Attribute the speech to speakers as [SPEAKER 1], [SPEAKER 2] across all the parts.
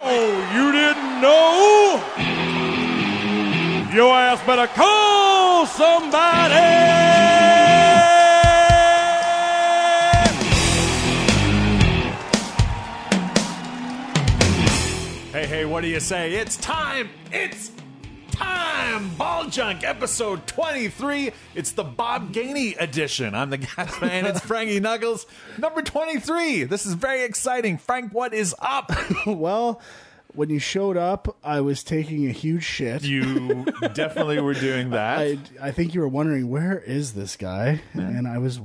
[SPEAKER 1] Oh,
[SPEAKER 2] no, your ass better call somebody.
[SPEAKER 1] Hey, hey, what do you say? It's time! It's time! Ball Junk, episode 23. It's the Bob Gainey edition. I'm the gas man. It's Frankie Knuckles, number 23. This is very exciting. Frank, what is up?
[SPEAKER 3] Well, when you showed up, I was taking a huge shit.
[SPEAKER 1] You definitely were doing that.
[SPEAKER 3] I, I think you were wondering where is this guy, and I was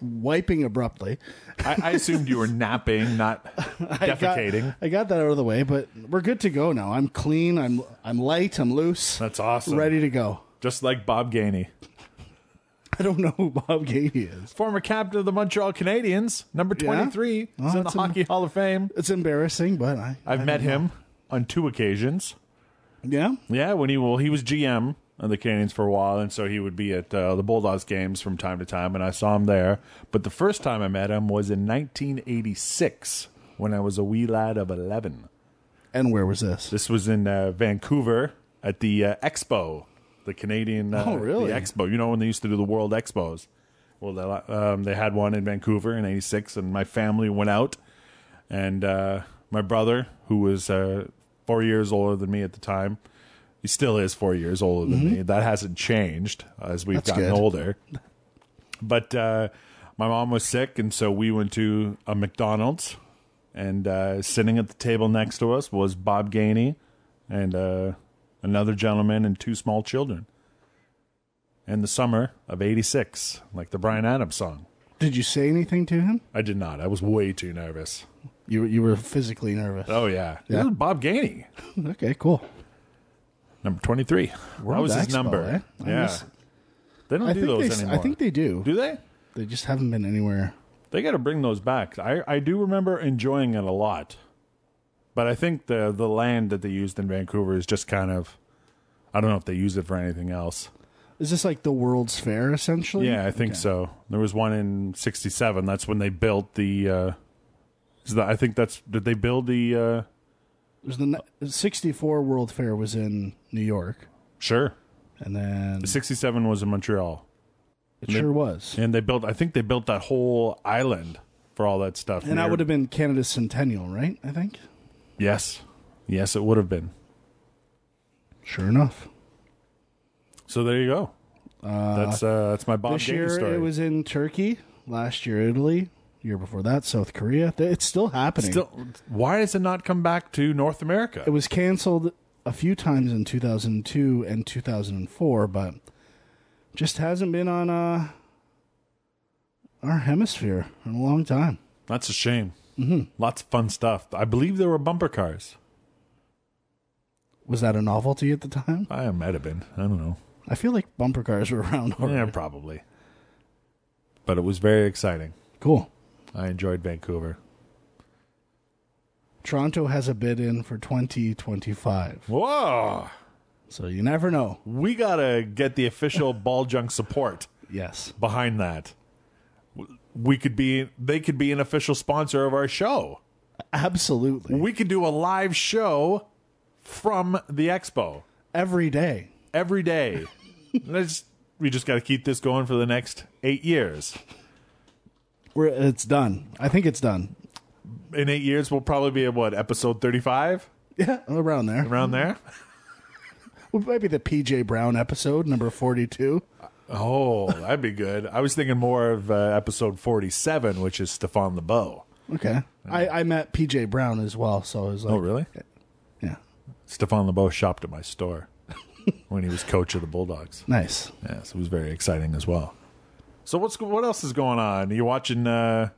[SPEAKER 3] wiping abruptly.
[SPEAKER 1] I, I assumed you were napping, not
[SPEAKER 3] I got,
[SPEAKER 1] defecating.
[SPEAKER 3] I got that out of the way, but we're good to go now. I'm clean. I'm I'm light. I'm loose.
[SPEAKER 1] That's awesome.
[SPEAKER 3] Ready to go.
[SPEAKER 1] Just like Bob Gainey.
[SPEAKER 3] I don't know who Bob Gainey is.
[SPEAKER 1] Former captain of the Montreal Canadiens, number
[SPEAKER 3] Yeah?
[SPEAKER 1] 23. He's
[SPEAKER 3] Well,
[SPEAKER 1] in the
[SPEAKER 3] that's a-
[SPEAKER 1] Hockey Hall of Fame.
[SPEAKER 3] It's embarrassing, but I
[SPEAKER 1] I've met him on two occasions.
[SPEAKER 3] yeah.
[SPEAKER 1] Yeah, when he well, he was GM of the Canadians for a while, and so he would be at uh, the Bulldogs games from time to time, and I saw him there. But the first time I met him was in 1986 when I was a wee lad of 11.
[SPEAKER 3] And where was this?
[SPEAKER 1] This was in uh, Vancouver at the uh, Expo, the Canadian uh,
[SPEAKER 3] Oh, really?
[SPEAKER 1] the Expo. You know when they used to do the World Expos. Well, they, um, they had one in Vancouver in '86, and my family went out, and uh, my brother, who was uh, four years older than me at the time, he still is four years older than me. That hasn't changed as we've
[SPEAKER 3] Mm-hmm. That's
[SPEAKER 1] gotten
[SPEAKER 3] good.
[SPEAKER 1] older. But uh, my mom was sick, and so we went to a McDonald's. And uh, sitting at the table next to us was Bob Gainey and uh, another gentleman and two small children. In the summer of '86, like the Brian Adams song.
[SPEAKER 3] Did you say anything to him?
[SPEAKER 1] I did not. I was way too nervous.
[SPEAKER 3] You you were physically nervous.
[SPEAKER 1] Oh yeah,
[SPEAKER 3] Yeah.
[SPEAKER 1] This is Bob Gainey,
[SPEAKER 3] Okay, cool.
[SPEAKER 1] number twenty-three. that
[SPEAKER 3] World
[SPEAKER 1] was his
[SPEAKER 3] Expo,
[SPEAKER 1] number.
[SPEAKER 3] eh? I
[SPEAKER 1] Yeah,
[SPEAKER 3] miss-
[SPEAKER 1] they don't
[SPEAKER 3] I
[SPEAKER 1] do
[SPEAKER 3] think
[SPEAKER 1] those
[SPEAKER 3] they s-
[SPEAKER 1] anymore.
[SPEAKER 3] I think they do.
[SPEAKER 1] do they?
[SPEAKER 3] They just haven't been anywhere.
[SPEAKER 1] They got to bring those back. I, I do remember enjoying it a lot, but I think the the land that they used in Vancouver is just kind of, I don't know if they use it for anything else.
[SPEAKER 3] Is this like the World's Fair essentially?
[SPEAKER 1] Yeah, I think so. There was one in '67. That's when they built the. Uh, is that, I think that's did they build the? Uh,
[SPEAKER 3] It was the ni- 64 World Fair was in New York,
[SPEAKER 1] sure,
[SPEAKER 3] and then
[SPEAKER 1] '67 was in Montreal,
[SPEAKER 3] it sure was.
[SPEAKER 1] and they built. I think they built that whole island for all that stuff.
[SPEAKER 3] And that
[SPEAKER 1] near-
[SPEAKER 3] would have been Canada's centennial, right? I think.
[SPEAKER 1] yes, yes, it would have been.
[SPEAKER 3] Sure enough.
[SPEAKER 1] So there you go. that's uh, that's my Bob
[SPEAKER 3] this
[SPEAKER 1] Gainey
[SPEAKER 3] year
[SPEAKER 1] story.
[SPEAKER 3] it was in Turkey. Last year Italy. Year before that South Korea. Th- It's still happening.
[SPEAKER 1] Still, why does it not come back to North America?
[SPEAKER 3] it was canceled a few times in 2002 and 2004, but just hasn't been on uh, our hemisphere in a long time.
[SPEAKER 1] That's a shame. Mm-hmm. Lots of fun stuff. I believe there were bumper cars.
[SPEAKER 3] Was that a novelty at the time?
[SPEAKER 1] I might have been. I don't know.
[SPEAKER 3] I feel like bumper cars were around already.
[SPEAKER 1] Yeah, probably. But it was very exciting.
[SPEAKER 3] Cool.
[SPEAKER 1] I enjoyed Vancouver.
[SPEAKER 3] Toronto has a bid in for 2025.
[SPEAKER 1] Whoa!
[SPEAKER 3] So you never know.
[SPEAKER 1] We gotta get the official ball junk support
[SPEAKER 3] Yes.
[SPEAKER 1] behind that. We could be. They could be an official sponsor of our show.
[SPEAKER 3] Absolutely.
[SPEAKER 1] We could do a live show from the expo.
[SPEAKER 3] Every day.
[SPEAKER 1] every day. Let's we just got to keep this going for the next eight years.
[SPEAKER 3] We're, it's done. I think it's done.
[SPEAKER 1] In eight years, we'll probably be at what episode thirty-five
[SPEAKER 3] Yeah, around there.
[SPEAKER 1] around there.
[SPEAKER 3] Well, maybe the PJ Brown episode, number 42.
[SPEAKER 1] Oh, that'd be good. I was thinking more of uh, episode forty-seven, which is Stefan the Bow.
[SPEAKER 3] Okay. I, I met PJ Brown as well, so I was like,
[SPEAKER 1] Oh, really?
[SPEAKER 3] yeah.
[SPEAKER 1] Stefan the Bow shopped at my store when he was coach of the Bulldogs.
[SPEAKER 3] Nice.
[SPEAKER 1] Yes, it was very exciting as well. So what's what else is going on? You watching uh,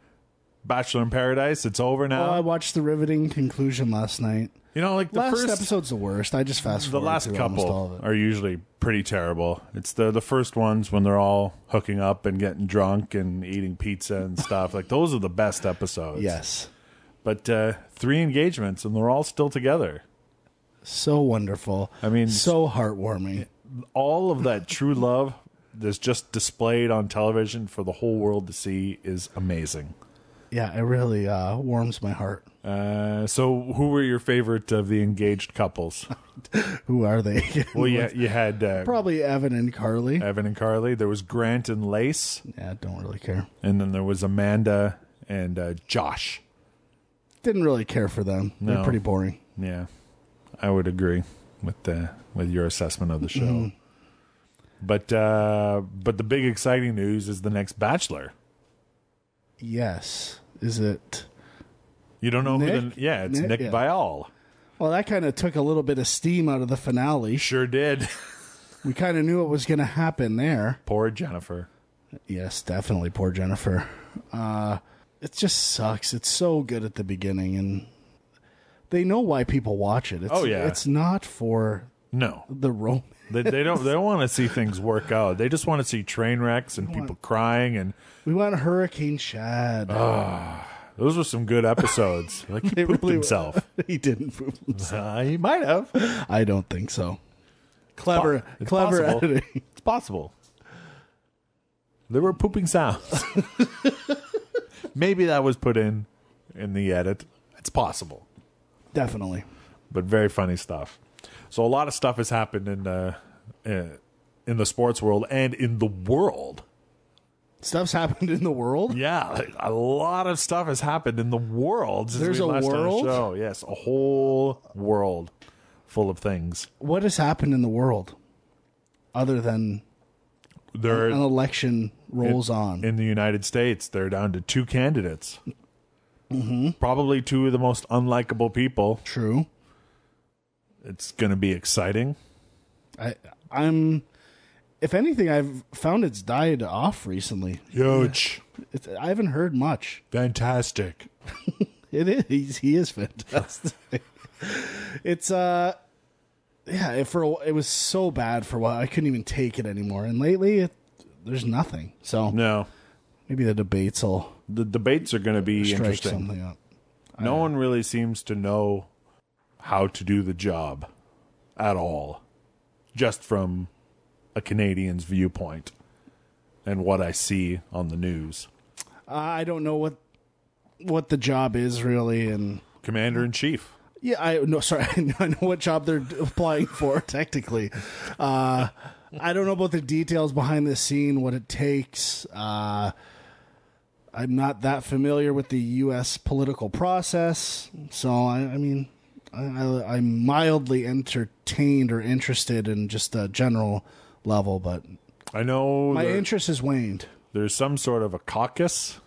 [SPEAKER 1] Bachelor in Paradise? It's over now.
[SPEAKER 3] Well, Uh, I watched the riveting conclusion last night.
[SPEAKER 1] you know, like the
[SPEAKER 3] last
[SPEAKER 1] first
[SPEAKER 3] episode's the worst. I just fast
[SPEAKER 1] the
[SPEAKER 3] forward
[SPEAKER 1] last
[SPEAKER 3] through almost all
[SPEAKER 1] couple
[SPEAKER 3] of it.
[SPEAKER 1] are usually pretty terrible. It's the the first ones when they're all hooking up and getting drunk and eating pizza and stuff. like those are the best episodes.
[SPEAKER 3] Yes.
[SPEAKER 1] But uh, three engagements and they're all still together.
[SPEAKER 3] So wonderful.
[SPEAKER 1] I mean-
[SPEAKER 3] so heartwarming.
[SPEAKER 1] All of that true love that's just displayed on television for the whole world to see is amazing.
[SPEAKER 3] yeah, it really uh, warms my heart.
[SPEAKER 1] Uh, so, who were your favorite of the engaged couples?
[SPEAKER 3] Who are they?
[SPEAKER 1] Well, yeah, you had uh,
[SPEAKER 3] Probably Evan and Carly.
[SPEAKER 1] Evan and Carly. There was Grant and Lace,
[SPEAKER 3] Yeah, don't really care.
[SPEAKER 1] and then there was Amanda and uh, Josh.
[SPEAKER 3] Didn't really care for them.
[SPEAKER 1] No.
[SPEAKER 3] They're pretty boring.
[SPEAKER 1] Yeah, I would agree with the with your assessment of the show.
[SPEAKER 3] Mm-hmm.
[SPEAKER 1] But uh, but the big exciting news is the next Bachelor.
[SPEAKER 3] Yes. Is it?
[SPEAKER 1] You don't know who
[SPEAKER 3] Nick?
[SPEAKER 1] the yeah it's Nick,
[SPEAKER 3] Nick, yeah.
[SPEAKER 1] Viall.
[SPEAKER 3] Well, that kind of took a little bit of steam out of the finale.
[SPEAKER 1] Sure did.
[SPEAKER 3] We kind of knew what was going to happen there.
[SPEAKER 1] Poor Jennifer.
[SPEAKER 3] Yes, definitely. Poor Jennifer. Uh, it just sucks. It's so good at the beginning, and they know why people watch it. It's,
[SPEAKER 1] Oh, yeah.
[SPEAKER 3] It's not for
[SPEAKER 1] No,
[SPEAKER 3] the romance.
[SPEAKER 1] they, they don't. They don't want to see things work out. They just want to see train wrecks and people crying. And
[SPEAKER 3] We want Hurricane Shad.
[SPEAKER 1] Uh. those were some good episodes. Like he pooped
[SPEAKER 3] really-
[SPEAKER 1] himself.
[SPEAKER 3] he didn't poop.
[SPEAKER 1] Uh, he might have.
[SPEAKER 3] I don't think so. Clever,
[SPEAKER 1] It's
[SPEAKER 3] clever
[SPEAKER 1] possible.
[SPEAKER 3] editing.
[SPEAKER 1] It's possible. There were pooping sounds. Maybe that was put in in the edit. It's possible,
[SPEAKER 3] Definitely.
[SPEAKER 1] but very funny stuff. So a lot of stuff has happened in uh, uh, in the sports world and in the world.
[SPEAKER 3] Stuff's happened in the world.
[SPEAKER 1] Yeah, like, a lot of stuff has happened in the world. Since
[SPEAKER 3] There's
[SPEAKER 1] we
[SPEAKER 3] a
[SPEAKER 1] last did
[SPEAKER 3] world?
[SPEAKER 1] show. Yes, a whole world full of things.
[SPEAKER 3] What has happened in the world other than
[SPEAKER 1] There
[SPEAKER 3] an election rolls on?
[SPEAKER 1] in the United States, they're down to two candidates.
[SPEAKER 3] Mm-hmm.
[SPEAKER 1] Probably two of the most unlikable people.
[SPEAKER 3] True.
[SPEAKER 1] It's going to be exciting.
[SPEAKER 3] I, I'm. If anything, I've found it's died off recently.
[SPEAKER 1] Huge.
[SPEAKER 3] It's, I haven't heard much.
[SPEAKER 1] Fantastic.
[SPEAKER 3] It is. He's, he is fantastic. it's uh, yeah. It, for a, wh- it was so bad for a while, I couldn't even take it anymore. And lately, it, there's nothing. So
[SPEAKER 1] No,
[SPEAKER 3] maybe the debates will
[SPEAKER 1] the debates are going to be
[SPEAKER 3] strike
[SPEAKER 1] interesting.
[SPEAKER 3] something up.
[SPEAKER 1] No one really seems to know how to do the job at all, just from a Canadian's viewpoint and what I see on the news.
[SPEAKER 3] I don't know what what the job is really, and
[SPEAKER 1] Commander in chief.
[SPEAKER 3] Yeah, I no, sorry, I know, I know what job they're applying for technically. Uh, I don't know about the details behind the scene, what it takes. Uh, I'm not that familiar with the U.S. political process, so I, I mean, I, I, I'm mildly entertained or interested in just a general level, but
[SPEAKER 1] I know
[SPEAKER 3] my
[SPEAKER 1] there-
[SPEAKER 3] interest has waned.
[SPEAKER 1] there's some sort of a caucus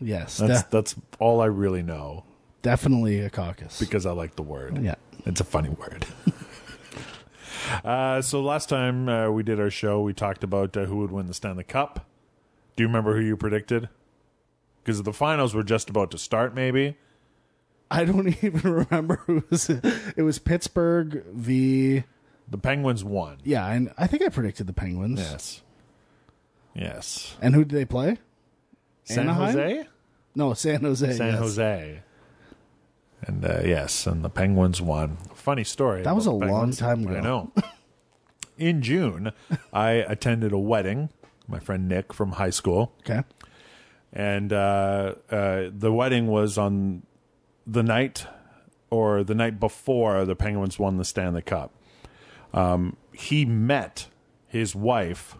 [SPEAKER 3] Yes,
[SPEAKER 1] That's
[SPEAKER 3] de-
[SPEAKER 1] that's all I really know
[SPEAKER 3] definitely a caucus.
[SPEAKER 1] because I like the word.
[SPEAKER 3] yeah,
[SPEAKER 1] It's a funny word. uh, so last time uh, we did our show, we talked about uh, who would win the Stanley Cup. Do you remember who you predicted? Because the finals were just about to start, maybe.
[SPEAKER 3] I don't even remember who was. It was Pittsburgh v.
[SPEAKER 1] The Penguins won.
[SPEAKER 3] Yeah, and I think I predicted the Penguins.
[SPEAKER 1] Yes. Yes.
[SPEAKER 3] And who did they play?
[SPEAKER 1] San
[SPEAKER 3] Anaheim?
[SPEAKER 1] Jose?
[SPEAKER 3] No, San Jose.
[SPEAKER 1] San
[SPEAKER 3] yes.
[SPEAKER 1] Jose. And uh, yes, and the Penguins won. Funny story.
[SPEAKER 3] That was
[SPEAKER 1] about
[SPEAKER 3] a
[SPEAKER 1] the
[SPEAKER 3] long
[SPEAKER 1] Penguins.
[SPEAKER 3] time ago.
[SPEAKER 1] I know. In June, I attended a wedding. My friend Nick from high school,
[SPEAKER 3] Okay.
[SPEAKER 1] and uh, uh, the wedding was on the night or the night before the Penguins won the Stanley Cup. Um, he met his wife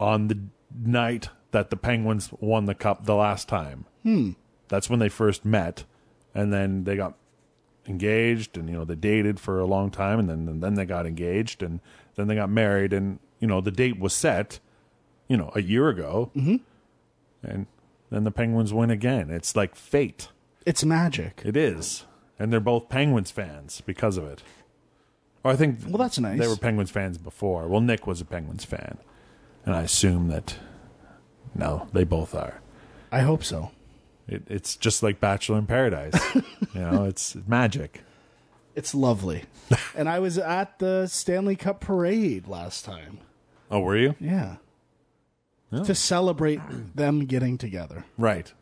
[SPEAKER 1] on the night that the Penguins won the cup the last time. Hmm. That's when they first met, and then they got engaged, and you know they dated for a long time, and then and then they got engaged, and then they got married, and you know the date was set, you know, a year ago, mm-hmm. and then the Penguins win again. It's like fate.
[SPEAKER 3] It's magic.
[SPEAKER 1] It is, and they're both Penguins fans because of it. Or I think
[SPEAKER 3] Well, that's nice.
[SPEAKER 1] they were Penguins fans before. Well, Nick was a Penguins fan, and I assume that no, they both are.
[SPEAKER 3] I hope so.
[SPEAKER 1] It, it's just like Bachelor in Paradise, you know. It's magic.
[SPEAKER 3] It's lovely. and I was at the Stanley Cup parade last time.
[SPEAKER 1] Oh, were you
[SPEAKER 3] Yeah.
[SPEAKER 1] Oh.
[SPEAKER 3] To celebrate them getting together.
[SPEAKER 1] right?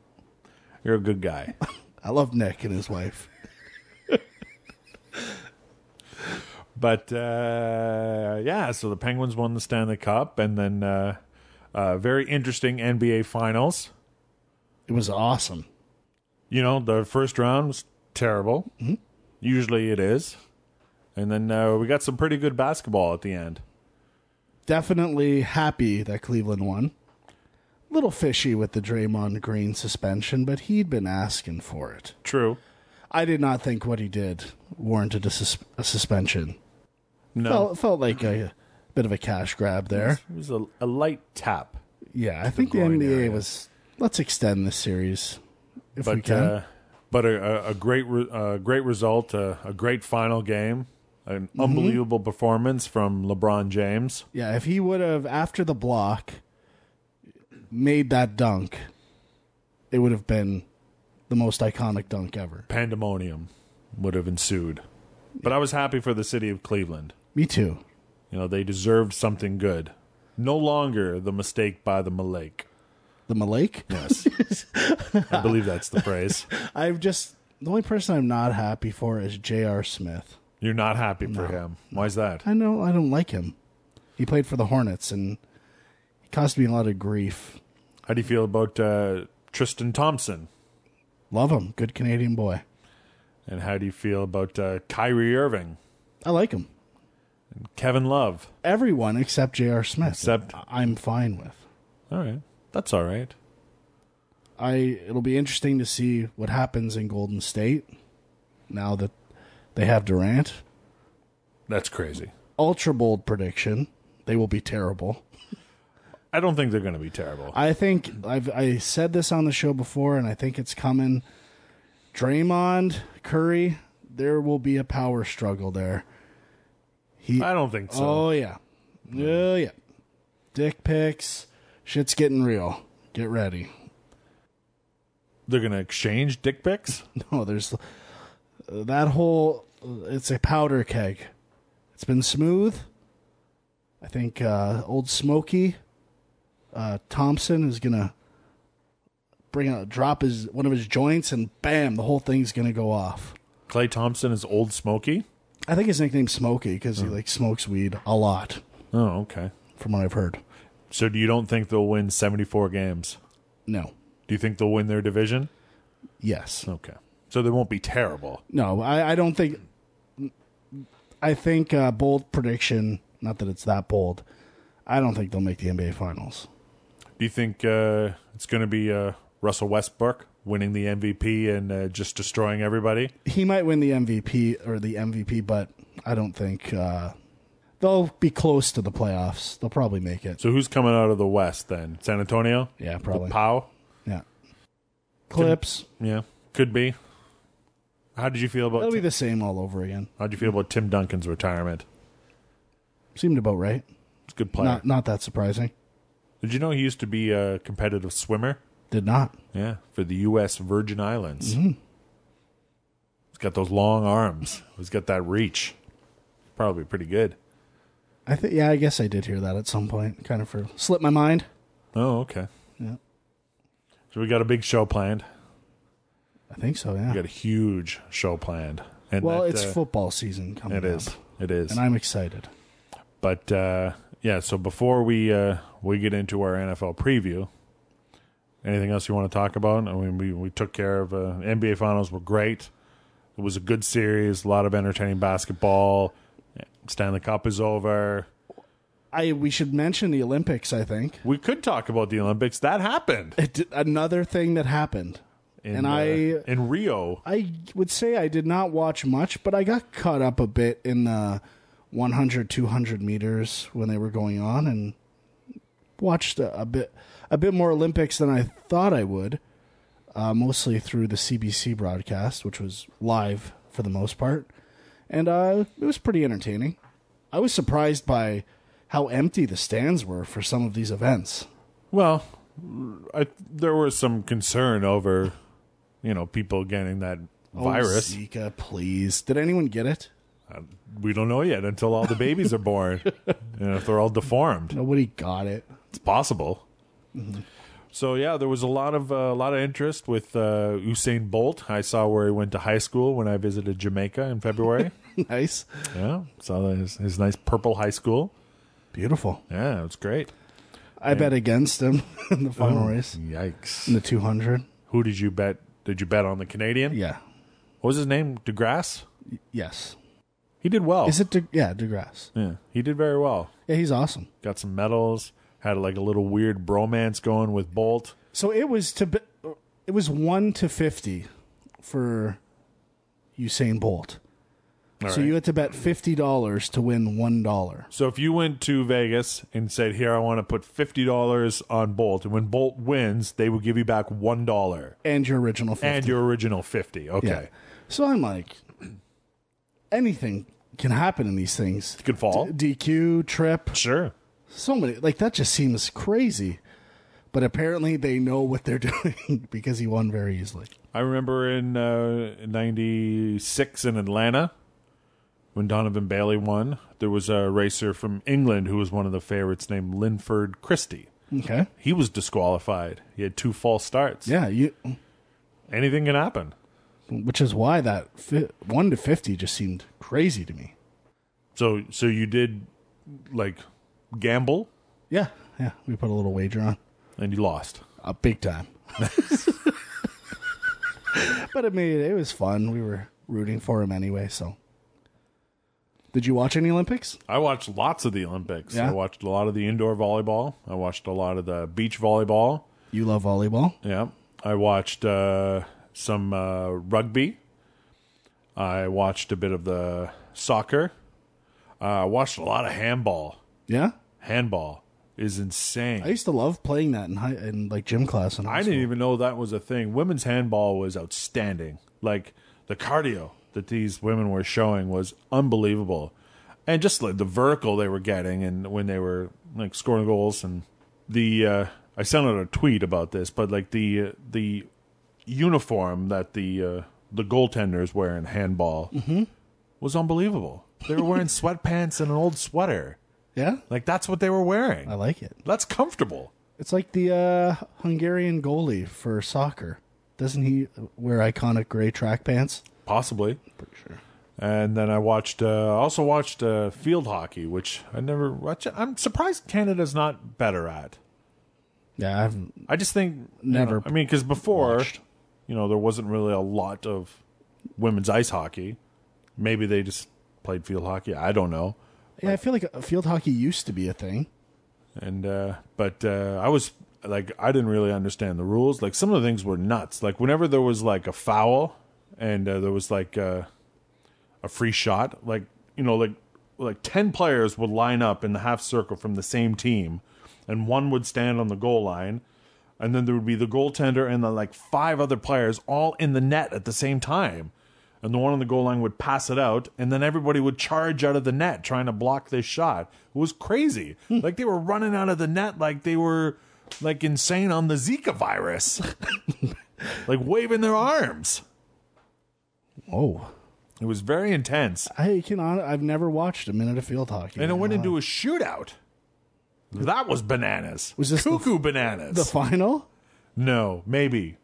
[SPEAKER 1] You're a good guy.
[SPEAKER 3] I love Nick and his wife.
[SPEAKER 1] But uh, yeah, so the Penguins won the Stanley Cup, and then uh, uh, very interesting NBA Finals.
[SPEAKER 3] It was awesome.
[SPEAKER 1] You know, the first round was terrible. Usually it is. And then uh, we got some pretty good basketball at the end.
[SPEAKER 3] Definitely happy that Cleveland won. Little fishy with the Draymond Green suspension, but he'd been asking for it.
[SPEAKER 1] True.
[SPEAKER 3] I did not think what he did warranted a, sus- a suspension.
[SPEAKER 1] No.
[SPEAKER 3] Felt, felt like a, bit of a cash grab there.
[SPEAKER 1] It was a, a light tap.
[SPEAKER 3] Yeah, I think the
[SPEAKER 1] groin
[SPEAKER 3] NBA
[SPEAKER 1] area.
[SPEAKER 3] was let's extend this series if we
[SPEAKER 1] But
[SPEAKER 3] can.
[SPEAKER 1] uh, but a, a- a great re- a great result, a, a great final game, an unbelievable performance from LeBron James.
[SPEAKER 3] yeah, if he would have after the block made that dunk, it would have been the most iconic dunk ever.
[SPEAKER 1] Pandemonium would have ensued. But I was happy for the city of Cleveland.
[SPEAKER 3] Me too.
[SPEAKER 1] You know, they deserved something good. No longer the mistake by the Malek.
[SPEAKER 3] The Malik?
[SPEAKER 1] Yes. I believe that's the phrase.
[SPEAKER 3] I've just the only person I'm not happy for is J.R. Smith.
[SPEAKER 1] You're not happy for him. Why's that?
[SPEAKER 3] I know I don't like him. He played for the Hornets and he caused me a lot of grief.
[SPEAKER 1] How do you feel about uh, Tristan Thompson?
[SPEAKER 3] Love him, good Canadian boy.
[SPEAKER 1] And how do you feel about uh, Kyrie Irving?
[SPEAKER 3] I like him.
[SPEAKER 1] Kevin Love?
[SPEAKER 3] Everyone except J.R. Smith.
[SPEAKER 1] Except-
[SPEAKER 3] I- I'm fine with.
[SPEAKER 1] All right. That's all right.
[SPEAKER 3] I it'll be interesting to see what happens in Golden State now that they have Durant.
[SPEAKER 1] That's crazy.
[SPEAKER 3] Ultra bold prediction. They will be terrible.
[SPEAKER 1] I don't think they're going to be terrible.
[SPEAKER 3] I think I've I said this on the show before, and I think it's coming. Draymond Curry, there will be a power struggle there. He,
[SPEAKER 1] I don't think so.
[SPEAKER 3] oh yeah, oh yeah, dick pics, shit's getting real. Get ready.
[SPEAKER 1] They're going to exchange dick pics?
[SPEAKER 3] No, Oh, there's uh, that whole. uh, It's a powder keg. It's been smooth. I think uh, old Smokey uh, Thompson is gonna bring out drop his one of his joints, and bam, the whole thing's gonna go off.
[SPEAKER 1] Clay Thompson is old Smokey?
[SPEAKER 3] I think his nickname's Smokey because he like smokes weed a lot,
[SPEAKER 1] Oh, okay.
[SPEAKER 3] from what I've heard.
[SPEAKER 1] So do you don't think they'll win 74 games?
[SPEAKER 3] No,
[SPEAKER 1] Do you think they'll win their division?
[SPEAKER 3] yes,
[SPEAKER 1] Okay. So they won't be terrible.
[SPEAKER 3] No, I, I don't think. I think uh, bold prediction. Not that it's that bold. I don't think they'll make the NBA finals.
[SPEAKER 1] Do you think uh, it's going to be uh, Russell Westbrook winning the MVP and uh, just destroying everybody?
[SPEAKER 3] He might win the MVP or the MVP, but I don't think uh, they'll be close to the playoffs. They'll probably make it.
[SPEAKER 1] So who's coming out of the West then? San Antonio?
[SPEAKER 3] Yeah, probably.
[SPEAKER 1] Pow?
[SPEAKER 3] Yeah. Clips.
[SPEAKER 1] Yeah, could be. How did you feel about
[SPEAKER 3] It'll be the same all over again.
[SPEAKER 1] How'd you feel about Tim Duncan's retirement?
[SPEAKER 3] Seemed about right.
[SPEAKER 1] It's a good player.
[SPEAKER 3] Not not that surprising.
[SPEAKER 1] Did you know he used to be a competitive swimmer?
[SPEAKER 3] Did not.
[SPEAKER 1] Yeah, for the U.S. Virgin Islands. Mm-hmm. He's got those long arms. He's got that reach. Probably pretty good.
[SPEAKER 3] I think. Yeah, I guess I did hear that at some point. Kind of for slipped my mind.
[SPEAKER 1] Oh, okay.
[SPEAKER 3] Yeah.
[SPEAKER 1] So we got a big show planned.
[SPEAKER 3] I think so. Yeah.
[SPEAKER 1] We got a huge show planned. And
[SPEAKER 3] Well,
[SPEAKER 1] that,
[SPEAKER 3] it's
[SPEAKER 1] uh,
[SPEAKER 3] football season coming
[SPEAKER 1] It is.
[SPEAKER 3] up,
[SPEAKER 1] It is.
[SPEAKER 3] and I'm excited.
[SPEAKER 1] But uh, yeah, so before we uh, we get into our NFL preview, anything else you want to talk about? I mean, we we took care of uh, NBA Finals were great. It was a good series, a lot of entertaining basketball. Stanley Cup is over.
[SPEAKER 3] I we should mention the Olympics. I think
[SPEAKER 1] We could talk about the Olympics. That happened
[SPEAKER 3] it did, another thing that happened,
[SPEAKER 1] in,
[SPEAKER 3] and I
[SPEAKER 1] uh, in Rio.
[SPEAKER 3] I would say I did not watch much, but I got caught up a bit in the 100 200 meters when they were going on, and watched a, a bit a bit more Olympics than I thought I would. Uh, mostly through the CBC broadcast, which was live for the most part, and uh, it was pretty entertaining. I was surprised by how empty the stands were for some of these events.
[SPEAKER 1] Well, I, there was some concern over, you know, people getting that virus.
[SPEAKER 3] Oh, Zika, please. Did anyone get it?
[SPEAKER 1] We don't know yet until all the babies are born, and if they're all deformed.
[SPEAKER 3] Nobody got it.
[SPEAKER 1] It's possible. So yeah, there was a lot of uh, a lot of interest with uh, Usain Bolt. I saw where he went to high school when I visited Jamaica in February.
[SPEAKER 3] nice,
[SPEAKER 1] yeah, saw his, his nice purple high school.
[SPEAKER 3] beautiful.
[SPEAKER 1] Yeah, Oh. it was great.
[SPEAKER 3] I bet against him in the final race
[SPEAKER 1] Yikes!
[SPEAKER 3] in the 200.
[SPEAKER 1] Who did you bet? Did you bet on the Canadian?
[SPEAKER 3] Yeah.
[SPEAKER 1] What was his name? DeGrasse?
[SPEAKER 3] Yes.
[SPEAKER 1] He did well.
[SPEAKER 3] Is it? De- yeah, DeGrasse.
[SPEAKER 1] yeah, he did very well.
[SPEAKER 3] Yeah, he's awesome.
[SPEAKER 1] Got some medals. Had like a little weird bromance going with Bolt.
[SPEAKER 3] So it was to be- it was one to fifty for Usain Bolt.
[SPEAKER 1] All
[SPEAKER 3] so
[SPEAKER 1] right.
[SPEAKER 3] you had to bet fifty dollars to win one dollar.
[SPEAKER 1] So if you went to Vegas and said, "Here, I want to put fifty dollars on Bolt," and when Bolt wins, they will give you back one dollar
[SPEAKER 3] and your original 50.
[SPEAKER 1] and your original fifty. Okay,
[SPEAKER 3] Yeah. So I'm like, anything can happen in these things.
[SPEAKER 1] you could fall.
[SPEAKER 3] DQ, trip,
[SPEAKER 1] sure.
[SPEAKER 3] so many. Like, that just seems crazy. But apparently they know what they're doing because he won very easily.
[SPEAKER 1] I remember in '96 in Atlanta when Donovan Bailey won. There was a racer from England who was one of the favorites named Linford Christie.
[SPEAKER 3] Okay.
[SPEAKER 1] He was disqualified. He had two false starts.
[SPEAKER 3] Yeah, you,
[SPEAKER 1] Anything can happen.
[SPEAKER 3] which is why that fi- 1 to 50 just seemed crazy to me.
[SPEAKER 1] So, so you did like gamble
[SPEAKER 3] Yeah, yeah. We put a little wager on.
[SPEAKER 1] and you lost.
[SPEAKER 3] Uh, big time. but it made it was fun. We were rooting for him anyway, so. Did you watch any Olympics?
[SPEAKER 1] I watched lots of the Olympics.
[SPEAKER 3] Yeah?
[SPEAKER 1] I watched a lot of the indoor volleyball. I watched a lot of the beach volleyball.
[SPEAKER 3] You love volleyball.
[SPEAKER 1] Yeah. I watched uh, some uh, rugby. I watched a bit of the soccer. Uh, I watched a lot of handball.
[SPEAKER 3] Yeah,
[SPEAKER 1] Handball is insane.
[SPEAKER 3] I used to love playing that in high, in like gym class. And
[SPEAKER 1] I didn't even know that was a thing. Women's handball was outstanding. Like the cardio that these women were showing was unbelievable, and just like the vertical they were getting, and when they were like scoring goals, and the uh, I sent out a tweet about this, but like the uh, the uniform that the uh, the goaltenders wear in handball was unbelievable. They were wearing sweatpants and an old sweater.
[SPEAKER 3] Yeah,
[SPEAKER 1] Like that's what they were
[SPEAKER 3] I
[SPEAKER 1] wearing.
[SPEAKER 3] like it.
[SPEAKER 1] That's comfortable.
[SPEAKER 3] It's like the uh, Hungarian goalie for soccer. Doesn't he wear iconic gray track pants?
[SPEAKER 1] Possibly.
[SPEAKER 3] Pretty sure.
[SPEAKER 1] and then I watched. Uh, also watched uh, field hockey, which I never watch. I'm surprised Canada's not better at.
[SPEAKER 3] Yeah, I haven't.
[SPEAKER 1] I just think you
[SPEAKER 3] Never
[SPEAKER 1] know, I mean, because before,
[SPEAKER 3] watched.
[SPEAKER 1] you know, there wasn't really a lot of women's ice hockey. Maybe they just played field hockey. I don't know.
[SPEAKER 3] Yeah, I feel like uh, field hockey used to be a thing.
[SPEAKER 1] And uh, but uh, I was like, I didn't really understand the rules. Like some of the things were nuts. Like whenever there was like a foul, and uh, there was like uh, a free shot, like you know, like like ten players would line up in the half circle from the same team, and one would stand on the goal line, and then there would be the goaltender and the like five other players all in the net at the same time. And the one on the goal line would pass it out, and then everybody would charge out of the net trying to block this shot. It was crazy. like they were running out of the net like they were like insane on the Zika virus. like waving their arms.
[SPEAKER 3] Oh,
[SPEAKER 1] It was very intense.
[SPEAKER 3] I can. hon- I've never watched a minute of field hockey.
[SPEAKER 1] And it went
[SPEAKER 3] Uh,
[SPEAKER 1] into a shootout. That was bananas.
[SPEAKER 3] Was this the-
[SPEAKER 1] cuckoo bananas?
[SPEAKER 3] the final.
[SPEAKER 1] no, maybe.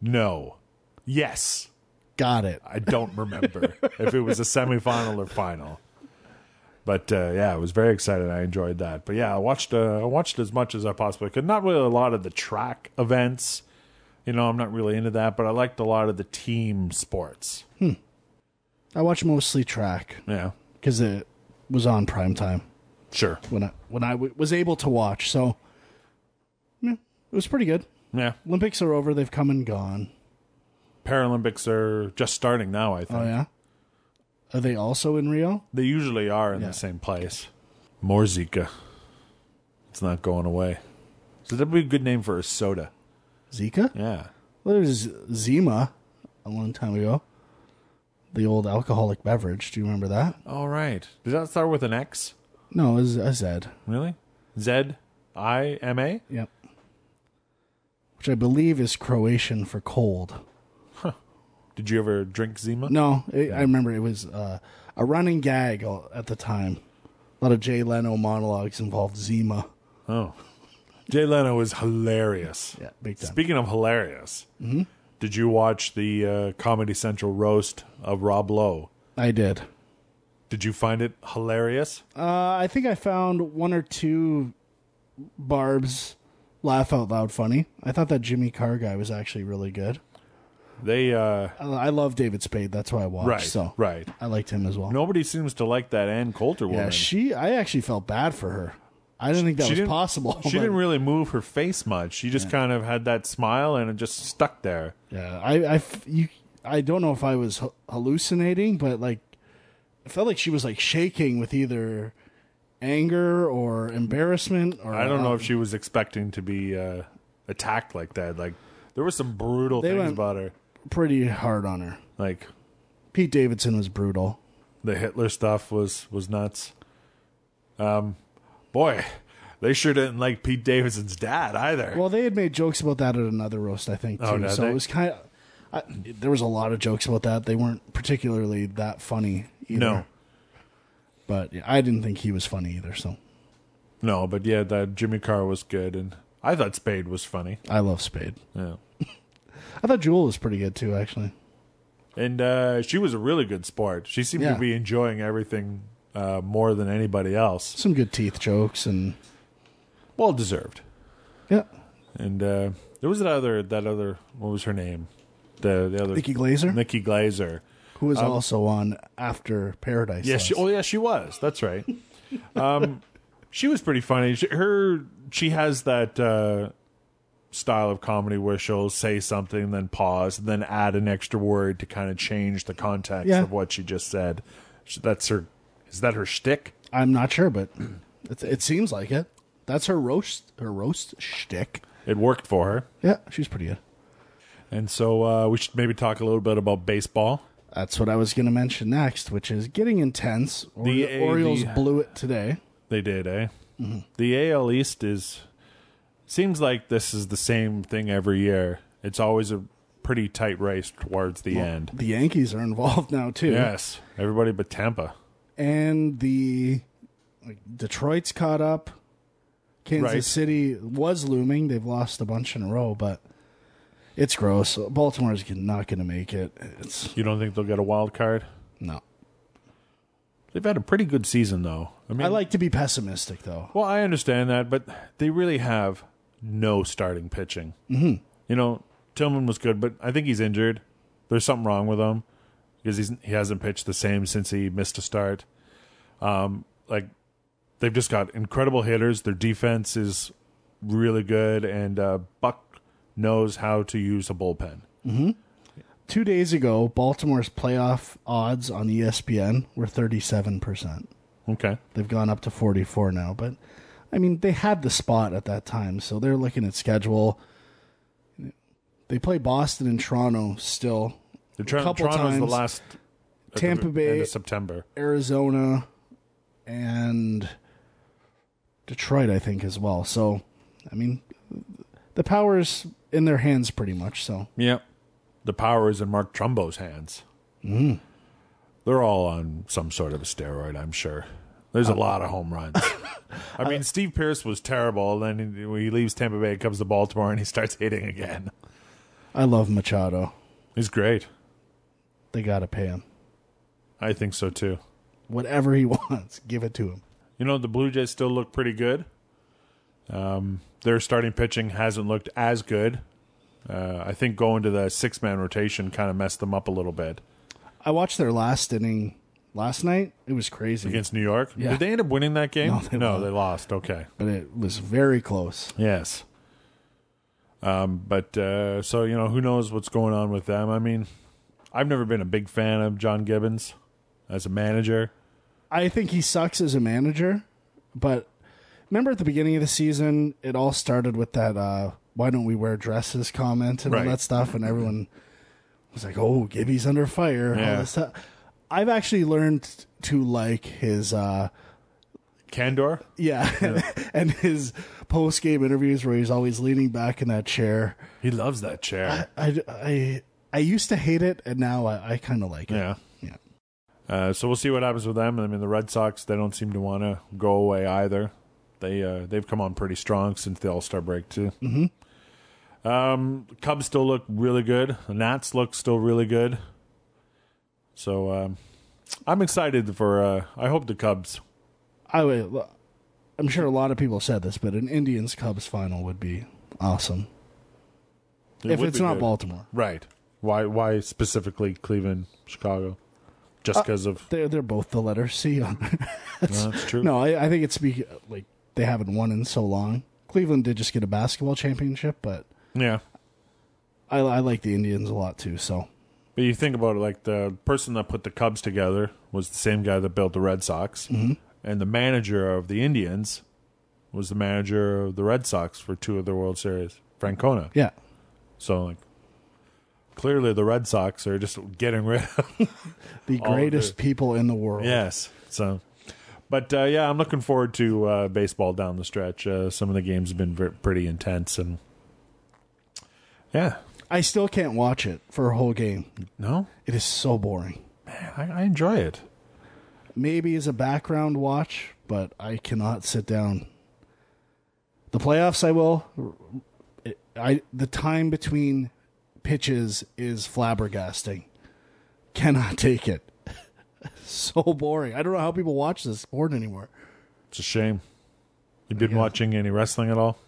[SPEAKER 1] No. Yes.
[SPEAKER 3] Got it.
[SPEAKER 1] I don't remember if it was a semifinal or final. But uh, yeah, I was very excited. I enjoyed that. But yeah, I watched uh, I watched as much as I possibly could. Not really a lot of the track events. You know, I'm not really into that, but I liked a lot of the team sports.
[SPEAKER 3] I watched mostly track
[SPEAKER 1] Yeah,
[SPEAKER 3] because it was on prime time.
[SPEAKER 1] sure.
[SPEAKER 3] when I when I w- was able to watch. So yeah, it was pretty good.
[SPEAKER 1] Yeah,
[SPEAKER 3] Olympics are over; they've come and gone.
[SPEAKER 1] Paralympics are just starting now. I think
[SPEAKER 3] Oh yeah, are they also in Rio?
[SPEAKER 1] they usually are in the same place. More Zika. It's not going away. So that'd be a good name for a soda.
[SPEAKER 3] Zika?
[SPEAKER 1] Yeah.
[SPEAKER 3] Well, there's Zima a long time ago. The old alcoholic beverage. Do you remember that?
[SPEAKER 1] All right. Does that start with an X?
[SPEAKER 3] No, it was a Z.
[SPEAKER 1] Really? Z I M A?
[SPEAKER 3] Yep. Which I believe is Croatian for cold.
[SPEAKER 1] Did you ever drink Zima?
[SPEAKER 3] No, it, I remember it was uh, a running gag al- at the time. A lot of Jay Leno monologues involved Zima.
[SPEAKER 1] Oh. Jay Leno is hilarious.
[SPEAKER 3] Yeah, Mm-hmm. big time.
[SPEAKER 1] Speaking of hilarious, did you watch the uh, Comedy Central roast of Rob Lowe?
[SPEAKER 3] I did.
[SPEAKER 1] Did you find it hilarious?
[SPEAKER 3] Uh, I think I found one or two barbs, laugh out loud funny. I thought that Jimmy Carr guy was actually really good.
[SPEAKER 1] They uh
[SPEAKER 3] I, I love David Spade. That's why I watched.
[SPEAKER 1] right
[SPEAKER 3] so
[SPEAKER 1] right.
[SPEAKER 3] I liked him as well.
[SPEAKER 1] Nobody seems to like that Ann Coulter woman.
[SPEAKER 3] yeah, she. I actually felt bad for her. I didn't think that
[SPEAKER 1] She
[SPEAKER 3] was
[SPEAKER 1] didn't-
[SPEAKER 3] possible.
[SPEAKER 1] She
[SPEAKER 3] but-
[SPEAKER 1] didn't really move her face much. She just kind of had that smile and it just stuck there.
[SPEAKER 3] Yeah, I, I f- you, I don't know if I was hu- hallucinating, but like, I felt like she was like shaking with either anger or embarrassment. Or
[SPEAKER 1] I don't know if she was expecting to be uh, attacked like that. Like there were some brutal
[SPEAKER 3] They
[SPEAKER 1] things
[SPEAKER 3] went-
[SPEAKER 1] about her,
[SPEAKER 3] pretty hard on her.
[SPEAKER 1] like
[SPEAKER 3] Pete Davidson was brutal.
[SPEAKER 1] the Hitler stuff was was nuts. Um, boy, they sure didn't like Pete Davidson's dad either.
[SPEAKER 3] Well, they had made jokes about that at another roast, I think. Too.
[SPEAKER 1] Oh, did
[SPEAKER 3] so
[SPEAKER 1] they?
[SPEAKER 3] it was kind of. I, there was a lot of jokes about that. They weren't particularly that funny either.
[SPEAKER 1] no,
[SPEAKER 3] but yeah, I didn't think he was funny either. So
[SPEAKER 1] no, but yeah, that Jimmy Carr was good, and I thought Spade was funny.
[SPEAKER 3] I love Spade.
[SPEAKER 1] Yeah,
[SPEAKER 3] I thought Jewel was pretty good too, actually.
[SPEAKER 1] and uh, she was a really good sport. She seemed
[SPEAKER 3] Yeah.
[SPEAKER 1] to be enjoying everything uh, more than anybody else.
[SPEAKER 3] Some good teeth jokes and
[SPEAKER 1] Well deserved.
[SPEAKER 3] yeah,
[SPEAKER 1] And uh, there was that other that other what was her name? The the other
[SPEAKER 3] Nikki Glazer.
[SPEAKER 1] Nikki Glazer.
[SPEAKER 3] who was also on After Paradise.
[SPEAKER 1] um, Yeah, she,
[SPEAKER 3] Lost.
[SPEAKER 1] oh yeah, she was. That's right. um, she was pretty funny. She, her she has that uh, style of comedy where she'll say something, then pause, and then add an extra word to kind of change the context
[SPEAKER 3] Yeah.
[SPEAKER 1] of what she just said. She, that's her. Is that her shtick?
[SPEAKER 3] I'm not sure, but it, it seems like it. That's her roast, her roast shtick.
[SPEAKER 1] It worked for her,
[SPEAKER 3] Yeah, she's pretty good.
[SPEAKER 1] and so uh, we should maybe talk a little bit about baseball.
[SPEAKER 3] That's what I was going to mention next, which is getting intense. Or-
[SPEAKER 1] The-
[SPEAKER 3] the Orioles
[SPEAKER 1] the-
[SPEAKER 3] blew it today.
[SPEAKER 1] They did, eh? The AL East is seems like this is the same thing every year. It's always a pretty tight race towards the end.
[SPEAKER 3] The Yankees are involved now too,
[SPEAKER 1] Yes, everybody but Tampa.
[SPEAKER 3] and the like, Detroit's caught up. Kansas
[SPEAKER 1] Right.
[SPEAKER 3] City was looming. They've lost a bunch in a row, but it's gross. Baltimore's not going to make it. It's
[SPEAKER 1] You don't think they'll get a wild card?
[SPEAKER 3] no.
[SPEAKER 1] They've had a pretty good season though. I mean,
[SPEAKER 3] I like to be pessimistic though.
[SPEAKER 1] well, I understand that, but they really have no starting pitching. Mm-hmm. You know, Tillman was good, but I think he's injured. There's something wrong with him because he's he hasn't pitched the same since he missed a start. Um, like they've just got incredible hitters. Their defense is really good, and uh, Buck knows how to use a bullpen.
[SPEAKER 3] Two days ago, Baltimore's playoff odds on E ESPN were 37%.
[SPEAKER 1] Okay,
[SPEAKER 3] They've gone up to 44 now, but I mean, they had the spot at that time, so they're looking at schedule. They play Boston and Toronto still,
[SPEAKER 1] the
[SPEAKER 3] A
[SPEAKER 1] Tron-
[SPEAKER 3] couple
[SPEAKER 1] Toronto's the
[SPEAKER 3] times.
[SPEAKER 1] last at the
[SPEAKER 3] Tampa Bay-
[SPEAKER 1] end of September.
[SPEAKER 3] Arizona, and Detroit, I think, as well. So, I mean, the power's in their hands pretty much, so.
[SPEAKER 1] Yep, the power is in Mark Trumbo's hands.
[SPEAKER 3] Hmm.
[SPEAKER 1] They're all on some sort of a steroid, I'm sure. There's a
[SPEAKER 3] Uh,
[SPEAKER 1] lot of home runs. I mean, Steve Pierce was terrible. Then he, he leaves Tampa Bay, comes to Baltimore, and he starts hitting again.
[SPEAKER 3] I love Machado.
[SPEAKER 1] He's great.
[SPEAKER 3] They got to pay him.
[SPEAKER 1] I think so too.
[SPEAKER 3] Whatever he wants, give it to him.
[SPEAKER 1] You know, the Blue Jays still look pretty good. Um, their starting pitching hasn't looked as good. Uh, I think going to the six man rotation kind of messed them up a little bit
[SPEAKER 3] I watched their last inning last night. It was crazy,
[SPEAKER 1] against New York.
[SPEAKER 3] Yeah.
[SPEAKER 1] Did they end up winning that game?
[SPEAKER 3] No, they won.
[SPEAKER 1] they lost. Okay.
[SPEAKER 3] but it was very close.
[SPEAKER 1] Yes. Um, but uh, so, you know, who knows what's going on with them? I mean, I've never been a big fan of John Gibbons as a manager.
[SPEAKER 3] I think he sucks as a manager, but remember at the beginning of the season, it all started with that uh, "Why don't we wear dresses?" comment and
[SPEAKER 1] Right.
[SPEAKER 3] all that stuff, and everyone was like, "Oh, Gibby's under fire." and
[SPEAKER 1] Yeah.
[SPEAKER 3] All this stuff. I've actually learned to like his, uh,
[SPEAKER 1] Candor?
[SPEAKER 3] yeah, and his post game interviews where he's always leaning back in that chair.
[SPEAKER 1] He loves that chair.
[SPEAKER 3] I, I, I used to hate it, and now I, I kind of like it.
[SPEAKER 1] Yeah.
[SPEAKER 3] Yeah.
[SPEAKER 1] Uh, so we'll see what happens with them. I mean, the Red Sox they don't seem to want to go away either. They uh, they've come on pretty strong since the All Star break too. Mm-hmm.
[SPEAKER 3] Mm-hmm.
[SPEAKER 1] Um, Cubs still look really good. The Nats look still really good. So um, I'm excited for. Uh, I hope the Cubs.
[SPEAKER 3] I would. I'm sure a lot of people said this, but an Indians Cubs final would be Awesome.
[SPEAKER 1] It
[SPEAKER 3] if
[SPEAKER 1] would
[SPEAKER 3] it's
[SPEAKER 1] be
[SPEAKER 3] not
[SPEAKER 1] good.
[SPEAKER 3] Baltimore,
[SPEAKER 1] right? Why? Why specifically Cleveland, Chicago?
[SPEAKER 3] Uh,
[SPEAKER 1] Just because of
[SPEAKER 3] they're they're both the letter C on.
[SPEAKER 1] no, that's true.
[SPEAKER 3] no, I, I think it's be like they haven't won in so long. Cleveland did just get a basketball championship, but
[SPEAKER 1] Yeah,
[SPEAKER 3] I, I like the Indians a lot too. So
[SPEAKER 1] but you think about it, like the person that put the Cubs together was the same guy that built the Red Sox, and the manager of the Indians was the manager of the Red Sox for two of the World Series, Francona.
[SPEAKER 3] yeah,
[SPEAKER 1] So like, clearly the Red Sox are just getting rid of
[SPEAKER 3] the
[SPEAKER 1] All of
[SPEAKER 3] greatest people in the world.
[SPEAKER 1] Yes. So, but uh, yeah, I'm looking forward to uh, baseball down the stretch. Uh, some of the games have been ver- pretty intense, and yeah,
[SPEAKER 3] I still can't watch it for a whole game.
[SPEAKER 1] no,
[SPEAKER 3] It is so boring.
[SPEAKER 1] I, I enjoy it.
[SPEAKER 3] Maybe as a background watch, but I cannot sit down. The playoffs, I will. I the time between pitches is flabbergasting. Cannot take it. so boring. I don't know how people watch this sport anymore.
[SPEAKER 1] It's a shame. You been watching any wrestling at all?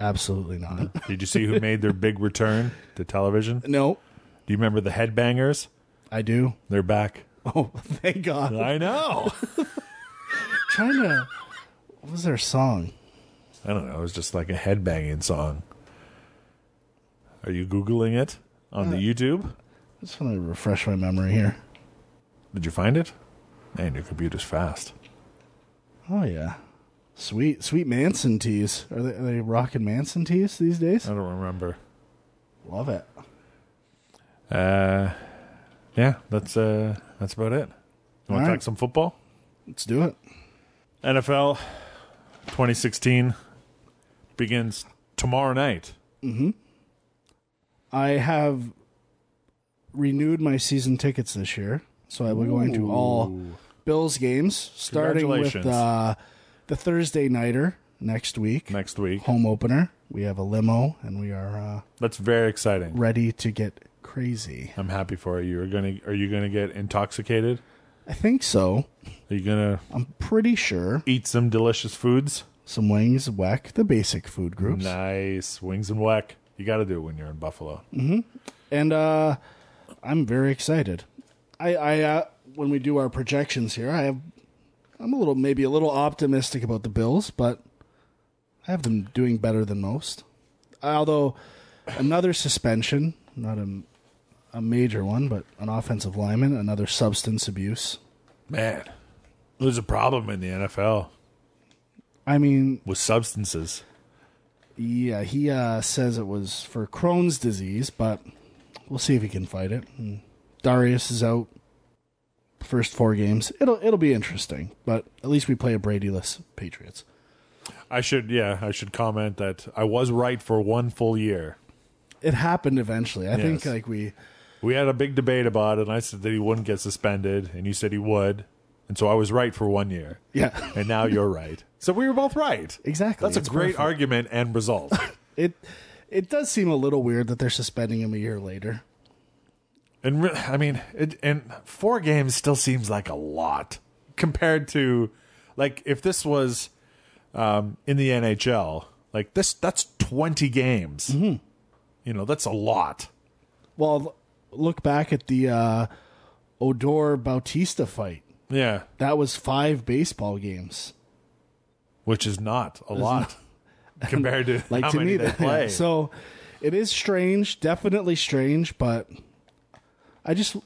[SPEAKER 3] Absolutely not.
[SPEAKER 1] Did you see who made their big return to television? Do
[SPEAKER 3] no,
[SPEAKER 1] you remember the Headbangers?
[SPEAKER 3] I do.
[SPEAKER 1] They're back.
[SPEAKER 3] Oh, thank God.
[SPEAKER 1] I know.
[SPEAKER 3] trying to. What was their song?
[SPEAKER 1] I don't know. It was just like a headbanging song. Are you googling it on the YouTube?
[SPEAKER 3] I just want to refresh my memory here.
[SPEAKER 1] Did you find it? Man, your computer's fast.
[SPEAKER 3] Oh yeah, sweet sweet Manson tees. Are they, are they rocking Manson tees these days?
[SPEAKER 1] I don't remember.
[SPEAKER 3] Love it.
[SPEAKER 1] Uh, yeah, that's uh, that's about it. You
[SPEAKER 3] All
[SPEAKER 1] want to
[SPEAKER 3] right.
[SPEAKER 1] talk some football?
[SPEAKER 3] Let's do it.
[SPEAKER 1] NFL 2016 begins tomorrow night.
[SPEAKER 3] I have renewed my season tickets this year, so I will be going to all Bills games, starting with
[SPEAKER 1] Congratulations.
[SPEAKER 3] uh, the Thursday nighter next week,
[SPEAKER 1] next week.
[SPEAKER 3] home opener. We have a limo, and we are uh,
[SPEAKER 1] That's very exciting.
[SPEAKER 3] ready to get crazy.
[SPEAKER 1] I'm happy for you. Are gonna are you gonna get intoxicated?
[SPEAKER 3] I think so.
[SPEAKER 1] Are you gonna
[SPEAKER 3] I'm pretty sure
[SPEAKER 1] eat some delicious foods?
[SPEAKER 3] some wings, whack the basic food groups,
[SPEAKER 1] Nice wings and whack. You got to do it when you're in Buffalo.
[SPEAKER 3] and uh, I'm very excited. I, I uh, when we do our projections here, I have I'm a little maybe a little optimistic about the Bills, but I have them doing better than most. Although another suspension, not a a major one, but an offensive lineman, another substance abuse.
[SPEAKER 1] Man, there's a problem in the NFL
[SPEAKER 3] I mean,
[SPEAKER 1] with substances.
[SPEAKER 3] Yeah, he uh, says it was for Crohn's disease, but we'll see if he can fight it. And Darius is out first four games. It'll it'll be interesting, but at least we play a Brady-less Patriots.
[SPEAKER 1] I should, yeah, I should comment that I was right for one full year.
[SPEAKER 3] It happened eventually. I think
[SPEAKER 1] Yes.
[SPEAKER 3] like we
[SPEAKER 1] We had a big debate about it, and I said that he wouldn't get suspended, and you said he would. And so I was right for one year,
[SPEAKER 3] yeah
[SPEAKER 1] and now you're right. So we were both right.
[SPEAKER 3] exactly.
[SPEAKER 1] That's
[SPEAKER 3] It's
[SPEAKER 1] a great
[SPEAKER 3] perfect.
[SPEAKER 1] argument and result.
[SPEAKER 3] It it does seem a little weird that they're suspending him a year later.
[SPEAKER 1] and re- I mean, it, and four games still seems like a lot compared to, like, if this was um, in the NHL, like this, that's 20 games. You know, that's a lot.
[SPEAKER 3] Well, look back at the uh, Odor Bautista fight.
[SPEAKER 1] Yeah,
[SPEAKER 3] That was five baseball games.
[SPEAKER 1] which is not a lot compared to
[SPEAKER 3] like
[SPEAKER 1] how
[SPEAKER 3] to
[SPEAKER 1] many
[SPEAKER 3] me
[SPEAKER 1] they
[SPEAKER 3] that
[SPEAKER 1] play.
[SPEAKER 3] so it is strange definitely strange but i just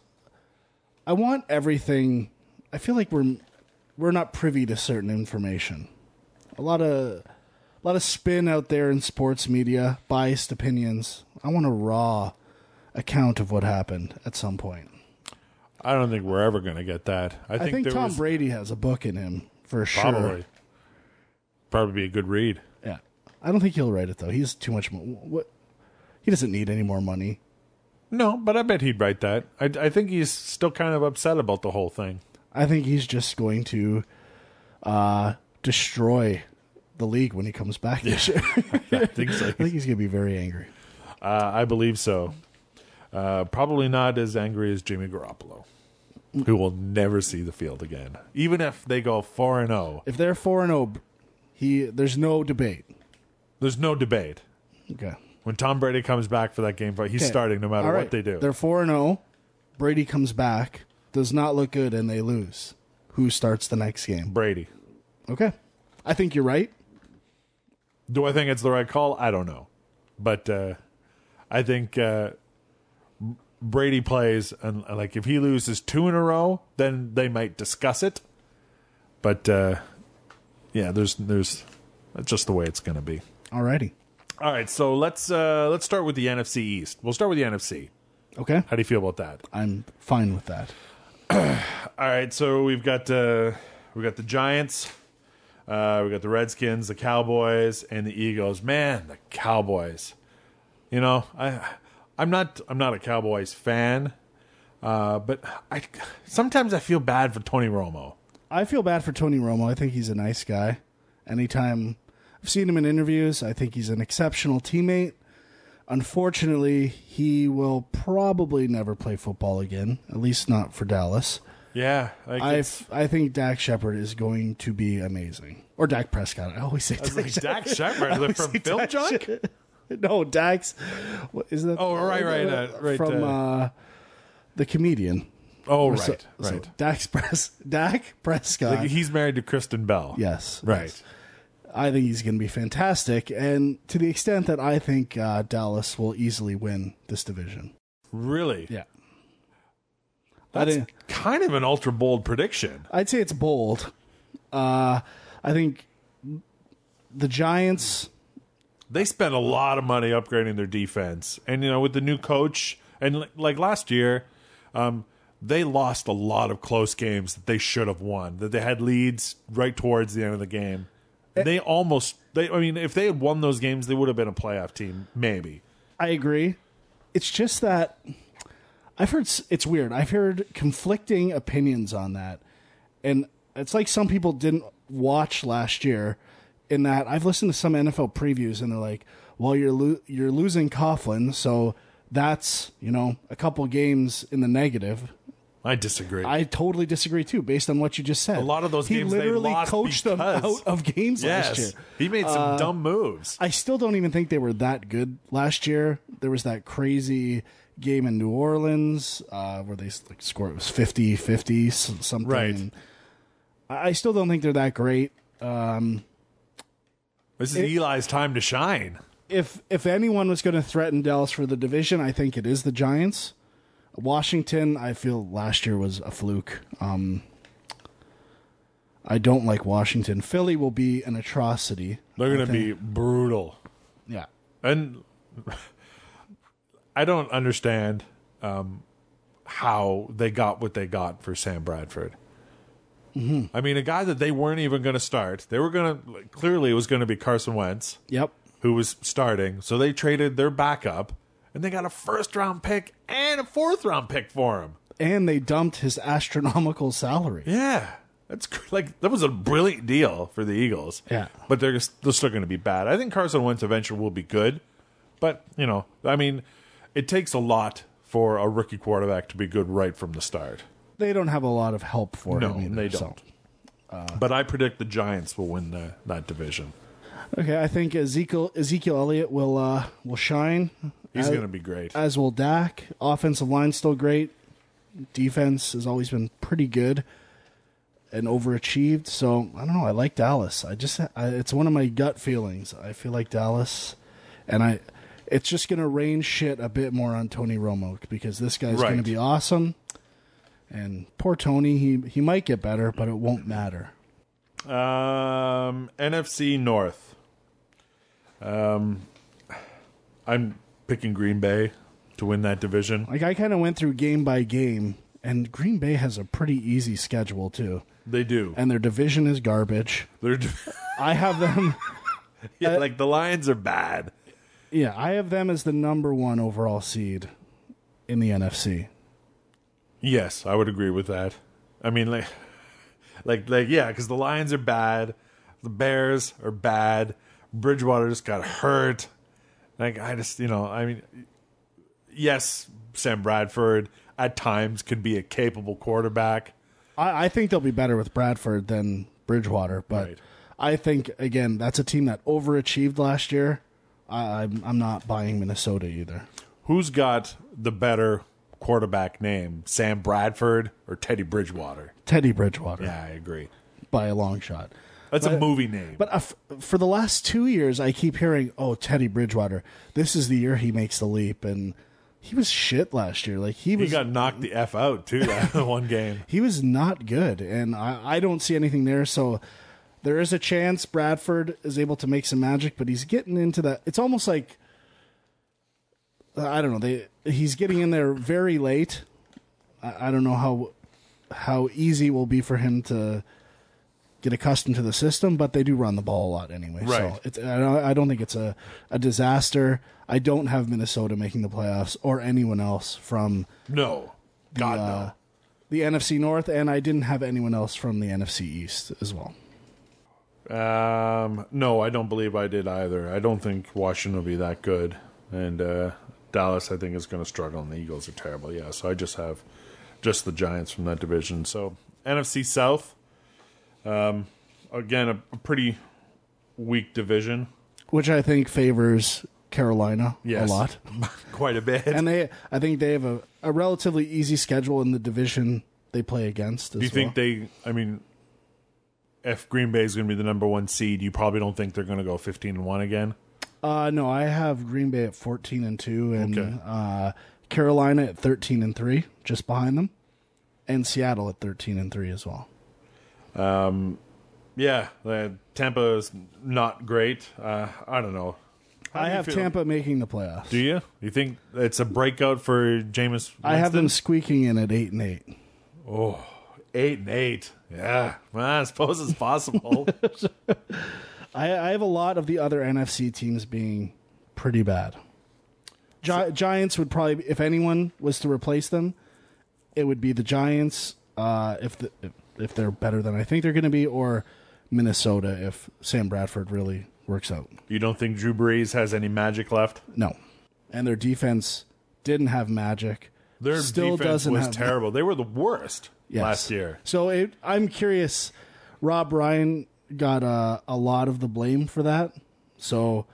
[SPEAKER 3] i want everything i feel like we're we're not privy to certain information a lot of a lot of spin out there in sports media biased opinions i want a raw account of what happened at some point
[SPEAKER 1] I don't think we're ever going to get that. I
[SPEAKER 3] i
[SPEAKER 1] think,
[SPEAKER 3] think,
[SPEAKER 1] there
[SPEAKER 3] tom
[SPEAKER 1] was
[SPEAKER 3] brady has a book in him for sure
[SPEAKER 1] probably probably be a good read.
[SPEAKER 3] yeah i don't think he'll write it though he's too much mo- what he doesn't need any more money
[SPEAKER 1] No, but I bet he'd write that. I, I think he's still kind of upset about the whole thing.
[SPEAKER 3] I think he's just going to uh, destroy the league when he comes back this year.
[SPEAKER 1] I think so.
[SPEAKER 3] I think he's going to be very angry.
[SPEAKER 1] Uh, I believe so. Uh, probably not as angry as Jimmy Garoppolo, who will never see the field again, even if they go four and oh, zero.
[SPEAKER 3] oh, If they're four and zero, he there's no debate.
[SPEAKER 1] There's no debate.
[SPEAKER 3] Okay.
[SPEAKER 1] When Tom Brady comes back for that game fight, he's
[SPEAKER 3] Okay.
[SPEAKER 1] starting no matter
[SPEAKER 3] All
[SPEAKER 1] what
[SPEAKER 3] right.
[SPEAKER 1] they do.
[SPEAKER 3] They're 4 and 0. Brady comes back, does not look good, and they lose. Who starts the next game?
[SPEAKER 1] Brady.
[SPEAKER 3] Okay. I think you're right.
[SPEAKER 1] Do I think it's the right call? I don't know, but uh, I think uh, B- Brady plays, and like if he loses two in a row, then they might discuss it. But uh, yeah, there's there's that's just the way it's going to be.
[SPEAKER 3] Alrighty.
[SPEAKER 1] All right, so let's uh, let's start with the NFC East. We'll start with the NFC.
[SPEAKER 3] Okay.
[SPEAKER 1] How do you feel about that?
[SPEAKER 3] I'm fine with that.
[SPEAKER 1] All right, so we've got uh, we got the Giants, uh, we got the Redskins, the Cowboys, and the Eagles. Man, the Cowboys. You know, I I'm not I'm not a Cowboys fan, uh, but I sometimes I feel bad for Tony Romo.
[SPEAKER 3] I feel bad for Tony Romo. I think he's a nice guy. Anytime I've seen him in interviews, I think he's an exceptional teammate. Unfortunately, he will probably never play football again, at least not for Dallas.
[SPEAKER 1] Yeah, like
[SPEAKER 3] I,
[SPEAKER 1] it's-
[SPEAKER 3] f- I think Dak Shepard is going to be amazing. Or Dak Prescott. I always say Dak,
[SPEAKER 1] like Dak
[SPEAKER 3] Shepard.
[SPEAKER 1] Shepard
[SPEAKER 3] I
[SPEAKER 1] the-
[SPEAKER 3] always
[SPEAKER 1] from
[SPEAKER 3] say
[SPEAKER 1] Film
[SPEAKER 3] Dak
[SPEAKER 1] Junk.
[SPEAKER 3] Shep- No, Dak's. What is that?
[SPEAKER 1] Oh, right, right, uh, right,
[SPEAKER 3] From
[SPEAKER 1] uh,
[SPEAKER 3] uh, the comedian.
[SPEAKER 1] Oh,
[SPEAKER 3] So-
[SPEAKER 1] right,
[SPEAKER 3] so
[SPEAKER 1] right.
[SPEAKER 3] Dak's Pres- Dak Prescott.
[SPEAKER 1] Like, he's married to Kristen Bell.
[SPEAKER 3] Yes.
[SPEAKER 1] right.
[SPEAKER 3] yes. I think he's going to be fantastic. And to the extent that I think uh, Dallas will easily win this division.
[SPEAKER 1] Really,
[SPEAKER 3] Yeah. I
[SPEAKER 1] that's
[SPEAKER 3] think-
[SPEAKER 1] kind of an ultra bold prediction.
[SPEAKER 3] I'd say it's bold. Uh, I think the Giants.
[SPEAKER 1] they spent a lot of money upgrading their defense, and you know with the new coach and li- like last year, um, they lost a lot of close games that they should have won. That they had leads right towards the end of the game.
[SPEAKER 3] Eh.
[SPEAKER 1] They almost they I mean if they had won those games, they would have been a playoff team maybe.
[SPEAKER 3] I agree. It's just that I've heard s- it's weird. I've heard conflicting opinions on that. And it's like some people didn't watch last year in that I've listened to some NFL previews and they're like, "Well, you're lo- you're losing Coughlin, so that's, you know, a couple games in the negative."
[SPEAKER 1] I disagree.
[SPEAKER 3] I totally disagree too based on what you just said. A
[SPEAKER 1] lot of those
[SPEAKER 3] he
[SPEAKER 1] games they
[SPEAKER 3] literally
[SPEAKER 1] lost
[SPEAKER 3] coached them
[SPEAKER 1] because-
[SPEAKER 3] out of games last year. Uh,
[SPEAKER 1] yes, he made some dumb moves.
[SPEAKER 3] I still don't even think they were that good last year. There was that crazy game in New Orleans uh, where they like scored it was 50 50 something.
[SPEAKER 1] Right.
[SPEAKER 3] And I I still don't think they're that great. Um,
[SPEAKER 1] This is Eli's time to shine.
[SPEAKER 3] if if anyone was going to threaten Dallas for the division, I think it is the Giants. Washington, I feel last year was a fluke. Um, I don't like Washington. Philly will be an atrocity.
[SPEAKER 1] They're going to be brutal.
[SPEAKER 3] Yeah.
[SPEAKER 1] and I don't understand um, how they got what they got for Sam Bradford. I mean, a guy that they weren't even going to start. They were going to clearly it was going to be Carson Wentz
[SPEAKER 3] Yep.
[SPEAKER 1] who was starting, so they traded their backup and they got a first round pick and a fourth round pick for him.
[SPEAKER 3] And they dumped his astronomical salary.
[SPEAKER 1] Yeah. That's cr- like that was a brilliant deal for the Eagles.
[SPEAKER 3] Yeah.
[SPEAKER 1] but they're they're still going to be bad. I think Carson Wentz eventually will be good, but you know, I mean, it takes a lot for a rookie quarterback to be good right from the start.
[SPEAKER 3] they don't have a lot of help for
[SPEAKER 1] No,
[SPEAKER 3] him. Either,
[SPEAKER 1] they
[SPEAKER 3] so.
[SPEAKER 1] don't. Uh, but I predict the Giants will win the, that division.
[SPEAKER 3] Okay, I think Ezekiel Ezekiel Elliott will uh, will shine.
[SPEAKER 1] He's
[SPEAKER 3] as,
[SPEAKER 1] going to be great.
[SPEAKER 3] as will Dak. Offensive line's still great. Defense has always been pretty good and overachieved. So I don't know. I like Dallas. I just I, it's one of my gut feelings. I feel like Dallas, and I it's just going to rain shit a bit more on Tony Romo because this guy's
[SPEAKER 1] Right.
[SPEAKER 3] going to be awesome. And poor Tony, he he might get better, but it won't matter.
[SPEAKER 1] Um, NFC North. Um, I'm picking Green Bay to win that division.
[SPEAKER 3] Like I kind of went through game by game, and Green Bay has a pretty easy schedule too,
[SPEAKER 1] They do.
[SPEAKER 3] and their division is garbage.
[SPEAKER 1] They're
[SPEAKER 3] I have them,
[SPEAKER 1] yeah, like the Lions are bad.
[SPEAKER 3] yeah, I have them as the number one overall seed in the NFC.
[SPEAKER 1] Yes, I would agree with that. I mean, like, like, like yeah, because the Lions are bad, the Bears are bad. Bridgewater just got hurt. Like, I just, you know, I mean, yes, Sam Bradford at times could be a capable quarterback.
[SPEAKER 3] I, I think they'll be better with Bradford than Bridgewater, but
[SPEAKER 1] Right.
[SPEAKER 3] I think again that's a team that overachieved last year. I, I'm I'm not buying Minnesota either.
[SPEAKER 1] Who's got the better quarterback name, Sam Bradford or Teddy Bridgewater?
[SPEAKER 3] Teddy Bridgewater
[SPEAKER 1] Yeah, I agree.
[SPEAKER 3] by a long shot.
[SPEAKER 1] That's a movie name.
[SPEAKER 3] But uh, f- for the last two years, I keep hearing, "Oh, Teddy Bridgewater. This is the year he makes the leap." And he was shit last year. Like he
[SPEAKER 1] he
[SPEAKER 3] was, he,
[SPEAKER 1] got knocked the f out too that one game.
[SPEAKER 3] was not good. And I, I don't see anything there. So there is a chance Bradford is able to make some magic, but he's getting into that. It's almost like I don't know. They he's getting in there very late. I, I don't know how how easy it will be for him to get accustomed to the system, but they do run the ball a lot anyway.
[SPEAKER 1] Right.
[SPEAKER 3] So it's, I, don't, I don't think it's a, a disaster. I don't have Minnesota making the playoffs or anyone else from
[SPEAKER 1] No, God
[SPEAKER 3] uh, the NFC North, and I didn't have anyone else from the NFC East as well.
[SPEAKER 1] no. Um, no, I don't believe I did either. I don't think Washington will be that good, and uh, Dallas I think is going to struggle. And the Eagles are terrible. Yeah, so I just have just the Giants from that division. So NFC South, um, again a, a pretty weak division.
[SPEAKER 3] which I think favors Carolina
[SPEAKER 1] Yes.
[SPEAKER 3] a lot.
[SPEAKER 1] quite a bit.
[SPEAKER 3] And they, I think they have a, a relatively easy schedule in the division they play against. As
[SPEAKER 1] Do you think they? I mean, if Green Bay is going to be the number one seed, you probably don't think they're going to go fifteen and one again.
[SPEAKER 3] Uh, no, I have Green Bay at fourteen and two, and
[SPEAKER 1] Okay.
[SPEAKER 3] uh, Carolina at thirteen and three, just behind them, and Seattle at thirteen and three as well.
[SPEAKER 1] Yeah, uh, Tampa is not great. Uh, I don't know. How
[SPEAKER 3] I
[SPEAKER 1] do you
[SPEAKER 3] have
[SPEAKER 1] feel-
[SPEAKER 3] Tampa making the playoffs.
[SPEAKER 1] Do you? You think it's a breakout for Jameis?
[SPEAKER 3] I have
[SPEAKER 1] Winston?
[SPEAKER 3] them squeaking in at eight and eight.
[SPEAKER 1] eight and eight. Yeah, well, I suppose it's possible.
[SPEAKER 3] I, I have a lot of the other NFC teams being pretty bad. Gi- Giants would probably, if anyone was to replace them, it would be the Giants. Uh, if the, if- if they're better than I think they're going to be, or Minnesota if Sam Bradford really works out.
[SPEAKER 1] you don't think Drew Brees has any magic left?
[SPEAKER 3] No, and their defense didn't have magic.
[SPEAKER 1] Their
[SPEAKER 3] Still
[SPEAKER 1] defense
[SPEAKER 3] doesn't
[SPEAKER 1] was
[SPEAKER 3] have-
[SPEAKER 1] terrible. They were the worst
[SPEAKER 3] Yes.
[SPEAKER 1] last year.
[SPEAKER 3] So it, I'm curious. Rob Ryan got uh, a lot of the blame for that. So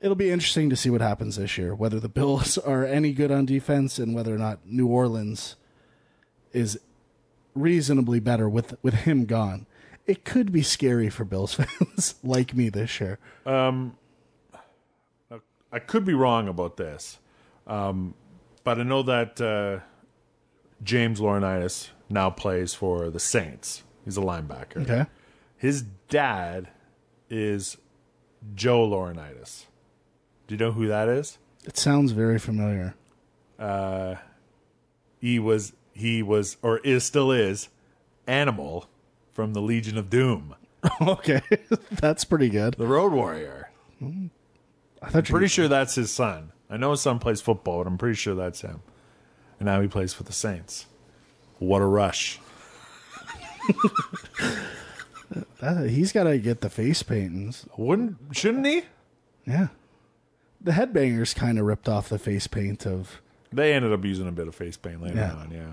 [SPEAKER 3] it'll be interesting to see what happens this year, whether the Bills are any good on defense and whether or not New Orleans is reasonably better with with him gone. It could be scary for Bills fans like me this year.
[SPEAKER 1] I could be wrong about this, um, but I know that uh, James Laurinaitis now plays for the Saints. He's a linebacker.
[SPEAKER 3] Okay.
[SPEAKER 1] His dad is Joe Laurinaitis. Do you know who that is?
[SPEAKER 3] It sounds very familiar.
[SPEAKER 1] He was he was or is still is Animal from the Legion of Doom,
[SPEAKER 3] okay. That's pretty good.
[SPEAKER 1] the Road Warrior.
[SPEAKER 3] I thought you
[SPEAKER 1] Pretty sure that's his son. I know his son plays football, but I'm pretty sure that's him. And now he plays for the Saints. What a rush!
[SPEAKER 3] Uh, he's got to get the face paintings.
[SPEAKER 1] Wouldn't shouldn't he?
[SPEAKER 3] Yeah. The headbangers kind of ripped off the face paint of.
[SPEAKER 1] They ended up using a bit of face paint later
[SPEAKER 3] Yeah.
[SPEAKER 1] on. Yeah.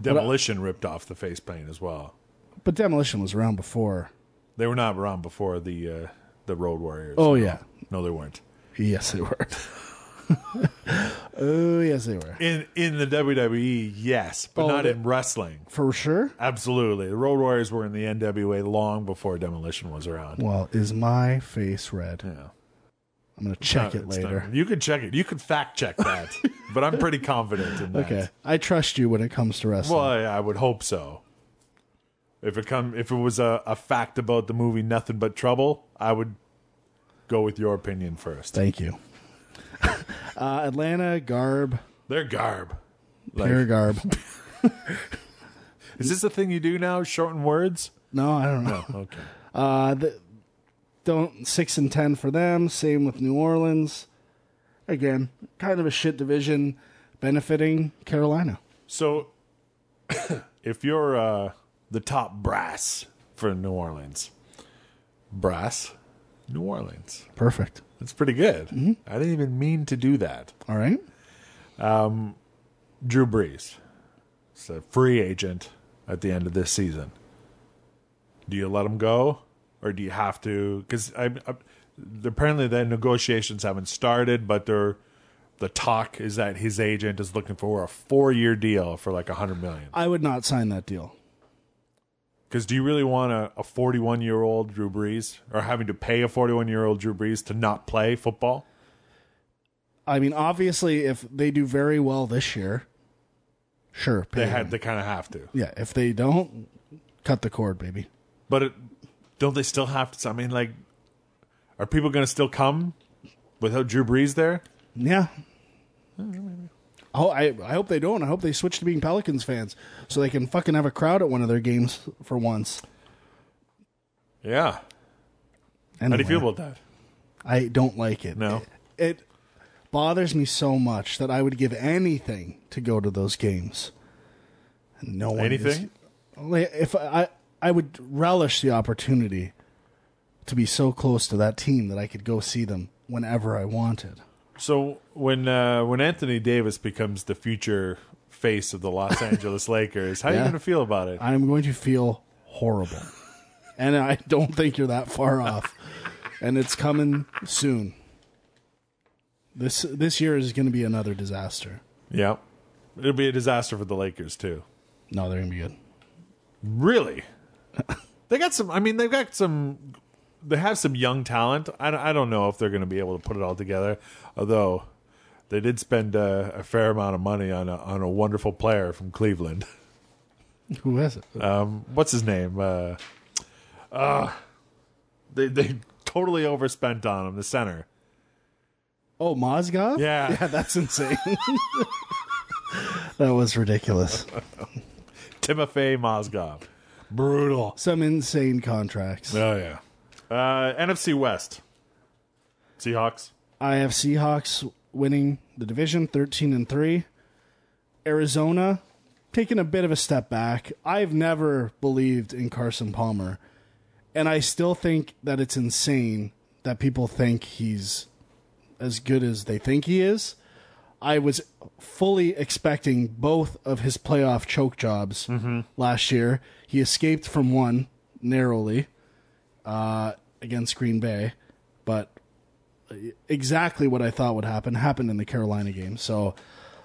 [SPEAKER 1] Demolition ripped off the face paint as well.
[SPEAKER 3] But Demolition was around before.
[SPEAKER 1] They were not around before the uh, the Road Warriors.
[SPEAKER 3] Oh, yeah.
[SPEAKER 1] No, they weren't.
[SPEAKER 3] Yes, they were. oh, yes, they were.
[SPEAKER 1] In in the WWE, yes, but
[SPEAKER 3] Oh,
[SPEAKER 1] not
[SPEAKER 3] they-
[SPEAKER 1] in wrestling.
[SPEAKER 3] For sure.
[SPEAKER 1] Absolutely. The Road Warriors were in the NWA long before Demolition was around.
[SPEAKER 3] Well, is my face red?
[SPEAKER 1] Yeah.
[SPEAKER 3] I'm going to check
[SPEAKER 1] No,
[SPEAKER 3] it
[SPEAKER 1] it's
[SPEAKER 3] later.
[SPEAKER 1] not- You could check it. You could fact check that. but I'm pretty confident in that.
[SPEAKER 3] Okay. I trust you when it comes to wrestling.
[SPEAKER 1] Well, I, I would hope so. If it come, if it was a, a fact about the movie Nothing But Trouble, I would go with your opinion first.
[SPEAKER 3] Thank you. uh, Atlanta, Garb,
[SPEAKER 1] They're garb. Like,
[SPEAKER 3] Pear Garb.
[SPEAKER 1] is this a thing you do now? Shorten words?
[SPEAKER 3] No, I don't know.
[SPEAKER 1] Okay.
[SPEAKER 3] Uh, the, don't six and ten for them. Same with New Orleans. Again, kind of a shit division, benefiting Carolina.
[SPEAKER 1] So, if you're uh, the top brass for New Orleans, brass, New Orleans,
[SPEAKER 3] Perfect.
[SPEAKER 1] that's pretty good. I didn't even mean to do that.
[SPEAKER 3] All right.
[SPEAKER 1] Drew Brees is a free agent at the end of this season. Do you let him go, or do you have to? Because I, I, apparently the negotiations haven't started, but they're the talk is that his agent is looking for a four-year deal for like a hundred million.
[SPEAKER 3] I would not sign that deal.
[SPEAKER 1] Because do you really want a, a 41 year old Drew Brees or having to pay a 41 year old Drew Brees to not play football?
[SPEAKER 3] I mean, obviously, if they do very well this year, sure. pay
[SPEAKER 1] They
[SPEAKER 3] him.
[SPEAKER 1] had they kind of have to,
[SPEAKER 3] yeah. If they don't, cut the cord, baby.
[SPEAKER 1] but it, don't they still have to? I mean, like, are people going to still come without Drew Brees there?
[SPEAKER 3] Yeah. Oh, I I hope they don't. I hope they switch to being Pelicans fans so they can fucking have a crowd at one of their games for once.
[SPEAKER 1] Yeah. How do you
[SPEAKER 3] Anyway,
[SPEAKER 1] feel about that?
[SPEAKER 3] I don't like it.
[SPEAKER 1] No.
[SPEAKER 3] It, it bothers me so much that I would give anything to go to those games. And no one is-
[SPEAKER 1] Anything?
[SPEAKER 3] Like, if I I would relish the opportunity to be so close to that team that I could go see them whenever I wanted.
[SPEAKER 1] So when uh, when Anthony Davis becomes the future face of the Los Angeles Lakers, how are you
[SPEAKER 3] Yeah.
[SPEAKER 1] going to feel about it?
[SPEAKER 3] I'm going to feel horrible. and I don't think you're that far off. and it's coming soon. This this year is going to be another disaster.
[SPEAKER 1] yeah, it'll be a disaster for the Lakers too.
[SPEAKER 3] No, they're going to be good.
[SPEAKER 1] Really? they got some. I mean, they've got some. They have some young talent. I, don't- I don't know if they're going to be able to put it all together. Although they did spend uh, a fair amount of money on a, on a wonderful player from Cleveland.
[SPEAKER 3] Who is it?
[SPEAKER 1] Um, what's his name? Uh, uh, they they totally overspent on him. The center.
[SPEAKER 3] oh, Mozgov?
[SPEAKER 1] Yeah.
[SPEAKER 3] Yeah, that's insane. that was ridiculous.
[SPEAKER 1] Timofey Mozgov. Brutal.
[SPEAKER 3] Some insane contracts.
[SPEAKER 1] Oh yeah. Uh, NFC West. Seahawks.
[SPEAKER 3] I have Seahawks winning the division 13 and 3. Arizona taking a bit of a step back. I've never believed in Carson Palmer. And I still think that it's insane that people think he's as good as they think he is. I was fully expecting both of his playoff choke jobs last year. He escaped from one narrowly uh, against Green Bay, but exactly what I thought would happen happened in the Carolina game. So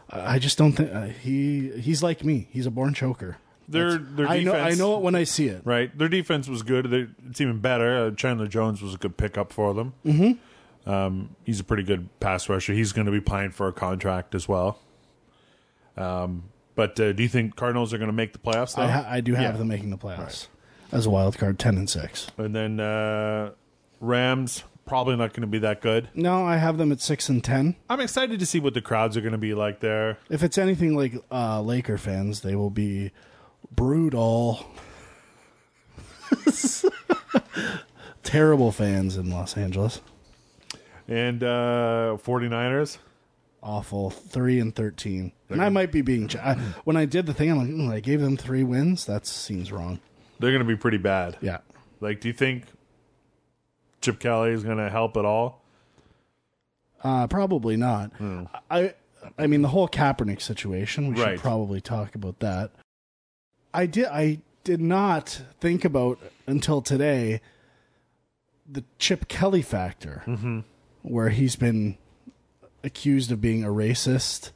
[SPEAKER 3] I I just don't think uh, he he's like me. He's a born choker.
[SPEAKER 1] Their their defense.
[SPEAKER 3] I know I know it when I see it.
[SPEAKER 1] Right. Their defense was good. They, it's even better. Uh, Chandler Jones was a good pickup for them. Mm-hmm. Um, he's a pretty good pass rusher. He's going to be playing for a contract as well. Um, but uh, do you think Cardinals are going to make the playoffs? Though?
[SPEAKER 3] I, ha- I do have
[SPEAKER 1] Yeah.
[SPEAKER 3] them making the playoffs as a wild card, ten and six.
[SPEAKER 1] and then uh, Rams probably not going to be that good.
[SPEAKER 3] No, I have them at six and ten.
[SPEAKER 1] I'm excited to see what the crowds are going to be like there.
[SPEAKER 3] If it's anything like uh, Laker fans, they will be brutal. Terrible fans in Los Angeles.
[SPEAKER 1] And uh, 49ers.
[SPEAKER 3] awful. Three and thirteen, and I might be being. ch- I, when I did the thing, I'm like, "Mm, I gave them three wins. That seems wrong.
[SPEAKER 1] They're going to be pretty bad.
[SPEAKER 3] Yeah,
[SPEAKER 1] Like, do you think Chip Kelly is going to help at all?
[SPEAKER 3] uh, probably not. I, I mean, the whole Kaepernick situation. We
[SPEAKER 1] Right.
[SPEAKER 3] should probably talk about that. I did. I did not think about until today the Chip Kelly factor, where he's been accused of being a racist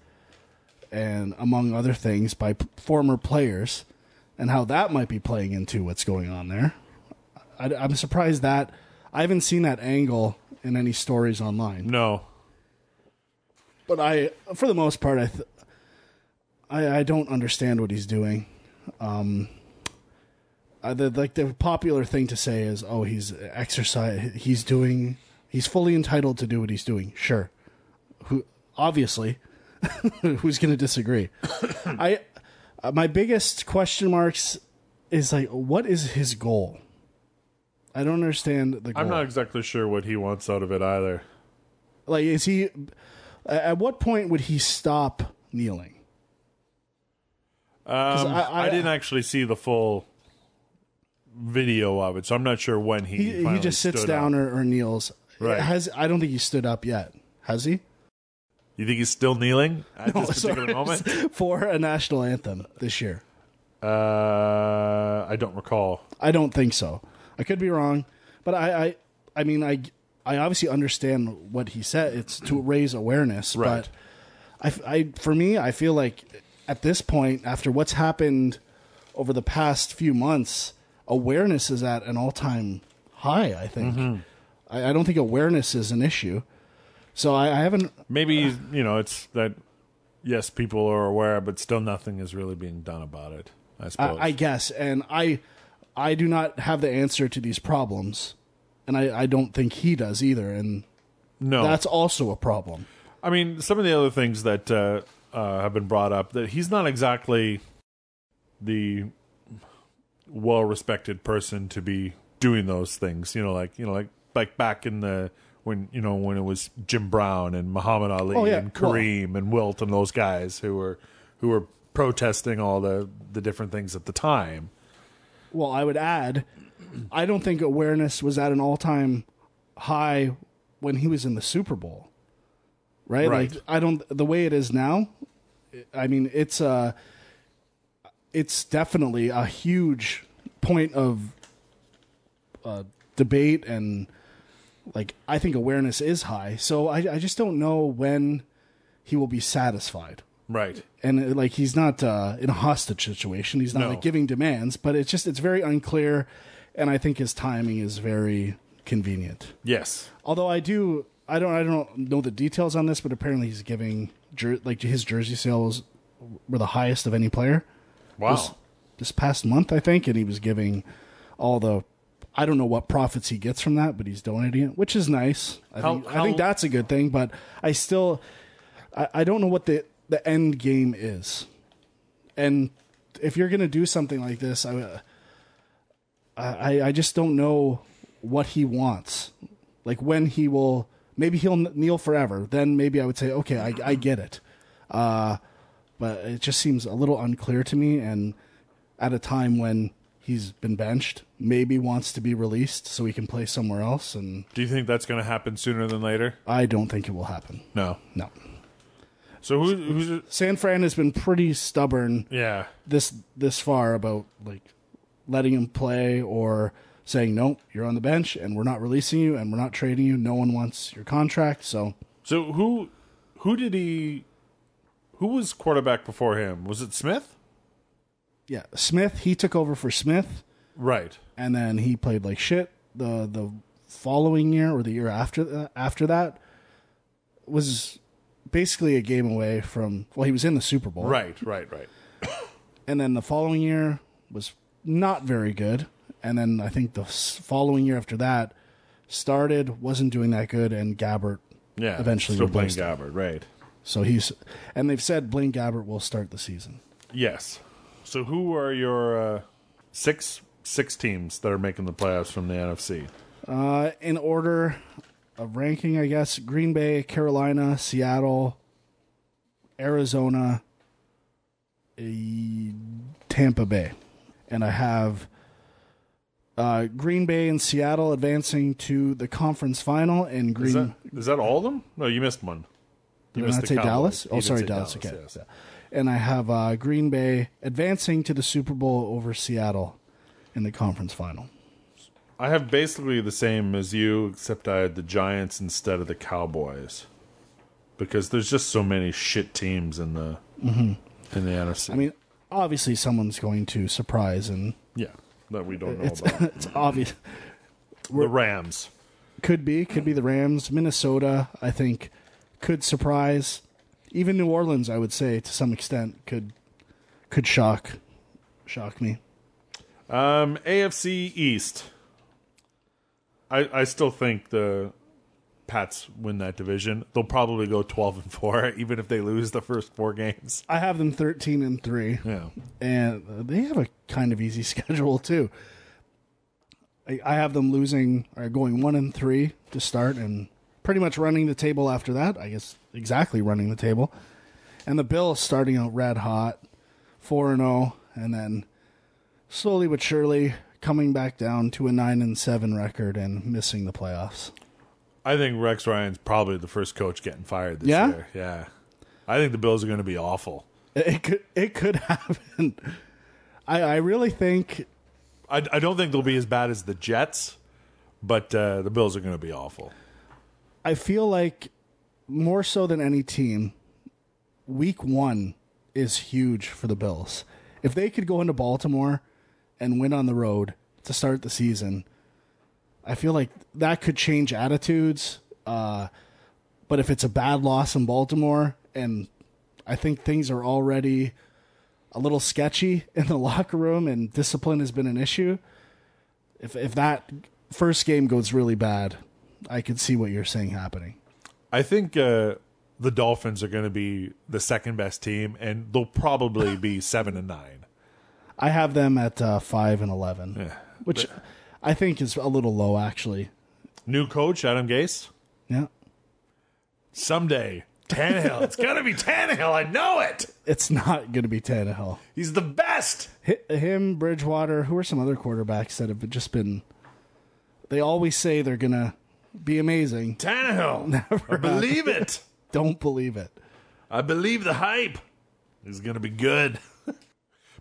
[SPEAKER 3] and among other things by p- former players and how that might be playing into what's going on there. I, am surprised that I haven't seen that angle in any stories online,
[SPEAKER 1] No.
[SPEAKER 3] but I, for the most part, I, th- I, I don't understand what he's doing. Um, I, the, like the popular thing to say is, "Oh, he's exercise. He's doing. He's fully entitled to do what he's doing." Sure, who obviously, who's going to disagree? I, uh, my biggest question marks is like, what is his goal? I don't understand the goal.
[SPEAKER 1] I'm not exactly sure what he wants out of it either.
[SPEAKER 3] Like, is he? At what point would he stop kneeling?
[SPEAKER 1] Um, I,
[SPEAKER 3] I- I-
[SPEAKER 1] didn't actually see the full video of it, so I'm not sure when he
[SPEAKER 3] He, he
[SPEAKER 1] finally
[SPEAKER 3] just sits
[SPEAKER 1] stood
[SPEAKER 3] down
[SPEAKER 1] Up.
[SPEAKER 3] or, or kneels.
[SPEAKER 1] Right.
[SPEAKER 3] Has I don't think he stood up yet. Has he?
[SPEAKER 1] You think he's still kneeling at this particular
[SPEAKER 3] Sorry.
[SPEAKER 1] moment?
[SPEAKER 3] for a national anthem this year.
[SPEAKER 1] Uh, I don't recall.
[SPEAKER 3] I don't think so. I could be wrong, but I I, I mean I I obviously understand what he said. It's to raise awareness,
[SPEAKER 1] Right.
[SPEAKER 3] but I, I for me, I feel like at this point, after what's happened over the past few months, awareness is at an all-time high. I think.
[SPEAKER 1] Mm-hmm.
[SPEAKER 3] I, I don't think awareness is an issue. So I, I haven't.
[SPEAKER 1] Maybe you know it's that. Yes, people are aware, but still nothing is really being done about it. I suppose.
[SPEAKER 3] I, I guess, and I, I do not have the answer to these problems, and I, I don't think he does either, and
[SPEAKER 1] no,
[SPEAKER 3] that's also a problem.
[SPEAKER 1] I mean, some of the other things that uh, uh, have been brought up that he's not exactly the well-respected person to be doing those things. You know, like you know, like like back in the when you know when it was Jim Brown and Muhammad Ali
[SPEAKER 3] Oh, yeah.
[SPEAKER 1] and Kareem and Wilt and those guys who were who were protesting all the the different things at the time.
[SPEAKER 3] Well, I would add, I don't think awareness was at an all-time high when he was in the Super Bowl, right?
[SPEAKER 1] Right.
[SPEAKER 3] Like I don't the way it is now. I mean, it's uh it's definitely a huge point of uh, debate and like I think awareness is high. So I I just don't know when he will be satisfied
[SPEAKER 1] Right.
[SPEAKER 3] and uh, like he's not uh, in a hostage situation. He's not
[SPEAKER 1] No.
[SPEAKER 3] like giving demands, but it's just it's very unclear, and I think his timing is very convenient.
[SPEAKER 1] Yes.
[SPEAKER 3] Although I do, I don't, I don't know the details on this, but apparently he's giving jer- like his jersey sales were the highest of any player
[SPEAKER 1] Wow.
[SPEAKER 3] this, this past month, I think, and he was giving all the. I don't know what profits he gets from that, but he's donating it, which is nice. I,
[SPEAKER 1] How-
[SPEAKER 3] think, I
[SPEAKER 1] how-
[SPEAKER 3] think that's a good thing, but I still, I, I don't know what the the end game is, and if you're gonna do something like this, I, uh, I, I just don't know what he wants, like when he will. Maybe he'll kn- kneel forever. Then maybe I would say, okay, I, I get it Uh, but it just seems a little unclear to me. And at a time when he's been benched, maybe wants to be released so he can play somewhere else. And
[SPEAKER 1] Do you think that's going to happen sooner than later?
[SPEAKER 3] I don't think it will happen.
[SPEAKER 1] No.
[SPEAKER 3] No.
[SPEAKER 1] So who, who's
[SPEAKER 3] San Fran has been pretty stubborn
[SPEAKER 1] yeah?
[SPEAKER 3] this this far about like letting him play or saying nope, you're on the bench and we're not releasing you and we're not trading you. No one wants your contract, so
[SPEAKER 1] So who who did he who was quarterback before him? Was it Smith?
[SPEAKER 3] yeah. Smith, he took over for Smith.
[SPEAKER 1] Right.
[SPEAKER 3] and then he played like shit the the following year or the year after that, after that was basically a game away from well he was in the Super Bowl
[SPEAKER 1] Right, right, right.
[SPEAKER 3] and then the following year was not very good and then I think the s- following year after that started wasn't doing that good and Gabbert
[SPEAKER 1] Yeah.
[SPEAKER 3] Eventually
[SPEAKER 1] still playing
[SPEAKER 3] replaced
[SPEAKER 1] Gabbard, right.
[SPEAKER 3] so he's and they've said Blaine Gabbert will start the season
[SPEAKER 1] Yes. So who are your uh, six six teams that are making the playoffs from the NFC?
[SPEAKER 3] Uh, in order of ranking, I guess Green Bay, Carolina, Seattle, Arizona, eh, Tampa Bay, and I have uh, Green Bay and Seattle advancing to the conference final, and Green.
[SPEAKER 1] Is that is that all of them? No, you missed one. You
[SPEAKER 3] Did Mm. I
[SPEAKER 1] missed
[SPEAKER 3] not
[SPEAKER 1] the
[SPEAKER 3] say
[SPEAKER 1] Cowboys.
[SPEAKER 3] Dallas?
[SPEAKER 1] You
[SPEAKER 3] Oh,
[SPEAKER 1] did
[SPEAKER 3] sorry,
[SPEAKER 1] say
[SPEAKER 3] Dallas. Okay.
[SPEAKER 1] yes.
[SPEAKER 3] And I have uh, Green Bay advancing to the Super Bowl over Seattle in the conference final.
[SPEAKER 1] I have basically the same as you, except I had the Giants instead of the Cowboys. Because there's just so many shit teams in the in the NFC.
[SPEAKER 3] Mm-hmm. I mean, obviously, someone's going to surprise and
[SPEAKER 1] Yeah, that we don't know
[SPEAKER 3] it's
[SPEAKER 1] about.
[SPEAKER 3] it's obvious.
[SPEAKER 1] the Rams.
[SPEAKER 3] Could be, could be the Rams. Minnesota, I think, could surprise. Even New Orleans, I would say, to some extent, could could shock shock me.
[SPEAKER 1] Um, AFC East. I I still think the Pats win that division. They'll probably go twelve and four, even if they lose the first four games.
[SPEAKER 3] I have them thirteen and three,
[SPEAKER 1] Yeah.
[SPEAKER 3] and they have a kind of easy schedule too. I, I have them losing or going one and three to start, and pretty much running the table after that. I guess exactly running the table, and the Bills starting out red hot, four and zero, and then slowly but surely coming back down to a nine and seven record and missing the playoffs.
[SPEAKER 1] I think Rex Ryan's probably the first coach getting fired this
[SPEAKER 3] Yeah?
[SPEAKER 1] year. Yeah. I think the Bills are going to be awful.
[SPEAKER 3] It, it could it could happen. I I really think
[SPEAKER 1] I, I don't think they'll be as bad as the Jets, but uh, the Bills are going to be awful.
[SPEAKER 3] I feel like more so than any team, week one is huge for the Bills. If they could go into Baltimore and win on the road to start the season, I feel like that could change attitudes. Uh, but if it's a bad loss in Baltimore, and I think things are already a little sketchy in the locker room, and discipline has been an issue. If if that first game goes really bad, I could see what you're saying happening.
[SPEAKER 1] I think uh, the Dolphins are going to be the second best team, and they'll probably be seven and nine.
[SPEAKER 3] I have them at uh, five and eleven, which I think is a little low, actually.
[SPEAKER 1] New coach Adam Gase
[SPEAKER 3] Yeah,
[SPEAKER 1] someday. Tannehill, it's gonna be Tannehill. I know it.
[SPEAKER 3] it's not going to be Tannehill.
[SPEAKER 1] He's the best.
[SPEAKER 3] Hi- Him, Bridgewater. Who are some other quarterbacks that have just been? They always say they're going to be amazing.
[SPEAKER 1] Tannehill. I believe it.
[SPEAKER 3] Don't believe it.
[SPEAKER 1] I believe the hype. He's gonna be good.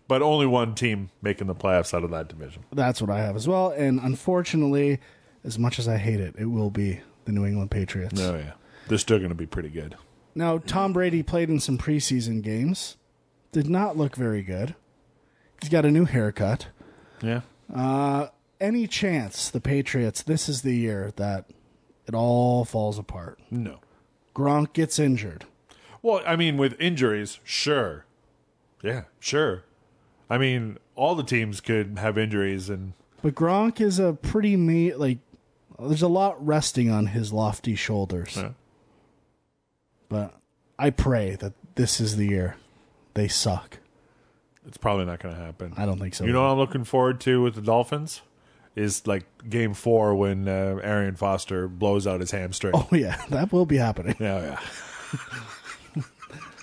[SPEAKER 1] but only one team making the playoffs out of that division.
[SPEAKER 3] That's what I have as well. And unfortunately, as much as I hate it, it will be the New England Patriots.
[SPEAKER 1] Oh yeah, they're still gonna be pretty good.
[SPEAKER 3] Now, Tom Brady played in some preseason games. Did not look very good. He's got a new haircut.
[SPEAKER 1] Yeah.
[SPEAKER 3] Any chance the Patriots, this is the year that it all falls apart?
[SPEAKER 1] No.
[SPEAKER 3] Gronk gets injured.
[SPEAKER 1] Well, I mean, with injuries, sure. Yeah, sure. I mean, all the teams could have injuries, and
[SPEAKER 3] But Gronk is a pretty ma like there's a lot resting on his lofty shoulders.
[SPEAKER 1] Yeah.
[SPEAKER 3] But I pray that this is the year they suck.
[SPEAKER 1] it's probably not going to happen.
[SPEAKER 3] I don't think so.
[SPEAKER 1] You know what I'm looking forward to with the Dolphins is like Game Four when uh, Arian Foster blows out his hamstring.
[SPEAKER 3] Oh yeah, that will be happening.
[SPEAKER 1] Yeah, yeah.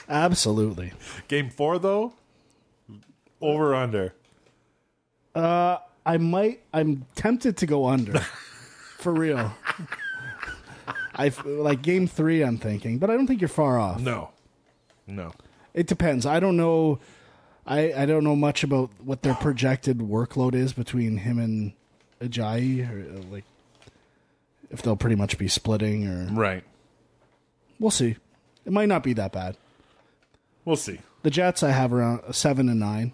[SPEAKER 3] Absolutely.
[SPEAKER 1] Game Four though, over or under.
[SPEAKER 3] I might I'm tempted to go under. For real. I f- like game 3 I'm thinking, but I don't think you're far off.
[SPEAKER 1] No, no.
[SPEAKER 3] It depends. I don't know. I I don't know much about what their projected workload is between him and Ajayi, or uh, like if they'll pretty much be splitting, or
[SPEAKER 1] Right.
[SPEAKER 3] we'll see. It might not be that bad.
[SPEAKER 1] We'll see.
[SPEAKER 3] The Jets I have around a seven and nine.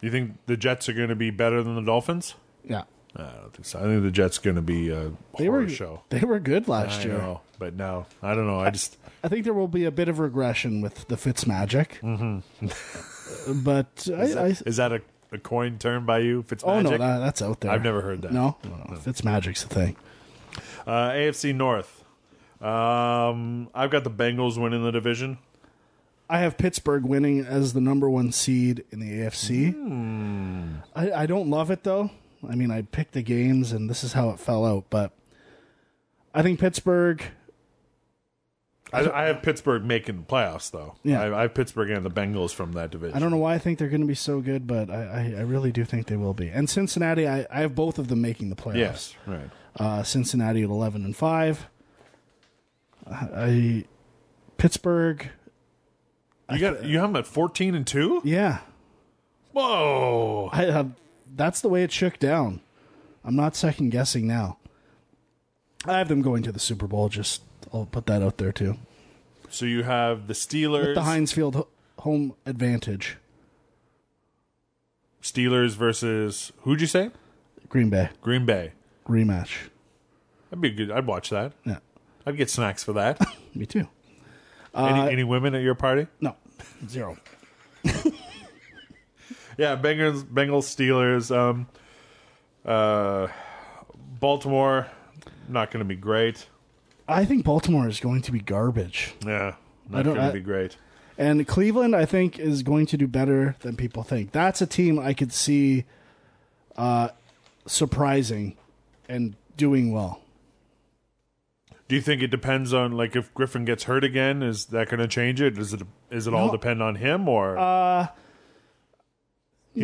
[SPEAKER 1] You think the Jets are going to be better than the Dolphins?
[SPEAKER 3] Yeah,
[SPEAKER 1] I don't think so. I think the Jets going to be a
[SPEAKER 3] they
[SPEAKER 1] horror
[SPEAKER 3] were
[SPEAKER 1] show.
[SPEAKER 3] they were good last
[SPEAKER 1] I
[SPEAKER 3] year.
[SPEAKER 1] know, but no, I don't know. I just
[SPEAKER 3] I think there will be a bit of regression with the Fitz magic. Mm-hmm. but I, I
[SPEAKER 1] is that a, a coin term by you? Fitzmagic?
[SPEAKER 3] oh no, that, that's out there.
[SPEAKER 1] I've never heard that.
[SPEAKER 3] No, no, no. Fitz magic's a thing.
[SPEAKER 1] Uh, AFC North. Um, I've got the Bengals winning the division.
[SPEAKER 3] I have Pittsburgh winning as the number one seed in the AFC. I, I don't love it though. I mean, I picked the games, and this is how it fell out. But I think Pittsburgh.
[SPEAKER 1] I, I have Pittsburgh making the playoffs though.
[SPEAKER 3] Yeah.
[SPEAKER 1] I, I have Pittsburgh and the Bengals from that
[SPEAKER 3] I
[SPEAKER 1] division.
[SPEAKER 3] don't know why I think they're going to be so good, but I, I, I really do think they will be. And Cincinnati, I, I have both of them making the playoffs.
[SPEAKER 1] Yes, right.
[SPEAKER 3] Uh, Cincinnati at eleven and five. I Pittsburgh.
[SPEAKER 1] You got you have them at fourteen and two.
[SPEAKER 3] Yeah,
[SPEAKER 1] Whoa!
[SPEAKER 3] I have. That's the way it shook down. I'm not second guessing now. I have them going to the Super Bowl. Just I'll put that out there too.
[SPEAKER 1] So you have the Steelers,
[SPEAKER 3] With the Heinz Field ho- home advantage,
[SPEAKER 1] Steelers versus who'd you say?
[SPEAKER 3] Green Bay
[SPEAKER 1] Green Bay.
[SPEAKER 3] rematch.
[SPEAKER 1] That'd be good. I'd watch that.
[SPEAKER 3] Yeah,
[SPEAKER 1] I'd get snacks for that.
[SPEAKER 3] me too. Uh,
[SPEAKER 1] any, any women at your party?
[SPEAKER 3] No, zero.
[SPEAKER 1] Yeah, Bengals, Bengals, Steelers, um, uh, Baltimore, not going to be great.
[SPEAKER 3] I think Baltimore is going to be garbage,
[SPEAKER 1] Yeah,
[SPEAKER 3] I
[SPEAKER 1] not
[SPEAKER 3] don't-
[SPEAKER 1] going to
[SPEAKER 3] I-
[SPEAKER 1] be great.
[SPEAKER 3] and Cleveland I think is going to do better than people think. That's a team I could see uh, surprising and doing well.
[SPEAKER 1] Do you think it depends on like if Griffin gets hurt again? Is that going to change it? Is it is it all
[SPEAKER 3] No. Uh,
[SPEAKER 1] depend on him or Hugh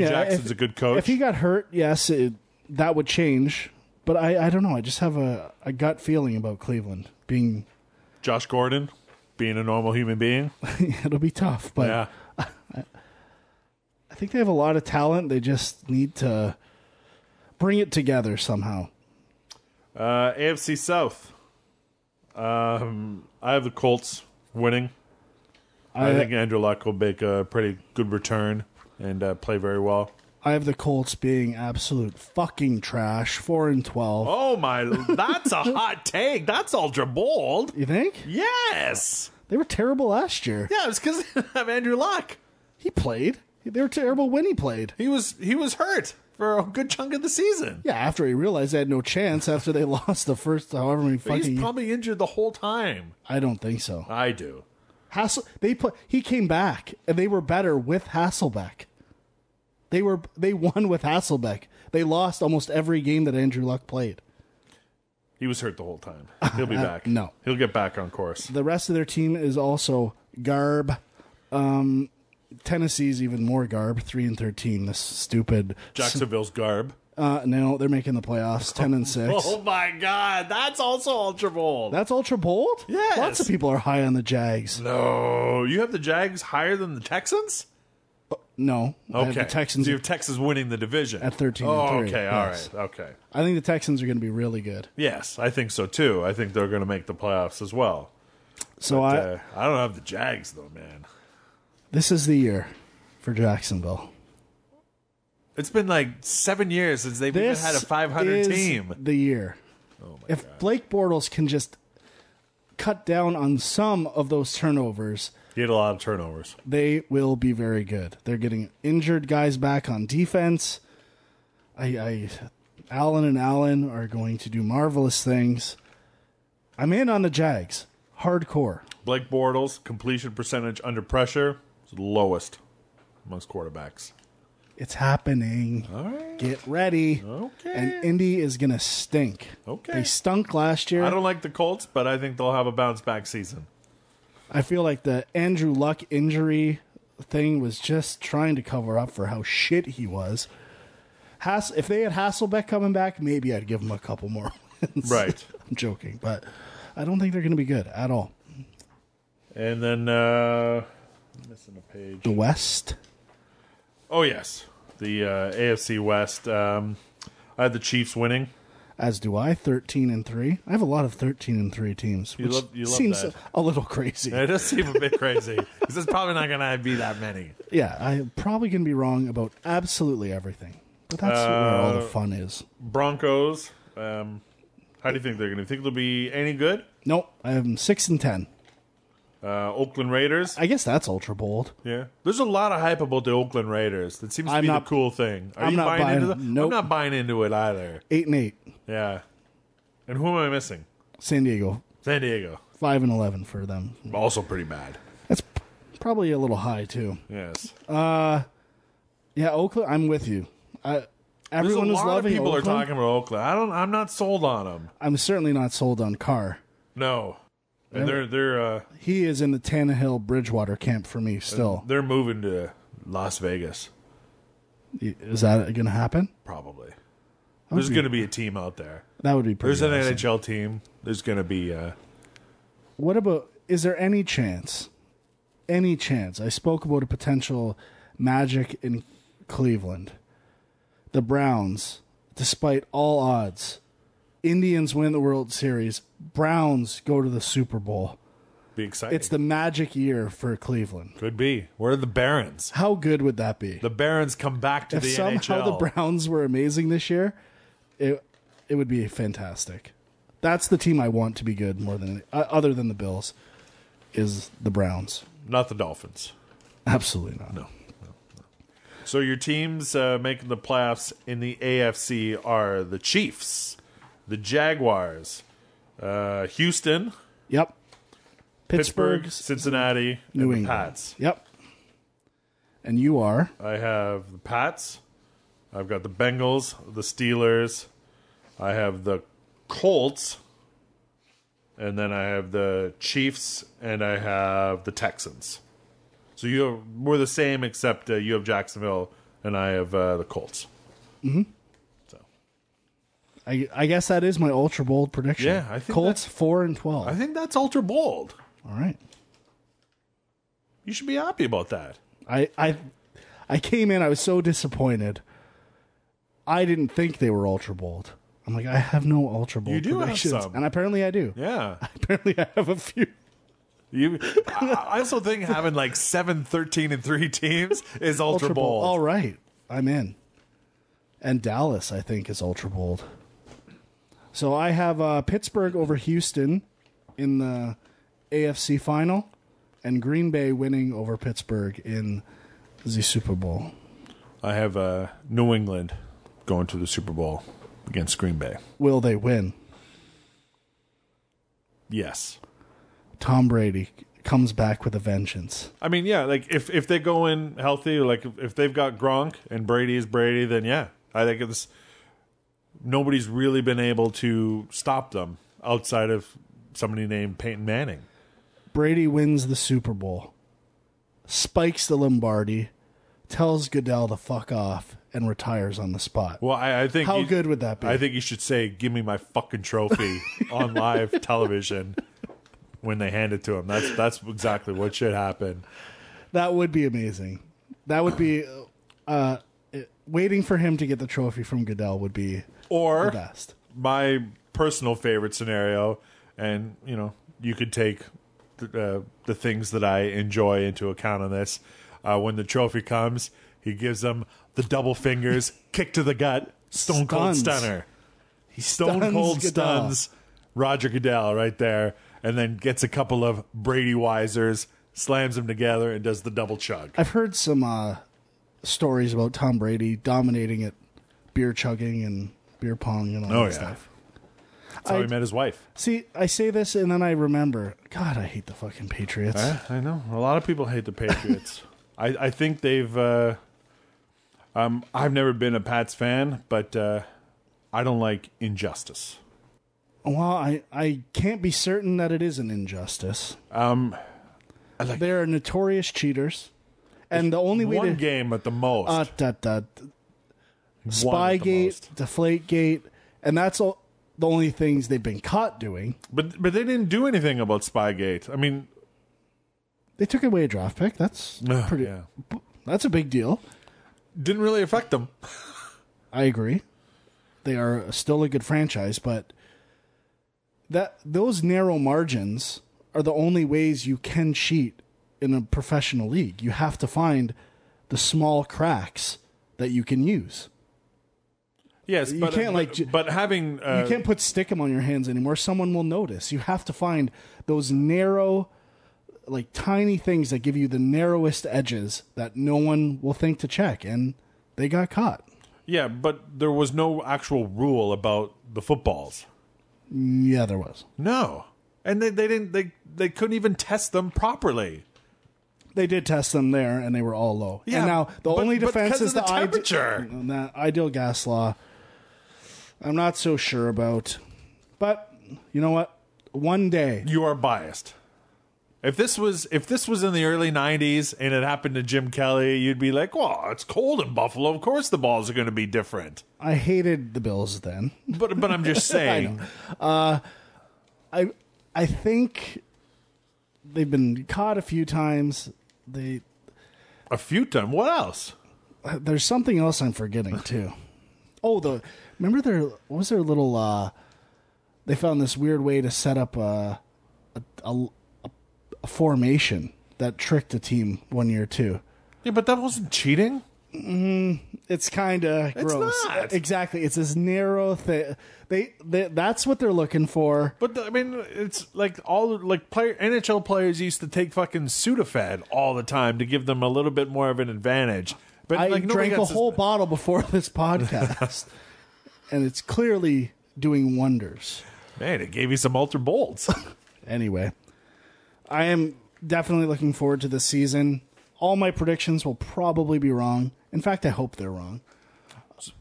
[SPEAKER 3] Yeah,
[SPEAKER 1] Jackson's
[SPEAKER 3] if-
[SPEAKER 1] a good coach?
[SPEAKER 3] If he got hurt, yes, it, that would change. But I, I don't know. I just have a, a gut feeling about Cleveland being.
[SPEAKER 1] Josh Gordon being a normal human being.
[SPEAKER 3] it'll be tough, but
[SPEAKER 1] Yeah,
[SPEAKER 3] I think they have a lot of talent. They just need to bring it together somehow.
[SPEAKER 1] uh, AFC South. Um, I have the Colts winning. I,
[SPEAKER 3] I-
[SPEAKER 1] think Andrew Luck will make a pretty good return and uh, play very well.
[SPEAKER 3] I have the Colts being absolute fucking trash, four and twelve.
[SPEAKER 1] Oh my! That's a hot take. That's ultra bold.
[SPEAKER 3] You think
[SPEAKER 1] Yes.
[SPEAKER 3] they were terrible last year?
[SPEAKER 1] Yeah, it's because of Andrew Luck.
[SPEAKER 3] He played. They were terrible when he played.
[SPEAKER 1] He was he was hurt for a good chunk of the season.
[SPEAKER 3] Yeah, after he realized they had no chance after they lost the first however many fucking.
[SPEAKER 1] He's probably injured the whole time.
[SPEAKER 3] I don't think so.
[SPEAKER 1] I do.
[SPEAKER 3] Hassel. They put. He came back and they were better with Hasselbeck. They were. They won with Hasselbeck. They lost almost every game that Andrew Luck played.
[SPEAKER 1] He was hurt the whole time. He'll be back.
[SPEAKER 3] no.
[SPEAKER 1] he'll get back on course.
[SPEAKER 3] The rest of their team is also garb. Um, Tennessee's even more garb. Three and thirteen. This stupid.
[SPEAKER 1] Jacksonville's garb.
[SPEAKER 3] Uh, no, they're making the playoffs. Ten and six.
[SPEAKER 1] Oh my god, that's also ultra bold.
[SPEAKER 3] That's ultra bold.
[SPEAKER 1] Yes.
[SPEAKER 3] Lots of people are high on the Jags.
[SPEAKER 1] No, you have the Jags higher than the Texans.
[SPEAKER 3] No. I
[SPEAKER 1] Okay,
[SPEAKER 3] have the Texans.
[SPEAKER 1] So you have Texas winning the division
[SPEAKER 3] At 13 and
[SPEAKER 1] Oh,
[SPEAKER 3] three,
[SPEAKER 1] okay, all
[SPEAKER 3] yes.
[SPEAKER 1] right, okay.
[SPEAKER 3] I think the Texans are going to be really good.
[SPEAKER 1] Yes, I think so too. I think they're going to make the playoffs as well.
[SPEAKER 3] So I
[SPEAKER 1] Uh, I don't have the Jags though, man.
[SPEAKER 3] this is the year for Jacksonville.
[SPEAKER 1] It's been like seven years since they've
[SPEAKER 3] This
[SPEAKER 1] even had a 500
[SPEAKER 3] is
[SPEAKER 1] team. Oh
[SPEAKER 3] The year. if Blake Bortles can just cut down on some of those turnovers,
[SPEAKER 1] He had a lot of turnovers.
[SPEAKER 3] they will be very good. They're getting injured guys back on defense. I, I Allen and Allen are going to do marvelous things. I'm in on the Jags. Hardcore.
[SPEAKER 1] Blake Bortles completion percentage under pressure is the lowest amongst quarterbacks.
[SPEAKER 3] It's happening.
[SPEAKER 1] All right.
[SPEAKER 3] Get ready.
[SPEAKER 1] Okay.
[SPEAKER 3] And Indy is going to stink.
[SPEAKER 1] Okay.
[SPEAKER 3] They stunk last year.
[SPEAKER 1] I don't like the Colts, but I think they'll have a bounce back season.
[SPEAKER 3] I feel like the Andrew Luck injury thing was just trying to cover up for how shit he was. Hass- if they had Hasselbeck coming back, maybe I'd give him a couple more wins.
[SPEAKER 1] Right.
[SPEAKER 3] I'm joking, but I don't think they're going to be good at all.
[SPEAKER 1] And then uh missing a page.
[SPEAKER 3] The West,
[SPEAKER 1] Oh yes, the uh, AFC West. Um, I had the Chiefs winning.
[SPEAKER 3] as do I, 13 and 3. I have a lot of 13 and 3 teams, which
[SPEAKER 1] love- you love
[SPEAKER 3] seems
[SPEAKER 1] that.
[SPEAKER 3] a little crazy.
[SPEAKER 1] It does seem a bit crazy. 'cause It's probably not going to be that many.
[SPEAKER 3] Yeah, I'm probably going to be wrong about absolutely everything. But that's where all
[SPEAKER 1] Uh,
[SPEAKER 3] the fun is.
[SPEAKER 1] Broncos. Um, how do you think they're going to think they'll be any good?
[SPEAKER 3] Nope, I have them 6 and 10.
[SPEAKER 1] Uh, Oakland Raiders.
[SPEAKER 3] I guess that's ultra bold.
[SPEAKER 1] Yeah, there's a lot of hype about the Oakland Raiders. That seems to
[SPEAKER 3] I'm
[SPEAKER 1] be
[SPEAKER 3] not-
[SPEAKER 1] the cool thing. Are
[SPEAKER 3] I'm
[SPEAKER 1] you
[SPEAKER 3] not
[SPEAKER 1] buying,
[SPEAKER 3] buying-
[SPEAKER 1] into that?
[SPEAKER 3] nope.
[SPEAKER 1] I'm not buying into it either.
[SPEAKER 3] 8 and 8.
[SPEAKER 1] Yeah. And who am I missing?
[SPEAKER 3] San Diego,
[SPEAKER 1] San Diego.
[SPEAKER 3] 5 and 11 for them.
[SPEAKER 1] Also pretty bad.
[SPEAKER 3] That's p- probably a little high, too.
[SPEAKER 1] Yes.
[SPEAKER 3] Yeah, Oakland, I'm with you. I,
[SPEAKER 1] There's a
[SPEAKER 3] everyone is
[SPEAKER 1] lot of
[SPEAKER 3] loving
[SPEAKER 1] people
[SPEAKER 3] Oakland.
[SPEAKER 1] are talking about Oakland. I don't. I'm not sold on them.
[SPEAKER 3] I'm certainly not sold on Carr.
[SPEAKER 1] No. And they're they're uh,
[SPEAKER 3] He is in the Tannehill Bridgewater camp for me still.
[SPEAKER 1] they're moving to Las Vegas Uh,
[SPEAKER 3] Is that going to happen?
[SPEAKER 1] probably. There's going to be a team out there.
[SPEAKER 3] That would be pretty
[SPEAKER 1] There's an
[SPEAKER 3] awesome.
[SPEAKER 1] NHL team. There's going to be uh,
[SPEAKER 3] What about is there any chance? Any chance? I spoke about a potential magic in Cleveland. The Browns, despite all odds, Indians win the World Series, Browns go to the Super Bowl.
[SPEAKER 1] be exciting.
[SPEAKER 3] It's the magic year for Cleveland.
[SPEAKER 1] Could be. Where are the Barons?
[SPEAKER 3] How good would that be?
[SPEAKER 1] The Barons come back to
[SPEAKER 3] if
[SPEAKER 1] the
[SPEAKER 3] somehow
[SPEAKER 1] NHL.
[SPEAKER 3] the Browns were amazing this year, it it would be fantastic. That's the team I want to be good more than uh, other than the Bills is the Browns.
[SPEAKER 1] Not the Dolphins.
[SPEAKER 3] Absolutely not. No.
[SPEAKER 1] So your teams uh, making the playoffs in the AFC are the Chiefs, the Jaguars, uh, Houston,
[SPEAKER 3] Yep.
[SPEAKER 1] Pittsburgh,
[SPEAKER 3] Pittsburgh,
[SPEAKER 1] Cincinnati,
[SPEAKER 3] New
[SPEAKER 1] and the
[SPEAKER 3] England.
[SPEAKER 1] Pats.
[SPEAKER 3] Yep. And you are
[SPEAKER 1] I have the Pats. I've got the Bengals, the Steelers. I have the Colts. And then I have the Chiefs and I have the Texans. So you have, we're the same except uh, you have Jacksonville and I have uh, the Colts.
[SPEAKER 4] Mm-hmm.
[SPEAKER 3] I, I guess that is my ultra bold prediction.
[SPEAKER 1] Yeah, I think
[SPEAKER 3] Colts four and twelve.
[SPEAKER 1] I think that's ultra bold.
[SPEAKER 3] All right.
[SPEAKER 1] You should be happy about that.
[SPEAKER 3] I I I came in, I was so disappointed. I didn't think they were ultra bold. I'm like, I have no Ultra Bowl
[SPEAKER 4] You do have
[SPEAKER 3] predictions,
[SPEAKER 4] some.
[SPEAKER 3] and apparently I do.
[SPEAKER 4] Yeah.
[SPEAKER 3] Apparently, I have a few.
[SPEAKER 4] You, I I also think having like 7, 13, and 3 teams is ultra, bold.
[SPEAKER 3] All right, I'm in. And Dallas, I think, is ultra bold. So I have uh, Pittsburgh over Houston in the AFC final, and Green Bay winning over Pittsburgh in the Super Bowl.
[SPEAKER 1] I have uh, New England going to the Super Bowl against Green Bay.
[SPEAKER 3] Will they win?
[SPEAKER 1] Yes.
[SPEAKER 3] Tom Brady comes back with a vengeance.
[SPEAKER 1] I mean, yeah, like if, if they go in healthy, like if, if they've got Gronk and Brady is Brady, then yeah, I think it's nobody's really been able to stop them outside of somebody named Peyton Manning.
[SPEAKER 3] Brady wins the Super Bowl, spikes the Lombardi, tells Goodell to fuck off, and retires on the spot.
[SPEAKER 1] Well, I, I think
[SPEAKER 3] How
[SPEAKER 1] you-
[SPEAKER 3] good would that be?
[SPEAKER 1] I think you should say, "Give me my fucking trophy" on live television when they hand it to him. That's that's exactly what should happen.
[SPEAKER 3] That would be amazing. That would be uh, it- waiting for him to get the trophy from Goodell would be
[SPEAKER 1] Or
[SPEAKER 3] the best.
[SPEAKER 1] my personal favorite scenario, and you know, you could take the, uh, the things that I enjoy into account on this. Uh, when the trophy comes, he gives them the double fingers, kick to the gut, stone cold
[SPEAKER 3] Stuns.
[SPEAKER 1] stunner. He stone
[SPEAKER 3] stuns
[SPEAKER 1] cold
[SPEAKER 3] Goodell.
[SPEAKER 1] stuns Roger Goodell right there, and then gets a couple of Brady Wisers, slams them together, and does the double chug.
[SPEAKER 3] I've heard some uh, stories about Tom Brady dominating at beer chugging and beer pong and all
[SPEAKER 1] Oh,
[SPEAKER 3] that
[SPEAKER 1] yeah.
[SPEAKER 3] stuff.
[SPEAKER 1] That's how he
[SPEAKER 3] I-
[SPEAKER 1] met his wife.
[SPEAKER 3] See, I say this and then I remember. God, I hate the fucking Patriots.
[SPEAKER 1] Yeah, I know. A lot of people hate the Patriots. I, I think they've. Uh, um, I've never been a Pats fan, but uh, I don't like injustice.
[SPEAKER 3] Well, I, I can't be certain that it is an injustice.
[SPEAKER 1] Um,
[SPEAKER 3] they are notorious cheaters, and the only way
[SPEAKER 1] one
[SPEAKER 3] to
[SPEAKER 1] game at the most.
[SPEAKER 3] uh, da, da,
[SPEAKER 1] One at the
[SPEAKER 3] Spygate,
[SPEAKER 1] most.
[SPEAKER 3] Deflategate, and that's all the only things they've been caught doing.
[SPEAKER 1] but but they didn't do anything about Spygate. I mean,
[SPEAKER 3] They took away a draft pick. That's
[SPEAKER 1] ugh,
[SPEAKER 3] pretty.
[SPEAKER 1] yeah.
[SPEAKER 3] That's a big deal.
[SPEAKER 1] didn't really affect them.
[SPEAKER 3] I agree. They are still a good franchise, but that those narrow margins are the only ways you can cheat in a professional league. You have to find the small cracks that you can use.
[SPEAKER 1] Yes,
[SPEAKER 3] You
[SPEAKER 1] but,
[SPEAKER 3] can't,
[SPEAKER 1] but-
[SPEAKER 3] like, ju-
[SPEAKER 1] but having uh,
[SPEAKER 3] You can't put stickum on your hands anymore. Someone will notice. You have to find those narrow, like tiny things that give you the narrowest edges that no one will think to check. And they got caught.
[SPEAKER 1] yeah, but there was no actual rule about the footballs.
[SPEAKER 3] Yeah, there was.
[SPEAKER 1] No, and they, they didn't they they couldn't even test them properly.
[SPEAKER 3] They did test them there, and they were all low.
[SPEAKER 1] Yeah,
[SPEAKER 3] and now the
[SPEAKER 1] but-
[SPEAKER 3] only
[SPEAKER 1] but
[SPEAKER 3] defense
[SPEAKER 1] because
[SPEAKER 3] is
[SPEAKER 1] of the
[SPEAKER 3] ide-
[SPEAKER 1] temperature.
[SPEAKER 3] and that ideal gas law. I'm not so sure about, but you know what? One day,
[SPEAKER 1] you are biased. If this was if this was in the early '90s and it happened to Jim Kelly, you'd be like, "Well, it's cold in Buffalo. Of course, the balls are going to be different."
[SPEAKER 3] I hated the Bills then.
[SPEAKER 1] But but I'm just saying,
[SPEAKER 3] I I think they've been caught a few times. They
[SPEAKER 1] a few times. What else?
[SPEAKER 3] there's something else I'm forgetting too. Oh, the remember their what was their little uh they found this weird way to set up a a, a, a formation that tricked a team one year too.
[SPEAKER 1] Yeah, but that wasn't cheating.
[SPEAKER 3] It's kind of gross.
[SPEAKER 1] not.
[SPEAKER 3] Exactly. It's this narrow thing. They, they that's what they're looking for.
[SPEAKER 1] But I mean, it's like all like player NHL players used to take fucking Sudafed all the time to give them a little bit more of an advantage. But
[SPEAKER 3] I
[SPEAKER 1] like, nobody
[SPEAKER 3] drank a
[SPEAKER 1] gets this-
[SPEAKER 3] whole bottle before this podcast, and it's clearly doing wonders.
[SPEAKER 1] man. It gave you some ultra bolts.
[SPEAKER 3] Anyway, I am definitely looking forward to this season. All my predictions will probably be wrong. In fact, I hope they're wrong.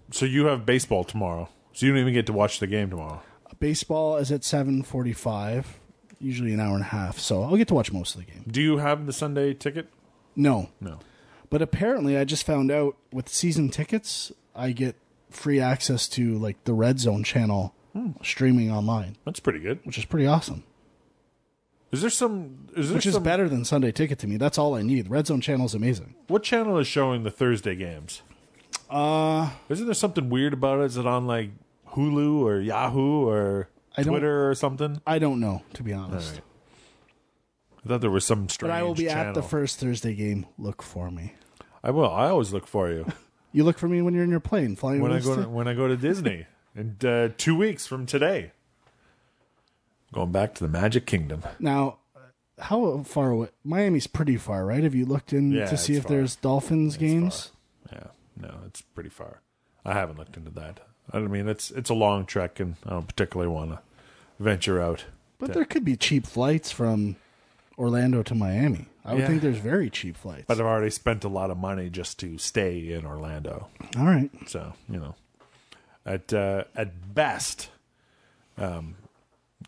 [SPEAKER 1] so you have baseball tomorrow. So you don't even get to watch the game tomorrow.
[SPEAKER 3] Baseball is at seven forty-five, usually an hour and a half, so I'll get to watch most of the game.
[SPEAKER 1] Do you have the Sunday ticket?
[SPEAKER 3] No,
[SPEAKER 1] No.
[SPEAKER 3] but apparently, I just found out with season tickets, I get free access to like the Red Zone channel
[SPEAKER 1] Hmm.
[SPEAKER 3] streaming online,
[SPEAKER 1] That's pretty good.
[SPEAKER 3] which is pretty awesome.
[SPEAKER 1] Is there some? Is there
[SPEAKER 3] Which is
[SPEAKER 1] some?
[SPEAKER 3] better than Sunday Ticket to me. That's all I need. Red Zone channel is amazing.
[SPEAKER 1] what channel is showing the Thursday games? Uh, isn't there something weird about it? Is it on like Hulu or Yahoo or
[SPEAKER 3] I don't-
[SPEAKER 1] Twitter or something.
[SPEAKER 3] I don't know, to be honest.
[SPEAKER 1] I thought there was some strange.
[SPEAKER 3] But I will be at
[SPEAKER 1] channel.
[SPEAKER 3] the first Thursday game. Look for me.
[SPEAKER 1] I will. I always look for you
[SPEAKER 3] You look for me when you're in your plane flying.
[SPEAKER 1] when I
[SPEAKER 3] with
[SPEAKER 1] go
[SPEAKER 3] us
[SPEAKER 1] to,
[SPEAKER 3] to-
[SPEAKER 1] when I go to Disney in uh, two weeks from today. Going back to the Magic Kingdom.
[SPEAKER 3] now, how far away? Miami's pretty far, right? Have you looked in
[SPEAKER 1] Yeah,
[SPEAKER 3] to see
[SPEAKER 1] it's
[SPEAKER 3] if
[SPEAKER 1] far.
[SPEAKER 3] there's Dolphins games?
[SPEAKER 1] Yeah, no, it's pretty far. I haven't looked into that. I mean, it's it's a long trek, and I don't particularly want to venture out.
[SPEAKER 3] But there could be cheap flights from Orlando to Miami. I would
[SPEAKER 1] Yeah.
[SPEAKER 3] think there's very cheap flights.
[SPEAKER 1] But I've already spent a lot of money just to stay in Orlando.
[SPEAKER 3] All right.
[SPEAKER 1] So you know, at uh, at best, um,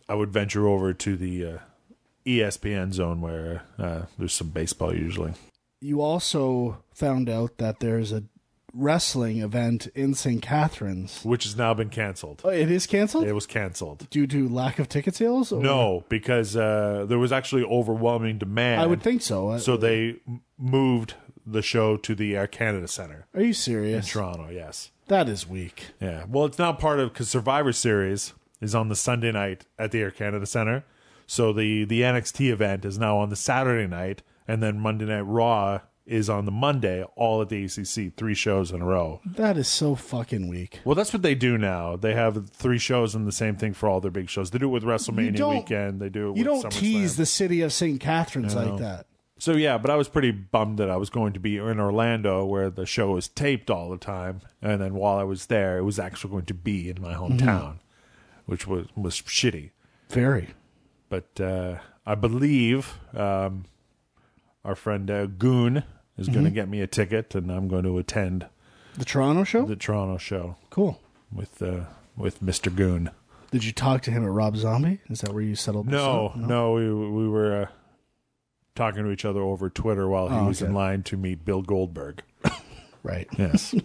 [SPEAKER 1] I would venture over to the uh, ESPN zone where uh, there's some baseball usually.
[SPEAKER 3] You also found out that there's a wrestling event in St. Catharines.
[SPEAKER 1] which has now been canceled.
[SPEAKER 3] Oh, it is canceled
[SPEAKER 1] It was canceled.
[SPEAKER 3] due to lack of ticket sales? Or?
[SPEAKER 1] No, because uh, there was actually overwhelming demand.
[SPEAKER 3] I would think so. I-
[SPEAKER 1] so. They m- moved the show to the Air Canada Center,
[SPEAKER 3] Are you serious?
[SPEAKER 1] Toronto. Yes,
[SPEAKER 3] That is weak.
[SPEAKER 1] yeah. Well, it's now part of because Survivor Series is on the Sunday night at the Air Canada Center. So the the NXT event is now on the Saturday night, and then Monday Night Raw is on the Monday, all at the ACC, three shows in a row.
[SPEAKER 3] That is so fucking weak.
[SPEAKER 1] Well, that's what they do now. They have three shows and the same thing for all their big shows. They do it with WrestleMania
[SPEAKER 3] don't-
[SPEAKER 1] weekend. They do it. with
[SPEAKER 3] You don't
[SPEAKER 1] SummerSlam.
[SPEAKER 3] tease the city of St. Catharines like that.
[SPEAKER 1] So yeah, but I was pretty bummed that I was going to be in Orlando, where the show is taped all the time, and then while I was there, it was actually going to be in my hometown,
[SPEAKER 3] Mm-hmm.
[SPEAKER 1] which was was shitty.
[SPEAKER 3] Very.
[SPEAKER 1] But uh, I believe um, our friend uh, Goon is
[SPEAKER 3] Mm-hmm.
[SPEAKER 1] going to get me a ticket, and I'm going to attend
[SPEAKER 3] The Toronto show?
[SPEAKER 1] the Toronto show
[SPEAKER 3] cool.
[SPEAKER 1] with uh, with Mister Goon.
[SPEAKER 3] Did you talk to him at Rob Zombie? Is that where you settled? this
[SPEAKER 1] No,
[SPEAKER 3] up?
[SPEAKER 1] no, we we were uh, talking to each other over Twitter while he was
[SPEAKER 3] Oh, okay.
[SPEAKER 1] in line to meet Bill Goldberg.
[SPEAKER 3] Right.
[SPEAKER 1] Yes,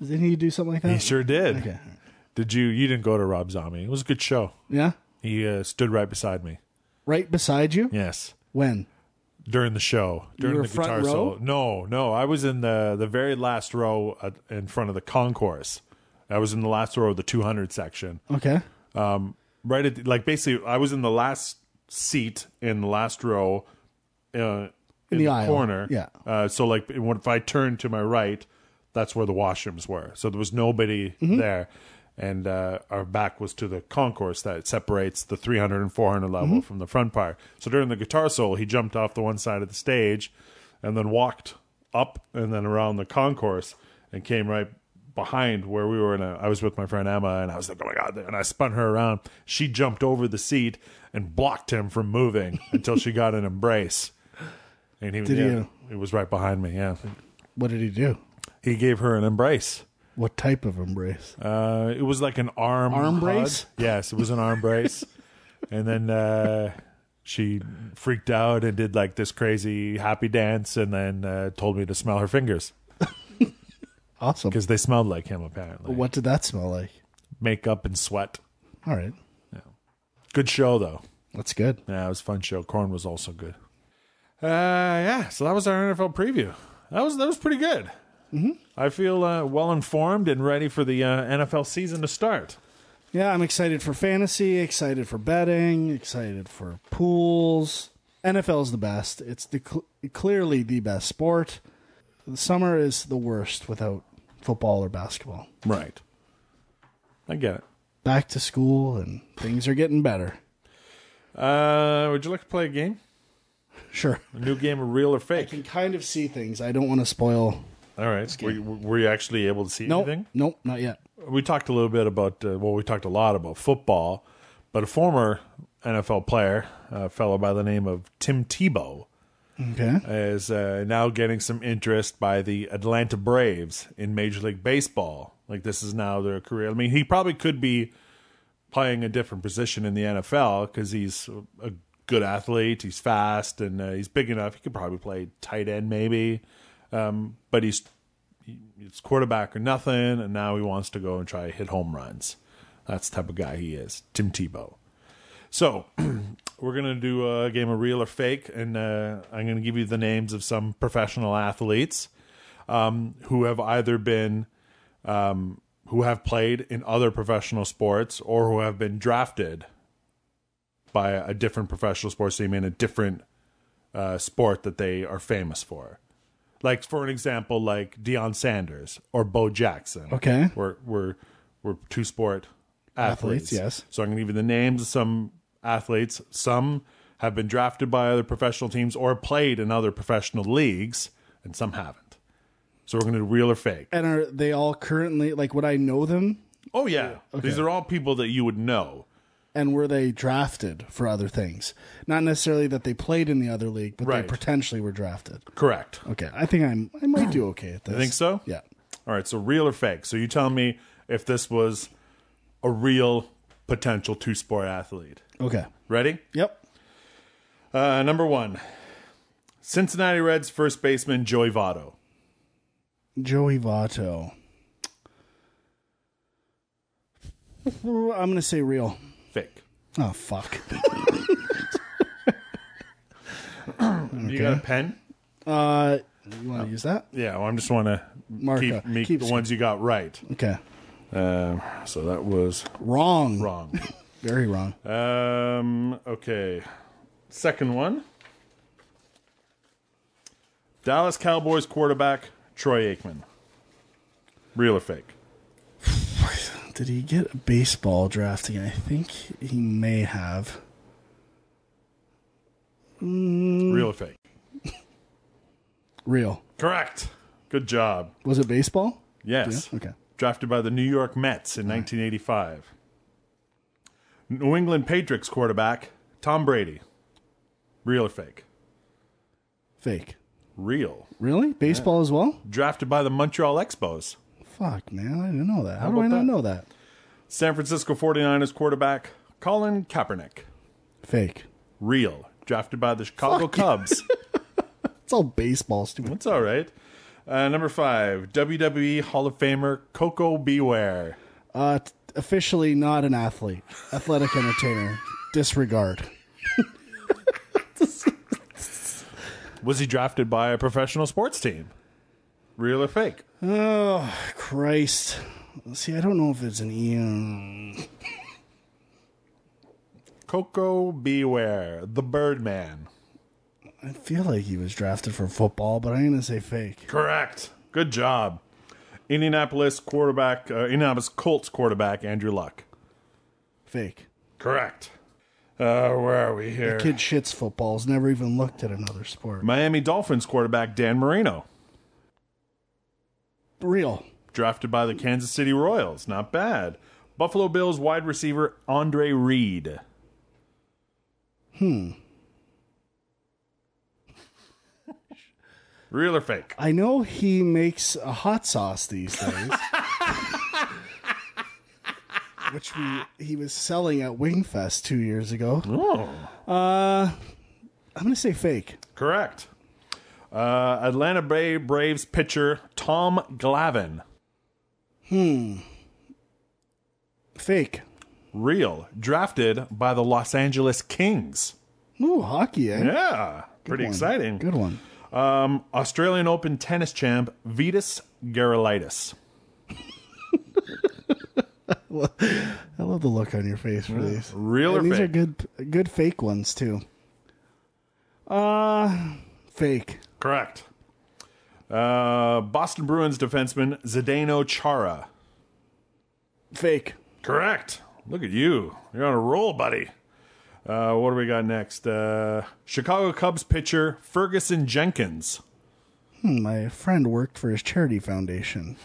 [SPEAKER 3] Didn't he do something like that?
[SPEAKER 1] he sure did.
[SPEAKER 3] Okay.
[SPEAKER 1] Did you? You didn't go to Rob Zombie. It was a good show.
[SPEAKER 3] Yeah.
[SPEAKER 1] He uh, stood right beside me.
[SPEAKER 3] Right beside you?
[SPEAKER 1] Yes,
[SPEAKER 3] When?
[SPEAKER 1] during the show, during
[SPEAKER 3] were
[SPEAKER 1] the
[SPEAKER 3] front
[SPEAKER 1] guitar
[SPEAKER 3] row?
[SPEAKER 1] solo. No, no, I was in the the very last row uh, in front of the concourse. I was in the last row of the 200 section.
[SPEAKER 3] Okay.
[SPEAKER 1] right at the, like basically I was in the last seat in the last row uh, in,
[SPEAKER 3] the aisle,
[SPEAKER 1] corner.
[SPEAKER 3] yeah.
[SPEAKER 1] Uh, so like when- if I turned to my right, that's where the washrooms were. So there was nobody there. And uh, our back was to the concourse that separates the 300 and 400 level from the front part. So during the guitar solo, he jumped off the one side of the stage and then walked up and then around the concourse and came right behind where we were and I was with my friend Emma and I was like, Oh my god and I spun her around. She jumped over the seat and blocked him from moving until she got an embrace. And he was
[SPEAKER 3] Did he,
[SPEAKER 1] yeah,
[SPEAKER 3] uh,
[SPEAKER 1] he was right behind me, yeah.
[SPEAKER 3] What did he do?
[SPEAKER 1] He gave her an embrace.
[SPEAKER 3] What type of embrace?
[SPEAKER 1] Uh, it was like an arm
[SPEAKER 3] Arm
[SPEAKER 1] hug.
[SPEAKER 3] brace?
[SPEAKER 1] Yes, it was an arm brace. And then uh, she freaked out and did like this crazy happy dance, and then uh, told me to smell her fingers
[SPEAKER 3] Awesome.
[SPEAKER 1] because they smelled like him apparently.
[SPEAKER 3] What did that smell like?
[SPEAKER 1] Makeup and sweat.
[SPEAKER 3] All right.
[SPEAKER 1] Good show though.
[SPEAKER 3] That's good.
[SPEAKER 1] Yeah, it was a fun show. Corn was also good. Uh, yeah. So that was our NFL preview. That was that was pretty good. Mm-hmm. I feel uh, well informed and ready for the uh, NFL season to start.
[SPEAKER 3] Yeah, I'm excited for fantasy, excited for betting, excited for pools. NFL is the best. It's the cl- clearly the best sport. The summer is the worst without football or basketball.
[SPEAKER 1] Right. I get it.
[SPEAKER 3] Back to school and things are getting better.
[SPEAKER 1] Uh, would you like to play a game?
[SPEAKER 3] Sure.
[SPEAKER 1] A new game of real or
[SPEAKER 3] I
[SPEAKER 1] fake?
[SPEAKER 3] can kind of see things. I don't want to spoil.
[SPEAKER 1] All right. Were you, were you actually able to see
[SPEAKER 3] Nope.
[SPEAKER 1] anything?
[SPEAKER 3] Nope, not yet.
[SPEAKER 1] We talked a little bit about uh, well, we talked a lot about football, but a former NFL player, a fellow by the name of Tim Tebow,
[SPEAKER 3] Okay.
[SPEAKER 1] is uh, now getting some interest by the Atlanta Braves in Major League Baseball. Like this is now their career. I mean, he probably could be playing a different position in the NFL because he's a good athlete. He's fast and uh, he's big enough. He could probably play tight end, maybe. Um, but he's he, it's quarterback or nothing, and now he wants to go and try to hit home runs. That's the type of guy he is, Tim Tebow. So we're gonna do a game of real or fake, and uh, I'm gonna give you the names of some professional athletes um, who have either been who have played in other professional sports or who have been drafted by a different professional sports team in a different uh, sport that they are famous for. Like for an example, like Deion Sanders or Bo Jackson.
[SPEAKER 3] Okay.
[SPEAKER 1] we're we're we're two sport athletes.
[SPEAKER 3] Athletes, yes.
[SPEAKER 1] So I'm going to give you the names of some athletes. Some have been drafted by other professional teams or played in other professional leagues, and some haven't. So we're going to do real or fake.
[SPEAKER 3] And are they all currently like? Would I know them?
[SPEAKER 1] Oh yeah, these are all people that you would know.
[SPEAKER 3] And were they drafted for other things? Not necessarily that they played in the other league, but
[SPEAKER 1] Right.
[SPEAKER 3] they potentially were drafted.
[SPEAKER 1] Correct.
[SPEAKER 3] Okay, I think I'm. I might do okay at this.
[SPEAKER 1] You think so?
[SPEAKER 3] Yeah.
[SPEAKER 1] All right. So real or fake? So you tell me if this was a real potential two-sport athlete.
[SPEAKER 3] Okay.
[SPEAKER 1] Ready?
[SPEAKER 3] Yep.
[SPEAKER 1] Uh, number one, Cincinnati Reds first baseman Joey Votto.
[SPEAKER 3] Joey Votto. I'm gonna say real.
[SPEAKER 1] Fake.
[SPEAKER 3] Oh fuck.
[SPEAKER 1] You got a pen?
[SPEAKER 3] Uh, you want to use that?
[SPEAKER 1] Yeah. Well, I'm just want to
[SPEAKER 3] Mark, uh,
[SPEAKER 1] keep, me,
[SPEAKER 3] keep-
[SPEAKER 1] the ones you got right.
[SPEAKER 3] Okay.
[SPEAKER 1] Um, so that was
[SPEAKER 3] Wrong.
[SPEAKER 1] wrong.
[SPEAKER 3] Very wrong.
[SPEAKER 1] Um. Okay. Second one. Dallas Cowboys quarterback Troy Aikman. Real or fake?
[SPEAKER 3] Did he get a baseball drafting? I think he may have. Mm.
[SPEAKER 1] Real or fake?
[SPEAKER 3] Real.
[SPEAKER 1] Correct. Good job.
[SPEAKER 3] Was it baseball?
[SPEAKER 1] Yes.
[SPEAKER 3] Okay.
[SPEAKER 1] Drafted by the New York Mets in 1985. New England Patriots quarterback Tom Brady. Real or fake?
[SPEAKER 3] Fake.
[SPEAKER 1] Real.
[SPEAKER 3] Really? Baseball as well?
[SPEAKER 1] Drafted by the Montreal Expos.
[SPEAKER 3] Fuck, man. I didn't know that. How, do
[SPEAKER 1] about
[SPEAKER 3] I not
[SPEAKER 1] that?
[SPEAKER 3] know that?
[SPEAKER 1] San Francisco 49ers quarterback Colin Kaepernick.
[SPEAKER 3] Fake.
[SPEAKER 1] Real. Drafted by the Chicago Cubs.
[SPEAKER 3] It's all baseball, stupid.
[SPEAKER 1] That's all right. Uh, number five, WWE Hall of Famer Coco Beware.
[SPEAKER 3] Uh, t- officially not an athlete, athletic entertainer. Disregard.
[SPEAKER 1] Was he drafted by a professional sports team? Real or fake?
[SPEAKER 3] Oh, Christ. See, I don't know if it's an E.
[SPEAKER 1] Coco Beware, the Birdman.
[SPEAKER 3] I feel like he was drafted for football, but I'm going to say fake.
[SPEAKER 1] Correct. Good job. Indianapolis quarterback, uh, Indianapolis Colts quarterback Andrew Luck.
[SPEAKER 3] Fake.
[SPEAKER 1] Correct. Uh, where are we here?
[SPEAKER 3] Kid shits footballs, never even looked at another sport.
[SPEAKER 1] Miami Dolphins quarterback Dan Marino,
[SPEAKER 3] Real.
[SPEAKER 1] drafted by the Kansas City Royals. Not bad. Buffalo Bills wide receiver Andre Reed. Hmm. Real or fake?
[SPEAKER 3] I know he makes a hot sauce these days, which we, he was selling at Wingfest two years ago.
[SPEAKER 1] Oh.
[SPEAKER 3] Uh, I'm gonna say fake.
[SPEAKER 1] Correct. Uh, Atlanta Bra- Braves pitcher Tom Glavine.
[SPEAKER 3] Fake.
[SPEAKER 1] Real. Drafted by the Los Angeles Kings.
[SPEAKER 3] Ooh, hockey. Eh?
[SPEAKER 1] Yeah. pretty
[SPEAKER 3] One.
[SPEAKER 1] exciting.
[SPEAKER 3] Good one.
[SPEAKER 1] Um, Australian Open tennis champ Vitas Gerolaitis.
[SPEAKER 3] I love the look on your face for these.
[SPEAKER 1] Real or
[SPEAKER 3] And these
[SPEAKER 1] fake?
[SPEAKER 3] are good, good fake ones too. Uh, fake.
[SPEAKER 1] Correct. Uh, Boston Bruins defenseman Zdeno Chara.
[SPEAKER 3] Fake.
[SPEAKER 1] Correct. Look at you. You're on a roll, buddy. Uh, what do we got next? Uh, Chicago Cubs pitcher Ferguson Jenkins.
[SPEAKER 3] Hmm, my friend worked for his charity foundation.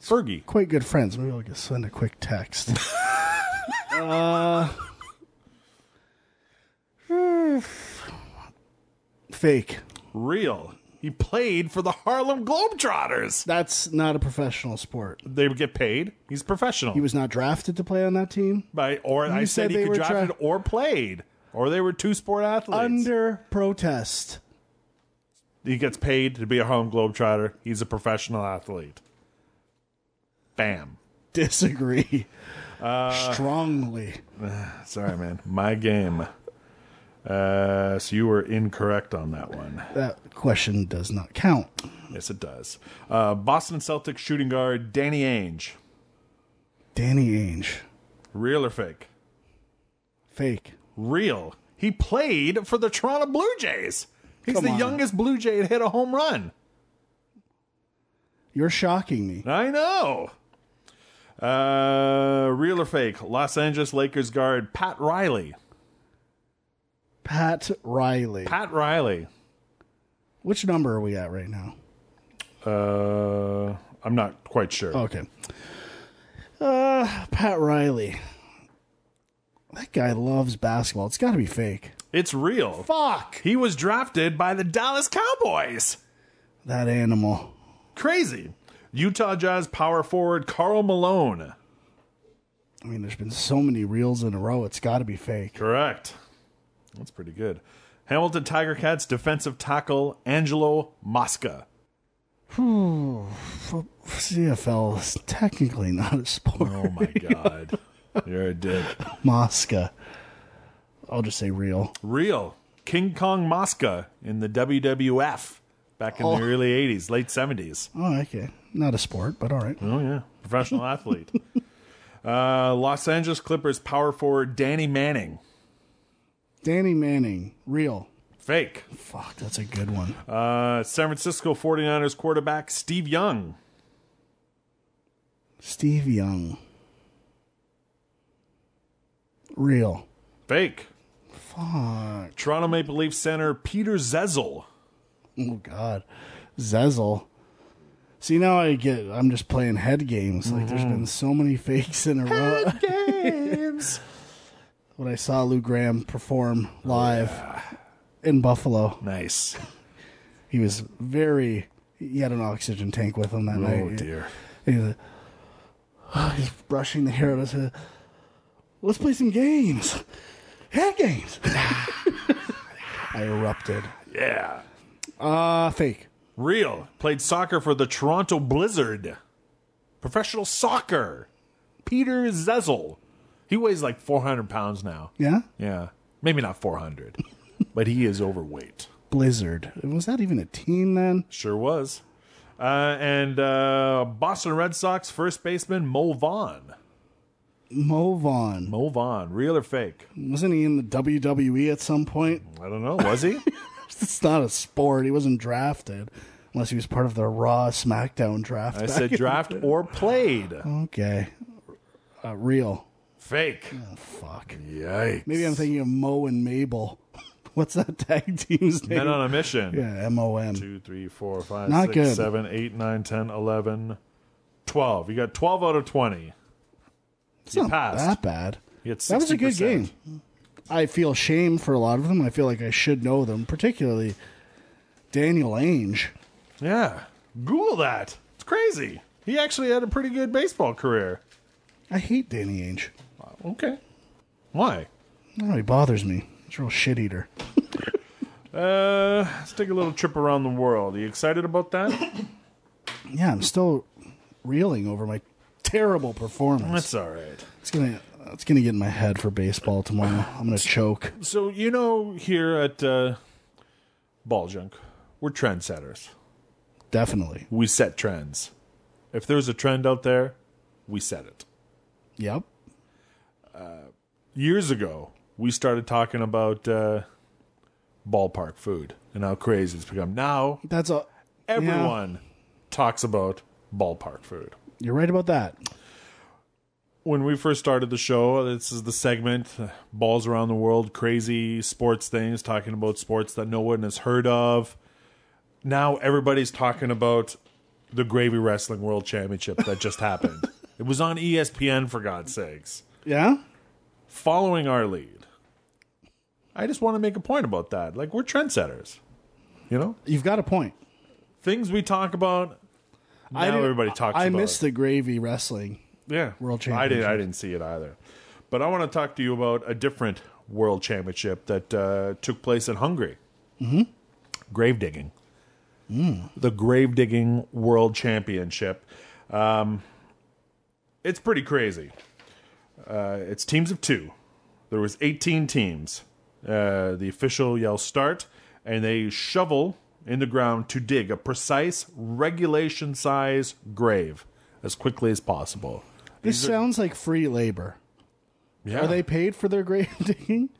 [SPEAKER 1] Fergie.
[SPEAKER 3] Quite good friends. Maybe I'll just send a quick text. uh, fake.
[SPEAKER 1] Real. He played for the Harlem Globetrotters.
[SPEAKER 3] That's not a professional sport.
[SPEAKER 1] They would get paid. He's professional.
[SPEAKER 3] He was not drafted to play on that team.
[SPEAKER 1] by or I said,
[SPEAKER 3] said they
[SPEAKER 1] he
[SPEAKER 3] were
[SPEAKER 1] could drafted
[SPEAKER 3] tra-
[SPEAKER 1] or played. Or they were two sport athletes.
[SPEAKER 3] Under protest.
[SPEAKER 1] he gets paid to be a home globetrotter. He's a professional athlete. Bam.
[SPEAKER 3] Disagree. Strongly.
[SPEAKER 1] Sorry, man. My game. Uh, so you were incorrect on that one.
[SPEAKER 3] That question does not count.
[SPEAKER 1] Yes, it does. Uh, Boston Celtics shooting guard Danny Ainge.
[SPEAKER 3] Danny Ainge.
[SPEAKER 1] Real or fake?
[SPEAKER 3] Fake.
[SPEAKER 1] Real. He played for the Toronto Blue Jays. He's
[SPEAKER 3] Come
[SPEAKER 1] the
[SPEAKER 3] on.
[SPEAKER 1] youngest Blue Jay to hit a home run.
[SPEAKER 3] You're shocking me.
[SPEAKER 1] I know. Uh, real or fake? Los Angeles Lakers guard Pat Riley.
[SPEAKER 3] Pat Riley.
[SPEAKER 1] Pat Riley.
[SPEAKER 3] Which number are we at right now?
[SPEAKER 1] Uh, I'm not quite sure.
[SPEAKER 3] Okay. Uh, Pat Riley. That guy loves basketball. It's got to be fake.
[SPEAKER 1] It's real.
[SPEAKER 3] Fuck
[SPEAKER 1] He was drafted by the Dallas Cowboys.
[SPEAKER 3] that animal.
[SPEAKER 1] Crazy. Utah Jazz power forward Carl Malone.
[SPEAKER 3] I mean, there's been so many reels in a row. It's got to be fake.
[SPEAKER 1] Correct. That's pretty good. Hamilton Tiger Cats defensive tackle Angelo Mosca.
[SPEAKER 3] F- CFL is technically not a sport.
[SPEAKER 1] Oh my God. You're a dick.
[SPEAKER 3] Mosca. I'll just say real.
[SPEAKER 1] Real. King Kong Mosca in the WWF back in the early 80s, late 70s.
[SPEAKER 3] Oh, okay. Not a sport, but all right.
[SPEAKER 1] Oh, yeah. Professional athlete. Uh, Los Angeles Clippers power forward Danny Manning.
[SPEAKER 3] Danny Manning. Real.
[SPEAKER 1] Fake.
[SPEAKER 3] Fuck, that's a good one.
[SPEAKER 1] Uh, San Francisco 49ers quarterback Steve Young.
[SPEAKER 3] Steve Young. Real.
[SPEAKER 1] Fake.
[SPEAKER 3] Fuck.
[SPEAKER 1] Toronto Maple Leaf center Peter Zezel.
[SPEAKER 3] Oh God, Zezel. See now I get. I'm just playing head games. Like there's been so many fakes in a row.
[SPEAKER 1] Games.
[SPEAKER 3] When I saw Lou Graham perform live in Buffalo,
[SPEAKER 1] nice.
[SPEAKER 3] he was very. He had an oxygen tank with him that night.
[SPEAKER 1] Oh dear.
[SPEAKER 3] He was, he's brushing the hair out of his head. Let's play some games. Head games. I erupted.
[SPEAKER 1] Yeah.
[SPEAKER 3] Uh fake.
[SPEAKER 1] Real played soccer for the Toronto Blizzard. Professional soccer. Peter Zezel. He weighs like 400 pounds now.
[SPEAKER 3] Yeah.
[SPEAKER 1] Yeah. Maybe not 400, but he is overweight.
[SPEAKER 3] Blizzard. Was that even a team then?
[SPEAKER 1] Sure was. Uh, and uh, Boston Red Sox first baseman Mo Vaughn.
[SPEAKER 3] Mo Vaughn.
[SPEAKER 1] Mo Vaughn, real or fake?
[SPEAKER 3] Wasn't he in the WWE at some point?
[SPEAKER 1] I don't know. Was he?
[SPEAKER 3] It's not a sport. He wasn't drafted unless he was part of the Raw SmackDown draft.
[SPEAKER 1] I
[SPEAKER 3] back
[SPEAKER 1] said
[SPEAKER 3] in-
[SPEAKER 1] draft or played.
[SPEAKER 3] Okay. Uh, real.
[SPEAKER 1] Fake.
[SPEAKER 3] Oh, fuck.
[SPEAKER 1] Yikes.
[SPEAKER 3] Maybe I'm thinking of Mo and Mabel. What's that tag team's name?
[SPEAKER 1] Men on a mission.
[SPEAKER 3] yeah, M O M.
[SPEAKER 1] Two, three, four, five,
[SPEAKER 3] Not
[SPEAKER 1] six,
[SPEAKER 3] good.
[SPEAKER 1] seven, eight, nine, 10, 11, 12. You got 12 out of 20.
[SPEAKER 3] It's
[SPEAKER 1] You
[SPEAKER 3] not
[SPEAKER 1] passed.
[SPEAKER 3] that bad.
[SPEAKER 1] You had 60%.
[SPEAKER 3] That was a good game. I feel shame for a lot of them. I feel like I should know them, particularly Daniel Ainge.
[SPEAKER 1] Yeah. Google that. It's crazy. He actually had a pretty good baseball career.
[SPEAKER 3] I hate Danny Ainge.
[SPEAKER 1] Okay. Why?
[SPEAKER 3] No, he bothers me. He's a real shit eater.
[SPEAKER 1] Uh, let's take a little trip around the world. Are you excited about that?
[SPEAKER 3] Yeah, I'm still reeling over my terrible performance.
[SPEAKER 1] That's all right.
[SPEAKER 3] It's gonna, it's gonna get in my head for baseball tomorrow. I'm gonna choke.
[SPEAKER 1] So you know, here at uh, Ball Junk, we're trendsetters.
[SPEAKER 3] Definitely.
[SPEAKER 1] We set trends. If there's a trend out there, we set it.
[SPEAKER 3] Yep.
[SPEAKER 1] Years ago, we started talking about uh, ballpark food and how crazy it's become. Now
[SPEAKER 3] That's a.
[SPEAKER 1] everyone talks about ballpark food.
[SPEAKER 3] You're right about that.
[SPEAKER 1] when we first started the show, this is the segment uh, Balls Around the World, crazy sports things, talking about sports that no one has heard of. Now everybody's talking about the Gravy Wrestling World Championship that just happened. It was on E ESPN, for God's sakes.
[SPEAKER 3] Yeah.
[SPEAKER 1] Following our lead, I just want to make a point about that. Like, we're trendsetters, you know?
[SPEAKER 3] You've got a point.
[SPEAKER 1] Things we talk about, now
[SPEAKER 3] didn't-
[SPEAKER 1] everybody talks
[SPEAKER 3] I
[SPEAKER 1] about it.
[SPEAKER 3] missed the gravy wrestling.
[SPEAKER 1] Yeah,
[SPEAKER 3] World
[SPEAKER 1] I didn't. I
[SPEAKER 3] Championships.
[SPEAKER 1] didn't see it either. But I want to talk to you about a different world championship that uh, took place in Hungary. Mm-hmm. Grave digging.
[SPEAKER 3] Mm.
[SPEAKER 1] The grave digging world championship. Um, it's pretty crazy. Uh, it's teams of two. There was 18 teams. Uh, the official yells start, and they shovel in the ground to dig a precise regulation size grave as quickly as possible.
[SPEAKER 3] This sounds like free labor.
[SPEAKER 1] Yeah.
[SPEAKER 3] Are they paid for their grave digging?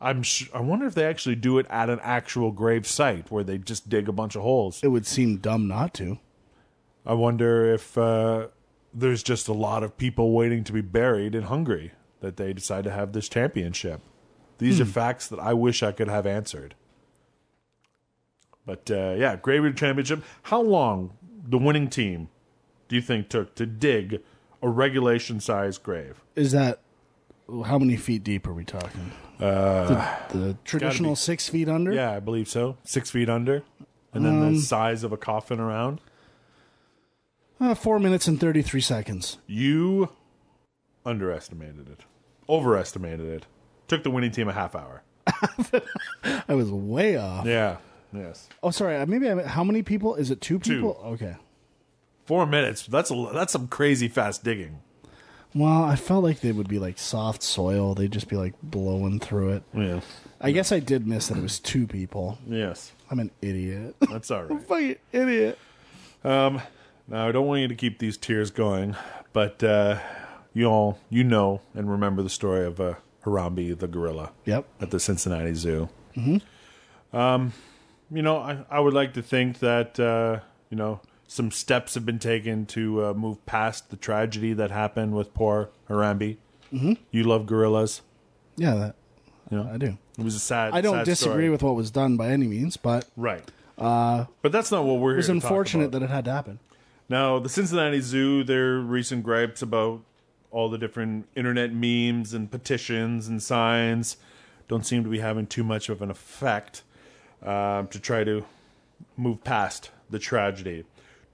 [SPEAKER 1] I'm sh- I wonder if they actually do it at an actual grave site where they just dig a bunch of holes.
[SPEAKER 3] It would seem dumb not to.
[SPEAKER 1] I wonder if uh, there's just a lot of people waiting to be buried in Hungary that they decide to have this championship. These are
[SPEAKER 3] Hmm.
[SPEAKER 1] facts that I wish I could have answered. But uh, yeah, Graveyard Championship. How long the winning team do you think took to dig a regulation sized grave?
[SPEAKER 3] Is that how many feet deep are we talking? Uh, the, the traditional six feet under.
[SPEAKER 1] Yeah, I believe so. Six feet under, and then
[SPEAKER 3] Um,
[SPEAKER 1] the size of a coffin around.
[SPEAKER 3] Uh, four minutes and thirty three seconds.
[SPEAKER 1] You underestimated it, overestimated it. Took the winning team a half hour.
[SPEAKER 3] I was way off.
[SPEAKER 1] Yeah. Yes.
[SPEAKER 3] Oh, sorry. uh, Maybe I, how many people? Is it two people? Okay.
[SPEAKER 1] Four minutes. That's a, that's some crazy fast digging.
[SPEAKER 3] Well, I felt like they would be like soft soil. They'd just be like blowing through it.
[SPEAKER 1] Yes.
[SPEAKER 3] I guess I did miss that it was two people.
[SPEAKER 1] Yes.
[SPEAKER 3] I'm an idiot.
[SPEAKER 1] That's all right.
[SPEAKER 3] Fucking idiot.
[SPEAKER 1] Now I don't want you to keep these tears going, but uh, you all you know and remember the story of uh, Harambe the gorilla
[SPEAKER 3] Yep.
[SPEAKER 1] at the Cincinnati Zoo. Mm-hmm. Um, you know, I I would like to think that uh, you know some steps have been taken to uh, move past the tragedy that happened with poor Harambe. Mm-hmm. You love gorillas.
[SPEAKER 3] Yeah, that
[SPEAKER 1] You know?
[SPEAKER 3] I do.
[SPEAKER 1] It was a sad.
[SPEAKER 3] I don't
[SPEAKER 1] sad
[SPEAKER 3] disagree
[SPEAKER 1] story.
[SPEAKER 3] with what was done by any means, but it
[SPEAKER 1] Right. but that's not what we're. It
[SPEAKER 3] was unfortunate that it had to happen.
[SPEAKER 1] now the Cincinnati Zoo, their recent gripes about all the different internet memes and petitions and signs, don't seem to be having too much of an effect um, to try to move past the tragedy.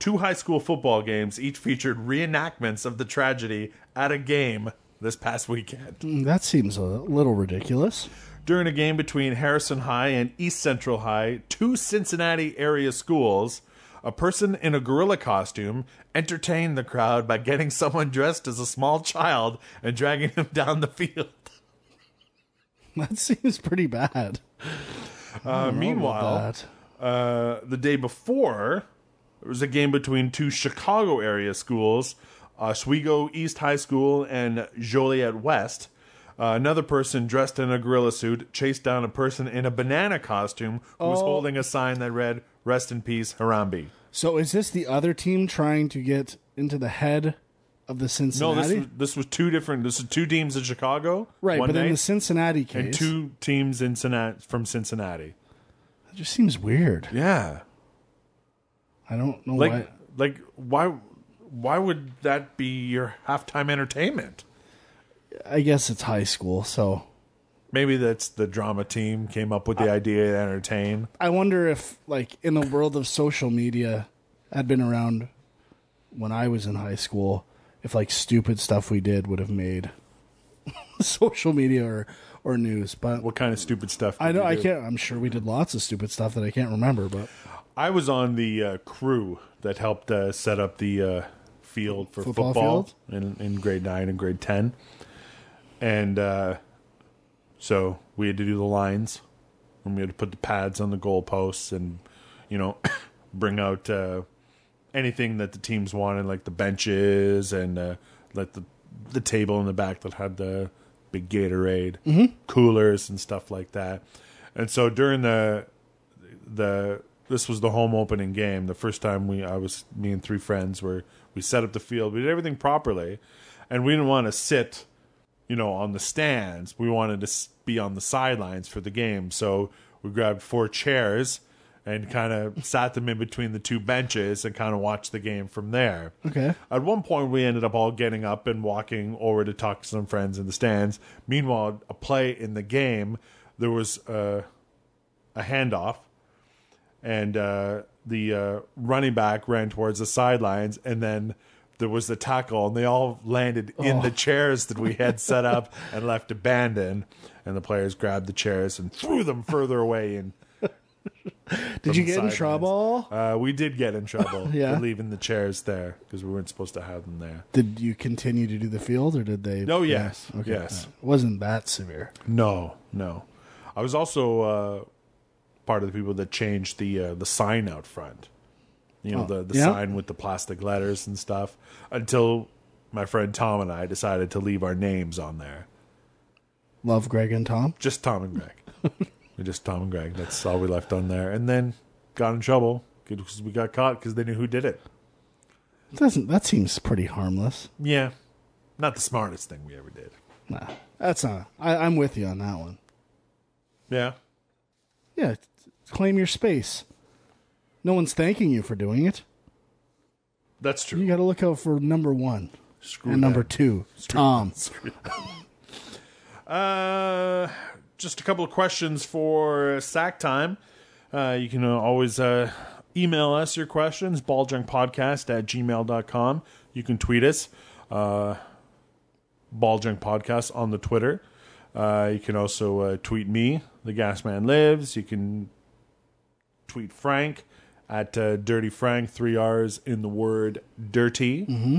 [SPEAKER 1] Two high school football games each featured reenactments of the tragedy at a game this past weekend.
[SPEAKER 3] Mm, That seems a little ridiculous.
[SPEAKER 1] during a game between Harrison High and East Central High, two Cincinnati area schools, a person in a gorilla costume entertained the crowd by getting someone dressed as a small child and dragging him down the field.
[SPEAKER 3] That seems pretty bad.
[SPEAKER 1] Uh, meanwhile,
[SPEAKER 3] That.
[SPEAKER 1] uh, the day before, there was a game between two Chicago area schools, uh, Oswego East High School and Joliet West. Uh, another person dressed in a gorilla suit chased down a person in a banana costume who
[SPEAKER 3] Oh.
[SPEAKER 1] was holding a sign that read "Rest in peace, Harambe."
[SPEAKER 3] So is this the other team trying to get into the head of the
[SPEAKER 1] No,
[SPEAKER 3] Cincinnati?
[SPEAKER 1] this was, this was two different. This is two teams in Chicago,
[SPEAKER 3] right,
[SPEAKER 1] One
[SPEAKER 3] but in
[SPEAKER 1] night,
[SPEAKER 3] the Cincinnati case,
[SPEAKER 1] and two teams in Cincinnati, from Cincinnati.
[SPEAKER 3] it just seems weird.
[SPEAKER 1] Yeah,
[SPEAKER 3] I don't know
[SPEAKER 1] like
[SPEAKER 3] why.
[SPEAKER 1] like why why would that be your halftime entertainment?
[SPEAKER 3] I guess it's high school, so
[SPEAKER 1] Maybe that's the drama team came up with the idea to entertain.
[SPEAKER 3] I wonder if, like, in the world of social media, had been around when I was in high school, if like stupid stuff we did would have made social media or or news. But
[SPEAKER 1] What kind of stupid stuff?
[SPEAKER 3] I
[SPEAKER 1] did
[SPEAKER 3] know
[SPEAKER 1] you
[SPEAKER 3] I
[SPEAKER 1] do?
[SPEAKER 3] can't. I'm sure we did lots of stupid stuff that I can't remember. But
[SPEAKER 1] I was on the uh, crew that helped uh, set up the uh, field for
[SPEAKER 3] Football
[SPEAKER 1] football,
[SPEAKER 3] field?
[SPEAKER 1] In, in grade nine and grade ten, and uh, so we had to do the lines, and we had to put the pads on the goalposts, and you know, bring out uh, anything that the teams wanted, like the benches and uh, like the the table in the back that had the big Gatorade coolers and stuff like that. And so during the the this was the home opening game. The first time we I was me and three friends were we set up the field. We did everything properly, and we didn't want to sit, you know, on the stands. We wanted to s- be on the sidelines for the game. So we grabbed four chairs and kind of sat them in between the two benches and kind of watched the game from there.
[SPEAKER 3] okay,
[SPEAKER 1] At one point, we ended up all getting up and walking over to talk to some friends in the stands. Meanwhile, a play in the game, there was uh, a handoff, and uh, the uh, running back ran towards the sidelines, and then there was the tackle, and they all landed in
[SPEAKER 3] Oh.
[SPEAKER 1] the chairs that we had set up and left abandoned. And the players grabbed the chairs and threw them further away. And
[SPEAKER 3] did you get in
[SPEAKER 1] sidelines.
[SPEAKER 3] trouble?
[SPEAKER 1] uh, we did get in trouble
[SPEAKER 3] Yeah.
[SPEAKER 1] for leaving the chairs there because we weren't supposed to have them there.
[SPEAKER 3] Did you continue to do the field, or did they?
[SPEAKER 1] No, Oh, yes, yes.
[SPEAKER 3] It wasn't that severe.
[SPEAKER 1] No, no. I was also uh, part of the people that changed the uh, the sign out front. You know, the, the
[SPEAKER 3] yeah?
[SPEAKER 1] sign with the plastic letters and stuff. Until my friend Tom and I decided to leave our names on there.
[SPEAKER 3] Love Greg and Tom.
[SPEAKER 1] Just Tom and Greg. we just Tom and Greg. That's all we left on there. And then got in trouble because we got caught because they knew who did it.
[SPEAKER 3] Doesn't that seems pretty harmless?
[SPEAKER 1] Yeah. Not the smartest thing we ever did.
[SPEAKER 3] Nah, that's not. I, I'm with you on that one.
[SPEAKER 1] Yeah.
[SPEAKER 3] Yeah, claim your space. No one's thanking you for doing it.
[SPEAKER 1] That's true.
[SPEAKER 3] You got to look out for number one
[SPEAKER 1] Screw
[SPEAKER 3] and number
[SPEAKER 1] that.
[SPEAKER 3] two, Tom.
[SPEAKER 1] Uh, just a couple of questions for sack time. Uh, you can uh, always uh, email us your questions, balljunkpodcast at gmail.com. You can tweet us, uh, balljunkpodcast on the Twitter. Uh, you can also uh, tweet me, The Gas Man Lives. You can tweet Frank at uh, Dirty Frank, three R's in the word dirty
[SPEAKER 3] Mm-hmm.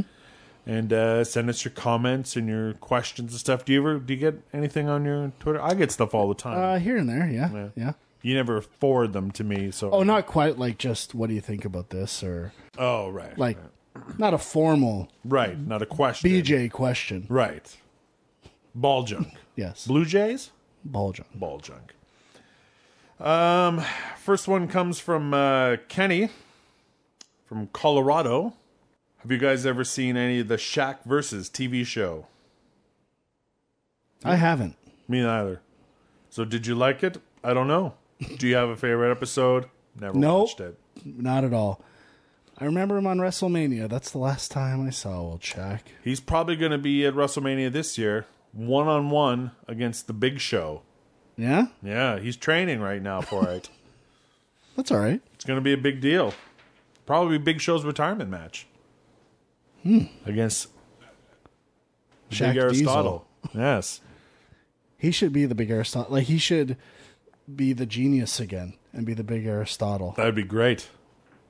[SPEAKER 1] and uh, send us your comments and your questions and stuff. Do you ever do you get anything on your Twitter? I get stuff all the time.
[SPEAKER 3] Uh, here and there, yeah, yeah,
[SPEAKER 1] you never forward them to me, so
[SPEAKER 3] Oh, not quite like just what do you think about this or
[SPEAKER 1] Oh, right,
[SPEAKER 3] like not a formal
[SPEAKER 1] right, not a question.
[SPEAKER 3] BJ question.
[SPEAKER 1] right, ball junk,
[SPEAKER 3] Yes,
[SPEAKER 1] Blue Jays,
[SPEAKER 3] ball jump.
[SPEAKER 1] ball junk. Um, first one comes from uh, Kenny from Colorado. Have you guys ever seen any of the Shaq versus TV show?
[SPEAKER 3] I haven't.
[SPEAKER 1] Me neither. So did you like it? I don't know. Do you have a favorite episode? Never
[SPEAKER 3] Nope.
[SPEAKER 1] watched it.
[SPEAKER 3] Not at all. I remember him on WrestleMania. That's the last time I saw old Shaq.
[SPEAKER 1] He's probably going to be at WrestleMania this year, one on one against the Big Show.
[SPEAKER 3] Yeah,
[SPEAKER 1] Yeah, he's training right now for it.
[SPEAKER 3] that's all right.
[SPEAKER 1] it's going to be a big deal. Probably Big Show's retirement match against
[SPEAKER 3] Shaq
[SPEAKER 1] Big Aristotle. Yes.
[SPEAKER 3] He should be the big Aristotle. Like he should be the genius again and be the big Aristotle.
[SPEAKER 1] That'd be great.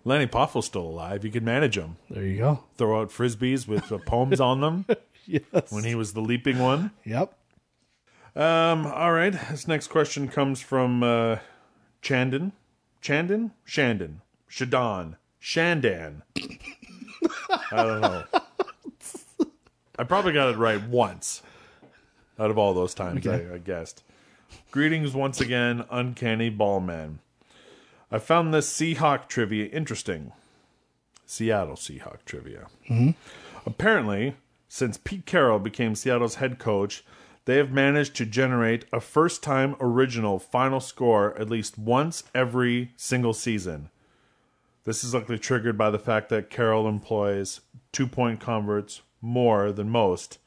[SPEAKER 1] Lenny Poffel's still alive. You could manage him.
[SPEAKER 3] There you go.
[SPEAKER 1] Throw out frisbees with the poems on them
[SPEAKER 3] Yes.
[SPEAKER 1] when he was the leaping one.
[SPEAKER 3] Yep.
[SPEAKER 1] Um, all right. This next question comes from uh, Chandon. Chandon? Shandon. Shadon. Shandan. I don't know. I probably got it right once out of all those times I, I guessed. Greetings once again, Uncanny Ballman. I found this Seahawk trivia interesting. Seattle Seahawk trivia. Apparently, since Pete Carroll became Seattle's head coach, they have managed to generate a first time original final score at least once every single season. This is likely triggered by the fact that Carroll employs two point converts more than most,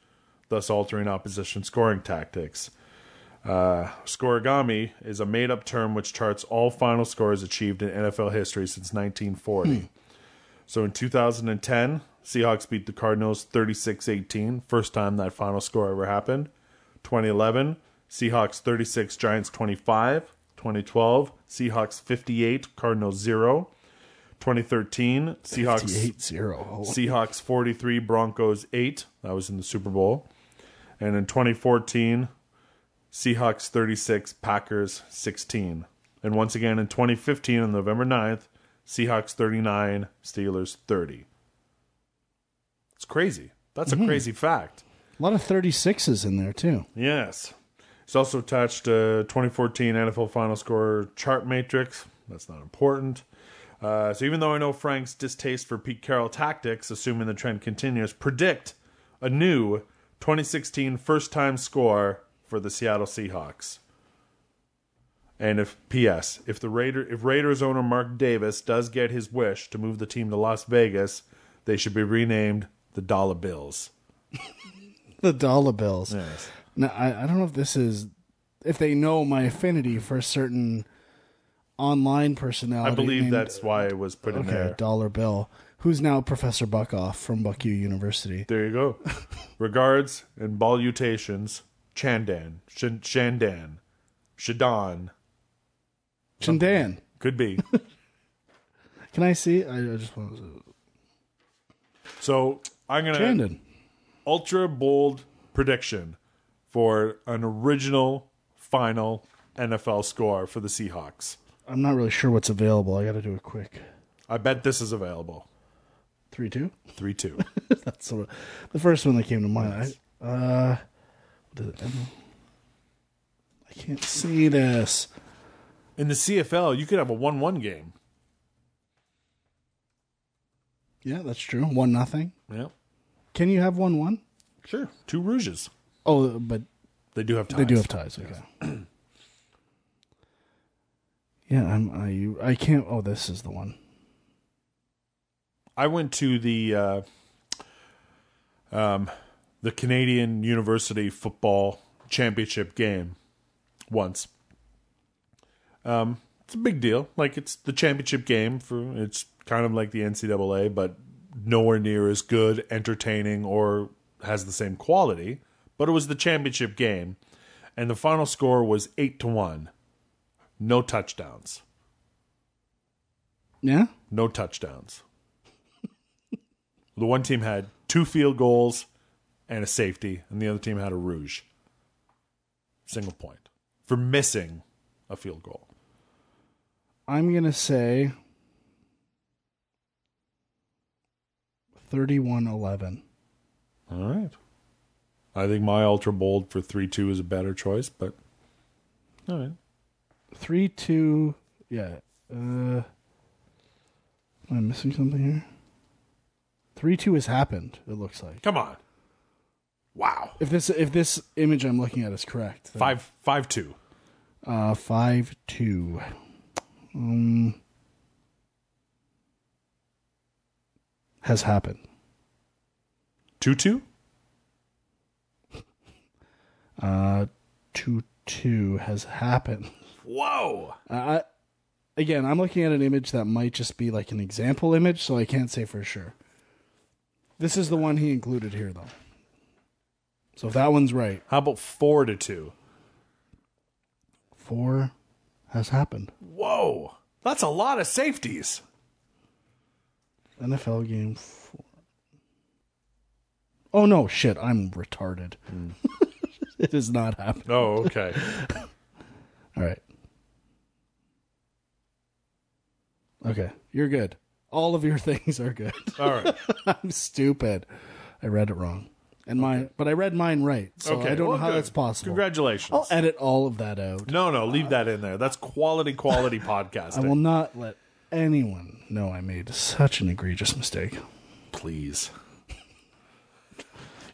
[SPEAKER 1] thus altering opposition scoring tactics. Uh, scorigami is a made up term which charts all final scores achieved in NFL history since 1940. So in 2010, Seahawks beat the Cardinals 36 18. First time that final score ever happened. 2011, Seahawks 36, Giants 25. 2012, Seahawks 58, Cardinals 0. 2013, Seahawks
[SPEAKER 3] 8-0.
[SPEAKER 1] Seahawks 43, Broncos 8. That was in the Super Bowl. And in 2014, Seahawks 36, Packers 16. And once again in 2015 on November 9th, Seahawks 39, Steelers 30. It's crazy. That's a crazy fact.
[SPEAKER 3] A lot of 36s in there too.
[SPEAKER 1] Yes. It's also attached uh, to 2014 NFL Final Score chart matrix. That's not important. Uh, so even though I know Frank's distaste for Pete Carroll tactics, assuming the trend continues, predict a new 2016 first-time score for the Seattle Seahawks. And if P.S. if the Raider if Raiders owner Mark Davis does get his wish to move the team to Las Vegas, they should be renamed the Dollar Bills.
[SPEAKER 3] The dollar bills.
[SPEAKER 1] Yes.
[SPEAKER 3] Now I, I don't know if this is if they know my affinity for a certain online personality.
[SPEAKER 1] I believe
[SPEAKER 3] named-
[SPEAKER 1] that's why it was put in
[SPEAKER 3] okay,
[SPEAKER 1] there.
[SPEAKER 3] dollar bill. Who's now Professor Buckoff from Buck U University?
[SPEAKER 1] There you go. Regards and balutations, Chandan, Sh- Shandan, Shadan.
[SPEAKER 3] Chindan.
[SPEAKER 1] Could be.
[SPEAKER 3] Can I see? I I just want to.
[SPEAKER 1] So I'm gonna
[SPEAKER 3] Chandon.
[SPEAKER 1] ultra bold prediction for an original final NFL score for the Seahawks.
[SPEAKER 3] I'm not really sure what's available. I got to do a quick
[SPEAKER 1] I bet this is available.
[SPEAKER 3] three two.
[SPEAKER 1] 3 2.
[SPEAKER 3] That's the, the first one that came to mind. I, uh, what is it? I can't see this.
[SPEAKER 1] In the CFL, you could have a 1 1 game.
[SPEAKER 3] Yeah, that's true. One nothing.
[SPEAKER 1] Yeah.
[SPEAKER 3] Can you have one one?
[SPEAKER 1] Sure. Two Rouges.
[SPEAKER 3] Oh, but
[SPEAKER 1] They do have ties.
[SPEAKER 3] they do have ties. Okay. yeah, I'm. I you- I can't. Oh, this is the one.
[SPEAKER 1] I went to the uh, um, the Canadian University football championship game once. Um, it's a big deal. Like it's the championship game for it's kind of like the NCAA, but nowhere near as good, entertaining, or has the same quality. But it was the championship game, and the final score was eight to one. No touchdowns.
[SPEAKER 3] Yeah.
[SPEAKER 1] no touchdowns. the one team had two field goals and a safety, and the other team had a rouge. Single point for missing a field goal.
[SPEAKER 3] I'm gonna say thirty-one eleven.
[SPEAKER 1] All right. I think my ultra bold for 3 2 is a better choice, but. All right.
[SPEAKER 3] Three two. Yeah. Uh, am I missing something here? Three two has happened. It looks like.
[SPEAKER 1] Come on. Wow.
[SPEAKER 3] If this if this image I'm looking at is correct, then,
[SPEAKER 1] 5 5 2.
[SPEAKER 3] uh, five two. Um, has happened.
[SPEAKER 1] 2 2?
[SPEAKER 3] Uh, two two has happened.
[SPEAKER 1] Whoa.
[SPEAKER 3] Uh, I, again, I'm looking at an image that might just be like an example image, so I can't say for sure. This is the one he included here, though. So if that one's right,
[SPEAKER 1] How about 4 to 2?
[SPEAKER 3] four has happened.
[SPEAKER 1] Whoa. That's a lot of safeties.
[SPEAKER 3] NFL game four. Oh no, shit! I'm retarded. it has not happened.
[SPEAKER 1] Oh, okay.
[SPEAKER 3] All right. Okay, you're good. All of your things are good.
[SPEAKER 1] All right.
[SPEAKER 3] I'm stupid. I read it wrong. And mine, but I read mine right. So I don't
[SPEAKER 1] well,
[SPEAKER 3] know how
[SPEAKER 1] good.
[SPEAKER 3] that's possible. Oh,
[SPEAKER 1] Congratulations.
[SPEAKER 3] I'll edit all of that out.
[SPEAKER 1] No, no, leave that in there. That's quality, quality
[SPEAKER 3] I
[SPEAKER 1] podcasting.
[SPEAKER 3] will not let anyone know I made such an egregious mistake.
[SPEAKER 1] Please.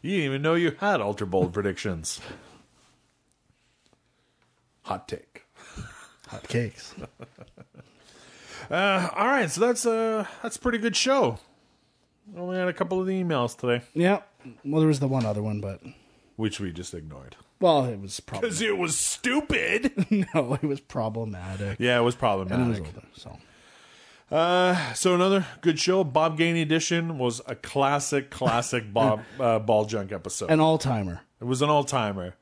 [SPEAKER 1] You didn't even know you had ultra bold predictions. Hot take.
[SPEAKER 3] Hot cakes.
[SPEAKER 1] Uh, all right, so that's uh that's a pretty good show. Only had a couple of the emails today,
[SPEAKER 3] yeah. Well, there was the one other one, but
[SPEAKER 1] which we just ignored
[SPEAKER 3] well, it was probably
[SPEAKER 1] because it was stupid.
[SPEAKER 3] no, it was problematic.
[SPEAKER 1] yeah, it was
[SPEAKER 3] And it was
[SPEAKER 1] problematic.
[SPEAKER 3] older, so
[SPEAKER 1] So another good show. Bob Gainey edition was a classic, classic Bob uh, ball junk episode.
[SPEAKER 3] an all timer.
[SPEAKER 1] It was an all timer.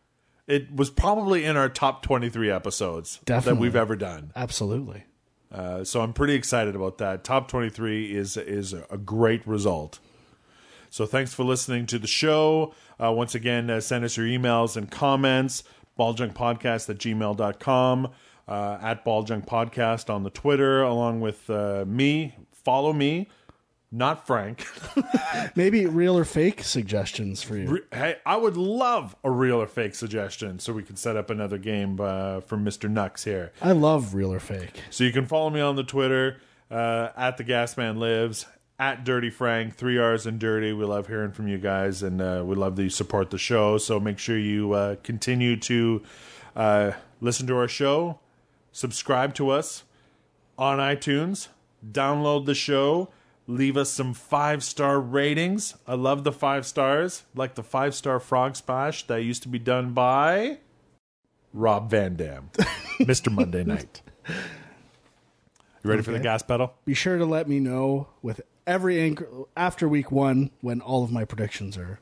[SPEAKER 1] It was probably in our top 23 episodes that
[SPEAKER 3] Definitely.
[SPEAKER 1] we've ever done.
[SPEAKER 3] Absolutely.
[SPEAKER 1] Uh, so I'm pretty excited about that. Top 23 is is a great result. So thanks for listening to the show. Uh, once again, uh, send us your emails and comments. Balljunkpodcast at gmail.com, uh, at balljunkpodcast on the Twitter, along with uh, me. Follow me, not Frank.
[SPEAKER 3] Maybe real or fake suggestions for you.
[SPEAKER 1] Re- Hey, I would love a real or fake suggestion so we can set up another game uh, for Mr. Nux here.
[SPEAKER 3] I love real or fake.
[SPEAKER 1] So you can follow me on the Twitter uh, at the Gasman Lives at Dirty Frank three R's and Dirty. We love hearing from you guys, and uh, we love that you support the show. So make sure you uh, continue to uh, listen to our show, subscribe to us on iTunes, download the show. Leave us some five star ratings. I love the five stars, like the five star frog splash that used to be done by Rob Van Dam, Mr. Monday Night. You ready for the gas pedal?
[SPEAKER 3] be sure to let me know with every anchor after week one when all of my predictions are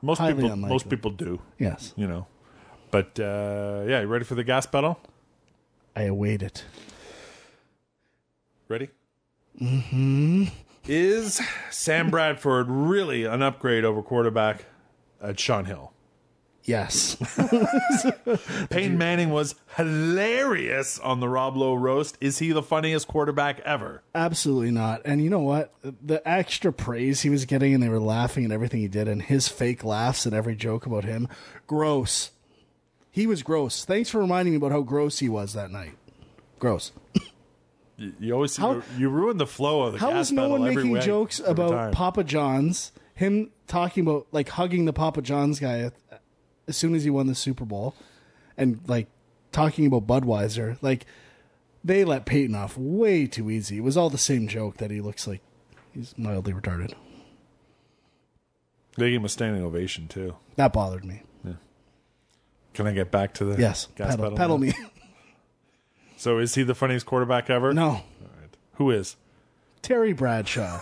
[SPEAKER 1] Most
[SPEAKER 3] Highly
[SPEAKER 1] people,
[SPEAKER 3] unlikely.
[SPEAKER 1] most people do,
[SPEAKER 3] yes
[SPEAKER 1] you know. But uh, yeah, you ready for the gas pedal?
[SPEAKER 3] i await it
[SPEAKER 1] Ready? Mm-hmm.
[SPEAKER 3] Mm-hmm.
[SPEAKER 1] Is Sam Bradford really an upgrade over quarterback at Sean Hill?
[SPEAKER 3] Yes.
[SPEAKER 1] Peyton Manning was hilarious on the Rob Lowe roast. Is he the funniest quarterback ever?
[SPEAKER 3] Absolutely not. And you know what? The extra praise he was getting, and they were laughing at everything he did, and his fake laughs at every joke about him. Gross. He was gross. Thanks for reminding me about how gross he was that night. Gross.
[SPEAKER 1] You always
[SPEAKER 4] How-
[SPEAKER 1] you ruin the flow of the
[SPEAKER 3] How
[SPEAKER 1] gas
[SPEAKER 3] was no
[SPEAKER 1] pedal
[SPEAKER 3] one
[SPEAKER 1] every
[SPEAKER 3] making
[SPEAKER 1] way-
[SPEAKER 3] jokes
[SPEAKER 1] every
[SPEAKER 3] about
[SPEAKER 1] time.
[SPEAKER 3] Papa John's? Him talking about like hugging the Papa John's guy at, as soon as he won the Super Bowl, and like talking about Budweiser. Like they let Peyton off way too easy. It was all the same joke that he looks like he's mildly retarded.
[SPEAKER 1] They gave him a standing ovation too.
[SPEAKER 3] That bothered me.
[SPEAKER 1] Can I get back to the
[SPEAKER 3] Yes,
[SPEAKER 1] gas
[SPEAKER 3] pedal,
[SPEAKER 1] pedal?
[SPEAKER 3] pedal, me.
[SPEAKER 1] So is he the funniest quarterback ever?
[SPEAKER 3] no,
[SPEAKER 1] Who is?
[SPEAKER 3] Terry Bradshaw.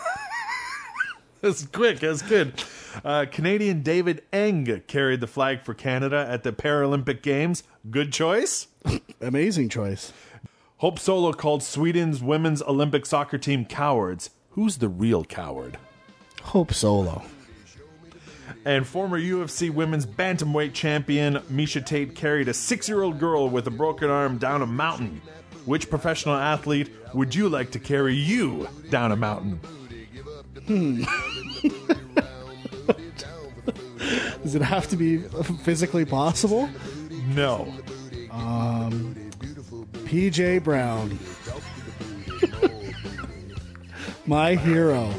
[SPEAKER 1] That's quick. That's good. Uh, Canadian David Eng carried the flag for Canada at the Paralympic Games. Good choice.
[SPEAKER 3] Amazing choice.
[SPEAKER 1] Hope Solo called Sweden's women's Olympic soccer team cowards. Who's the real coward?
[SPEAKER 3] Hope Solo.
[SPEAKER 1] And former UFC women's bantamweight champion Misha Tate carried a six year old girl with a broken arm down a mountain. Which professional athlete would you like to carry you down a mountain?
[SPEAKER 3] Does it have to be physically possible?
[SPEAKER 1] No.
[SPEAKER 3] PJ Brown. My hero.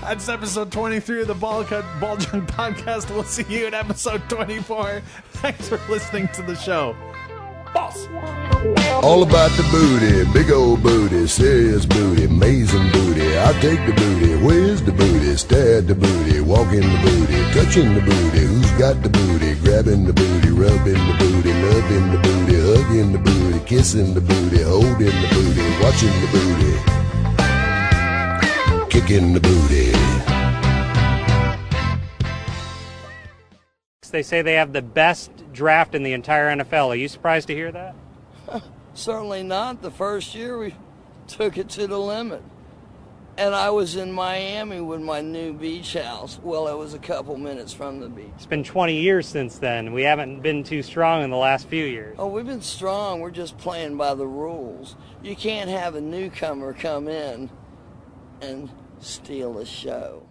[SPEAKER 1] That's episode 23 of the Ball Cut Ball Junk Podcast. We'll see you in episode 24. Thanks for listening to the show. Boss!
[SPEAKER 5] All about the booty, big old booty, serious booty, amazing booty. I take the booty, where's the booty? Stare at the booty, walk in the booty, touching the booty. Who's got the booty? Grabbing the booty, rubbing the booty, loving the booty, hugging the booty, kissing the booty, holding the booty, watching the booty, kicking the booty.
[SPEAKER 6] They say they have the best draft in the entire NFL. Are you surprised to hear that?
[SPEAKER 7] Certainly not. The first year we took it to the limit. And I was in Miami with my new beach house. Well, it was a couple minutes from the beach.
[SPEAKER 6] It's been 20 years since then. We haven't been too strong in the last few years.
[SPEAKER 7] Oh, we've been strong. We're just playing by the rules. You can't have a newcomer come in and steal a show.